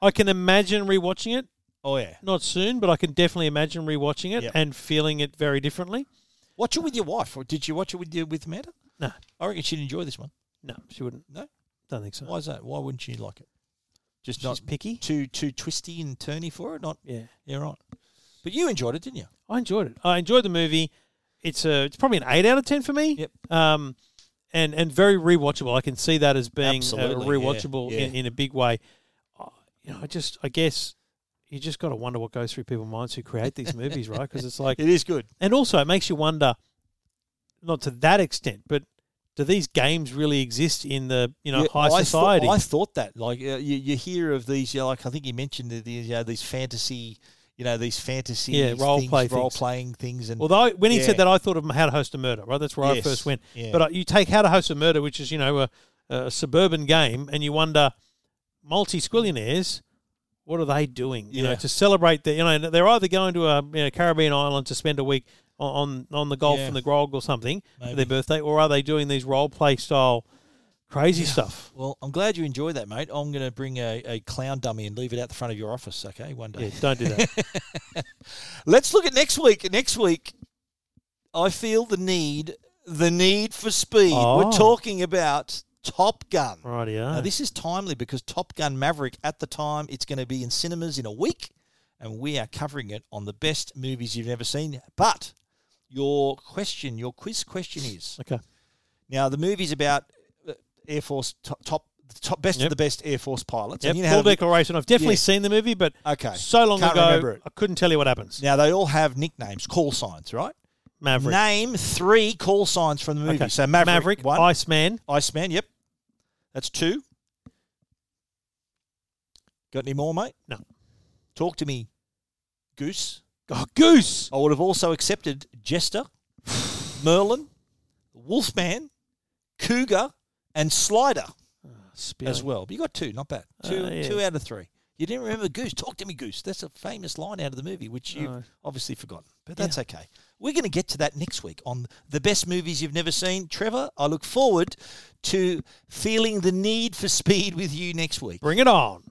Speaker 9: I can imagine rewatching it.
Speaker 1: Oh yeah,
Speaker 9: not soon, but I can definitely imagine rewatching it
Speaker 1: Yep.
Speaker 9: and feeling it very differently.
Speaker 1: Watch it with your wife, or did you watch it with your, with Meta?
Speaker 9: No.
Speaker 1: I reckon she'd enjoy this one.
Speaker 9: No, she wouldn't.
Speaker 1: No,
Speaker 9: don't think so.
Speaker 1: Why is that? Why wouldn't she like it? Just
Speaker 9: She's
Speaker 1: not
Speaker 9: picky,
Speaker 1: too too twisty and turny for it. Not
Speaker 9: Yeah.
Speaker 1: yeah, right. But you enjoyed it, didn't you?
Speaker 9: I enjoyed it. I enjoyed the movie. It's a it's probably an eight out of ten for me.
Speaker 1: Yep.
Speaker 9: Um, and and very rewatchable. I can see that as being uh,
Speaker 1: Absolutely, yeah,
Speaker 9: rewatchable In,
Speaker 1: yeah.
Speaker 9: in a big way. Uh, you know, I just I guess you just got to wonder what goes through people's minds who create these movies, right? Because it's like
Speaker 1: it is good.
Speaker 9: and also it makes you wonder, not to that extent, but do these games really exist in the you know
Speaker 1: Yeah,
Speaker 9: high
Speaker 1: I thought-
Speaker 9: society?
Speaker 1: I thought that. Like uh, you, you hear of these, you know, like I think you mentioned the, the, you know, these fantasy, you know, these fantasy
Speaker 9: Yeah, role
Speaker 1: things,
Speaker 9: play
Speaker 1: role
Speaker 9: things.
Speaker 1: playing things, and
Speaker 9: Although when he
Speaker 1: Yeah.
Speaker 9: said that, I thought of How to Host a Murder. Right, that's where I
Speaker 1: Yes.
Speaker 9: first went.
Speaker 1: Yeah.
Speaker 9: But uh, you take How to Host a Murder, which is you know a, a suburban game, and you wonder, multi-squillionaires, what are they doing? You know,
Speaker 1: Yeah.
Speaker 9: to celebrate that. You know, they're either going to a you know, Caribbean island to spend a week on on, on the Gulf
Speaker 1: Yeah.
Speaker 9: and the grog or something for
Speaker 1: Maybe.
Speaker 9: their birthday, or are they doing these role play style crazy stuff?
Speaker 1: Well, I'm glad you enjoy that, mate. I'm going to bring a, a clown dummy and leave it out the front of your office, okay? One day.
Speaker 9: Yeah, don't do that.
Speaker 1: Let's look at next week. Next week, I feel the need, the need for speed.
Speaker 9: Oh.
Speaker 1: We're talking about Top Gun.
Speaker 9: right, yeah.
Speaker 1: Now, this is timely because Top Gun Maverick, at the time, it's going to be in cinemas in a week, and we are covering it on the best movies you've never seen. But your question, your quiz question is
Speaker 9: okay.
Speaker 1: now the movie's about uh, Air Force top, top, top best
Speaker 9: Yep.
Speaker 1: of the best Air Force pilots.
Speaker 9: Yep,
Speaker 1: And you know
Speaker 9: full
Speaker 1: how we-
Speaker 9: declaration. I've definitely
Speaker 1: Yeah.
Speaker 9: seen the movie, but
Speaker 1: Okay.
Speaker 9: so long
Speaker 1: Can't
Speaker 9: ago,
Speaker 1: remember it.
Speaker 9: I couldn't tell you what happens.
Speaker 1: Now they all have nicknames, call signs, right?
Speaker 9: Maverick.
Speaker 1: Name three call signs from the movie.
Speaker 9: Okay.
Speaker 1: So Maverick,
Speaker 9: Maverick,
Speaker 1: one,
Speaker 9: Iceman.
Speaker 1: Iceman, yep. That's two. Got any more, mate?
Speaker 9: No.
Speaker 1: Talk to me, Goose.
Speaker 9: Oh, Goose.
Speaker 1: I would have also accepted Jester, Merlin, Wolfman, Cougar, and Slider as well. But you got two, not bad. Two,
Speaker 9: Uh, yeah.
Speaker 1: two out of three. You didn't remember Goose. Talk to me, Goose. That's a famous line out of the movie, which you've
Speaker 9: No.
Speaker 1: obviously forgotten. But that's okay. We're going to get to that next week on the best movies you've never seen. Trevor, I look forward to feeling the need for speed with you next week.
Speaker 9: Bring it on.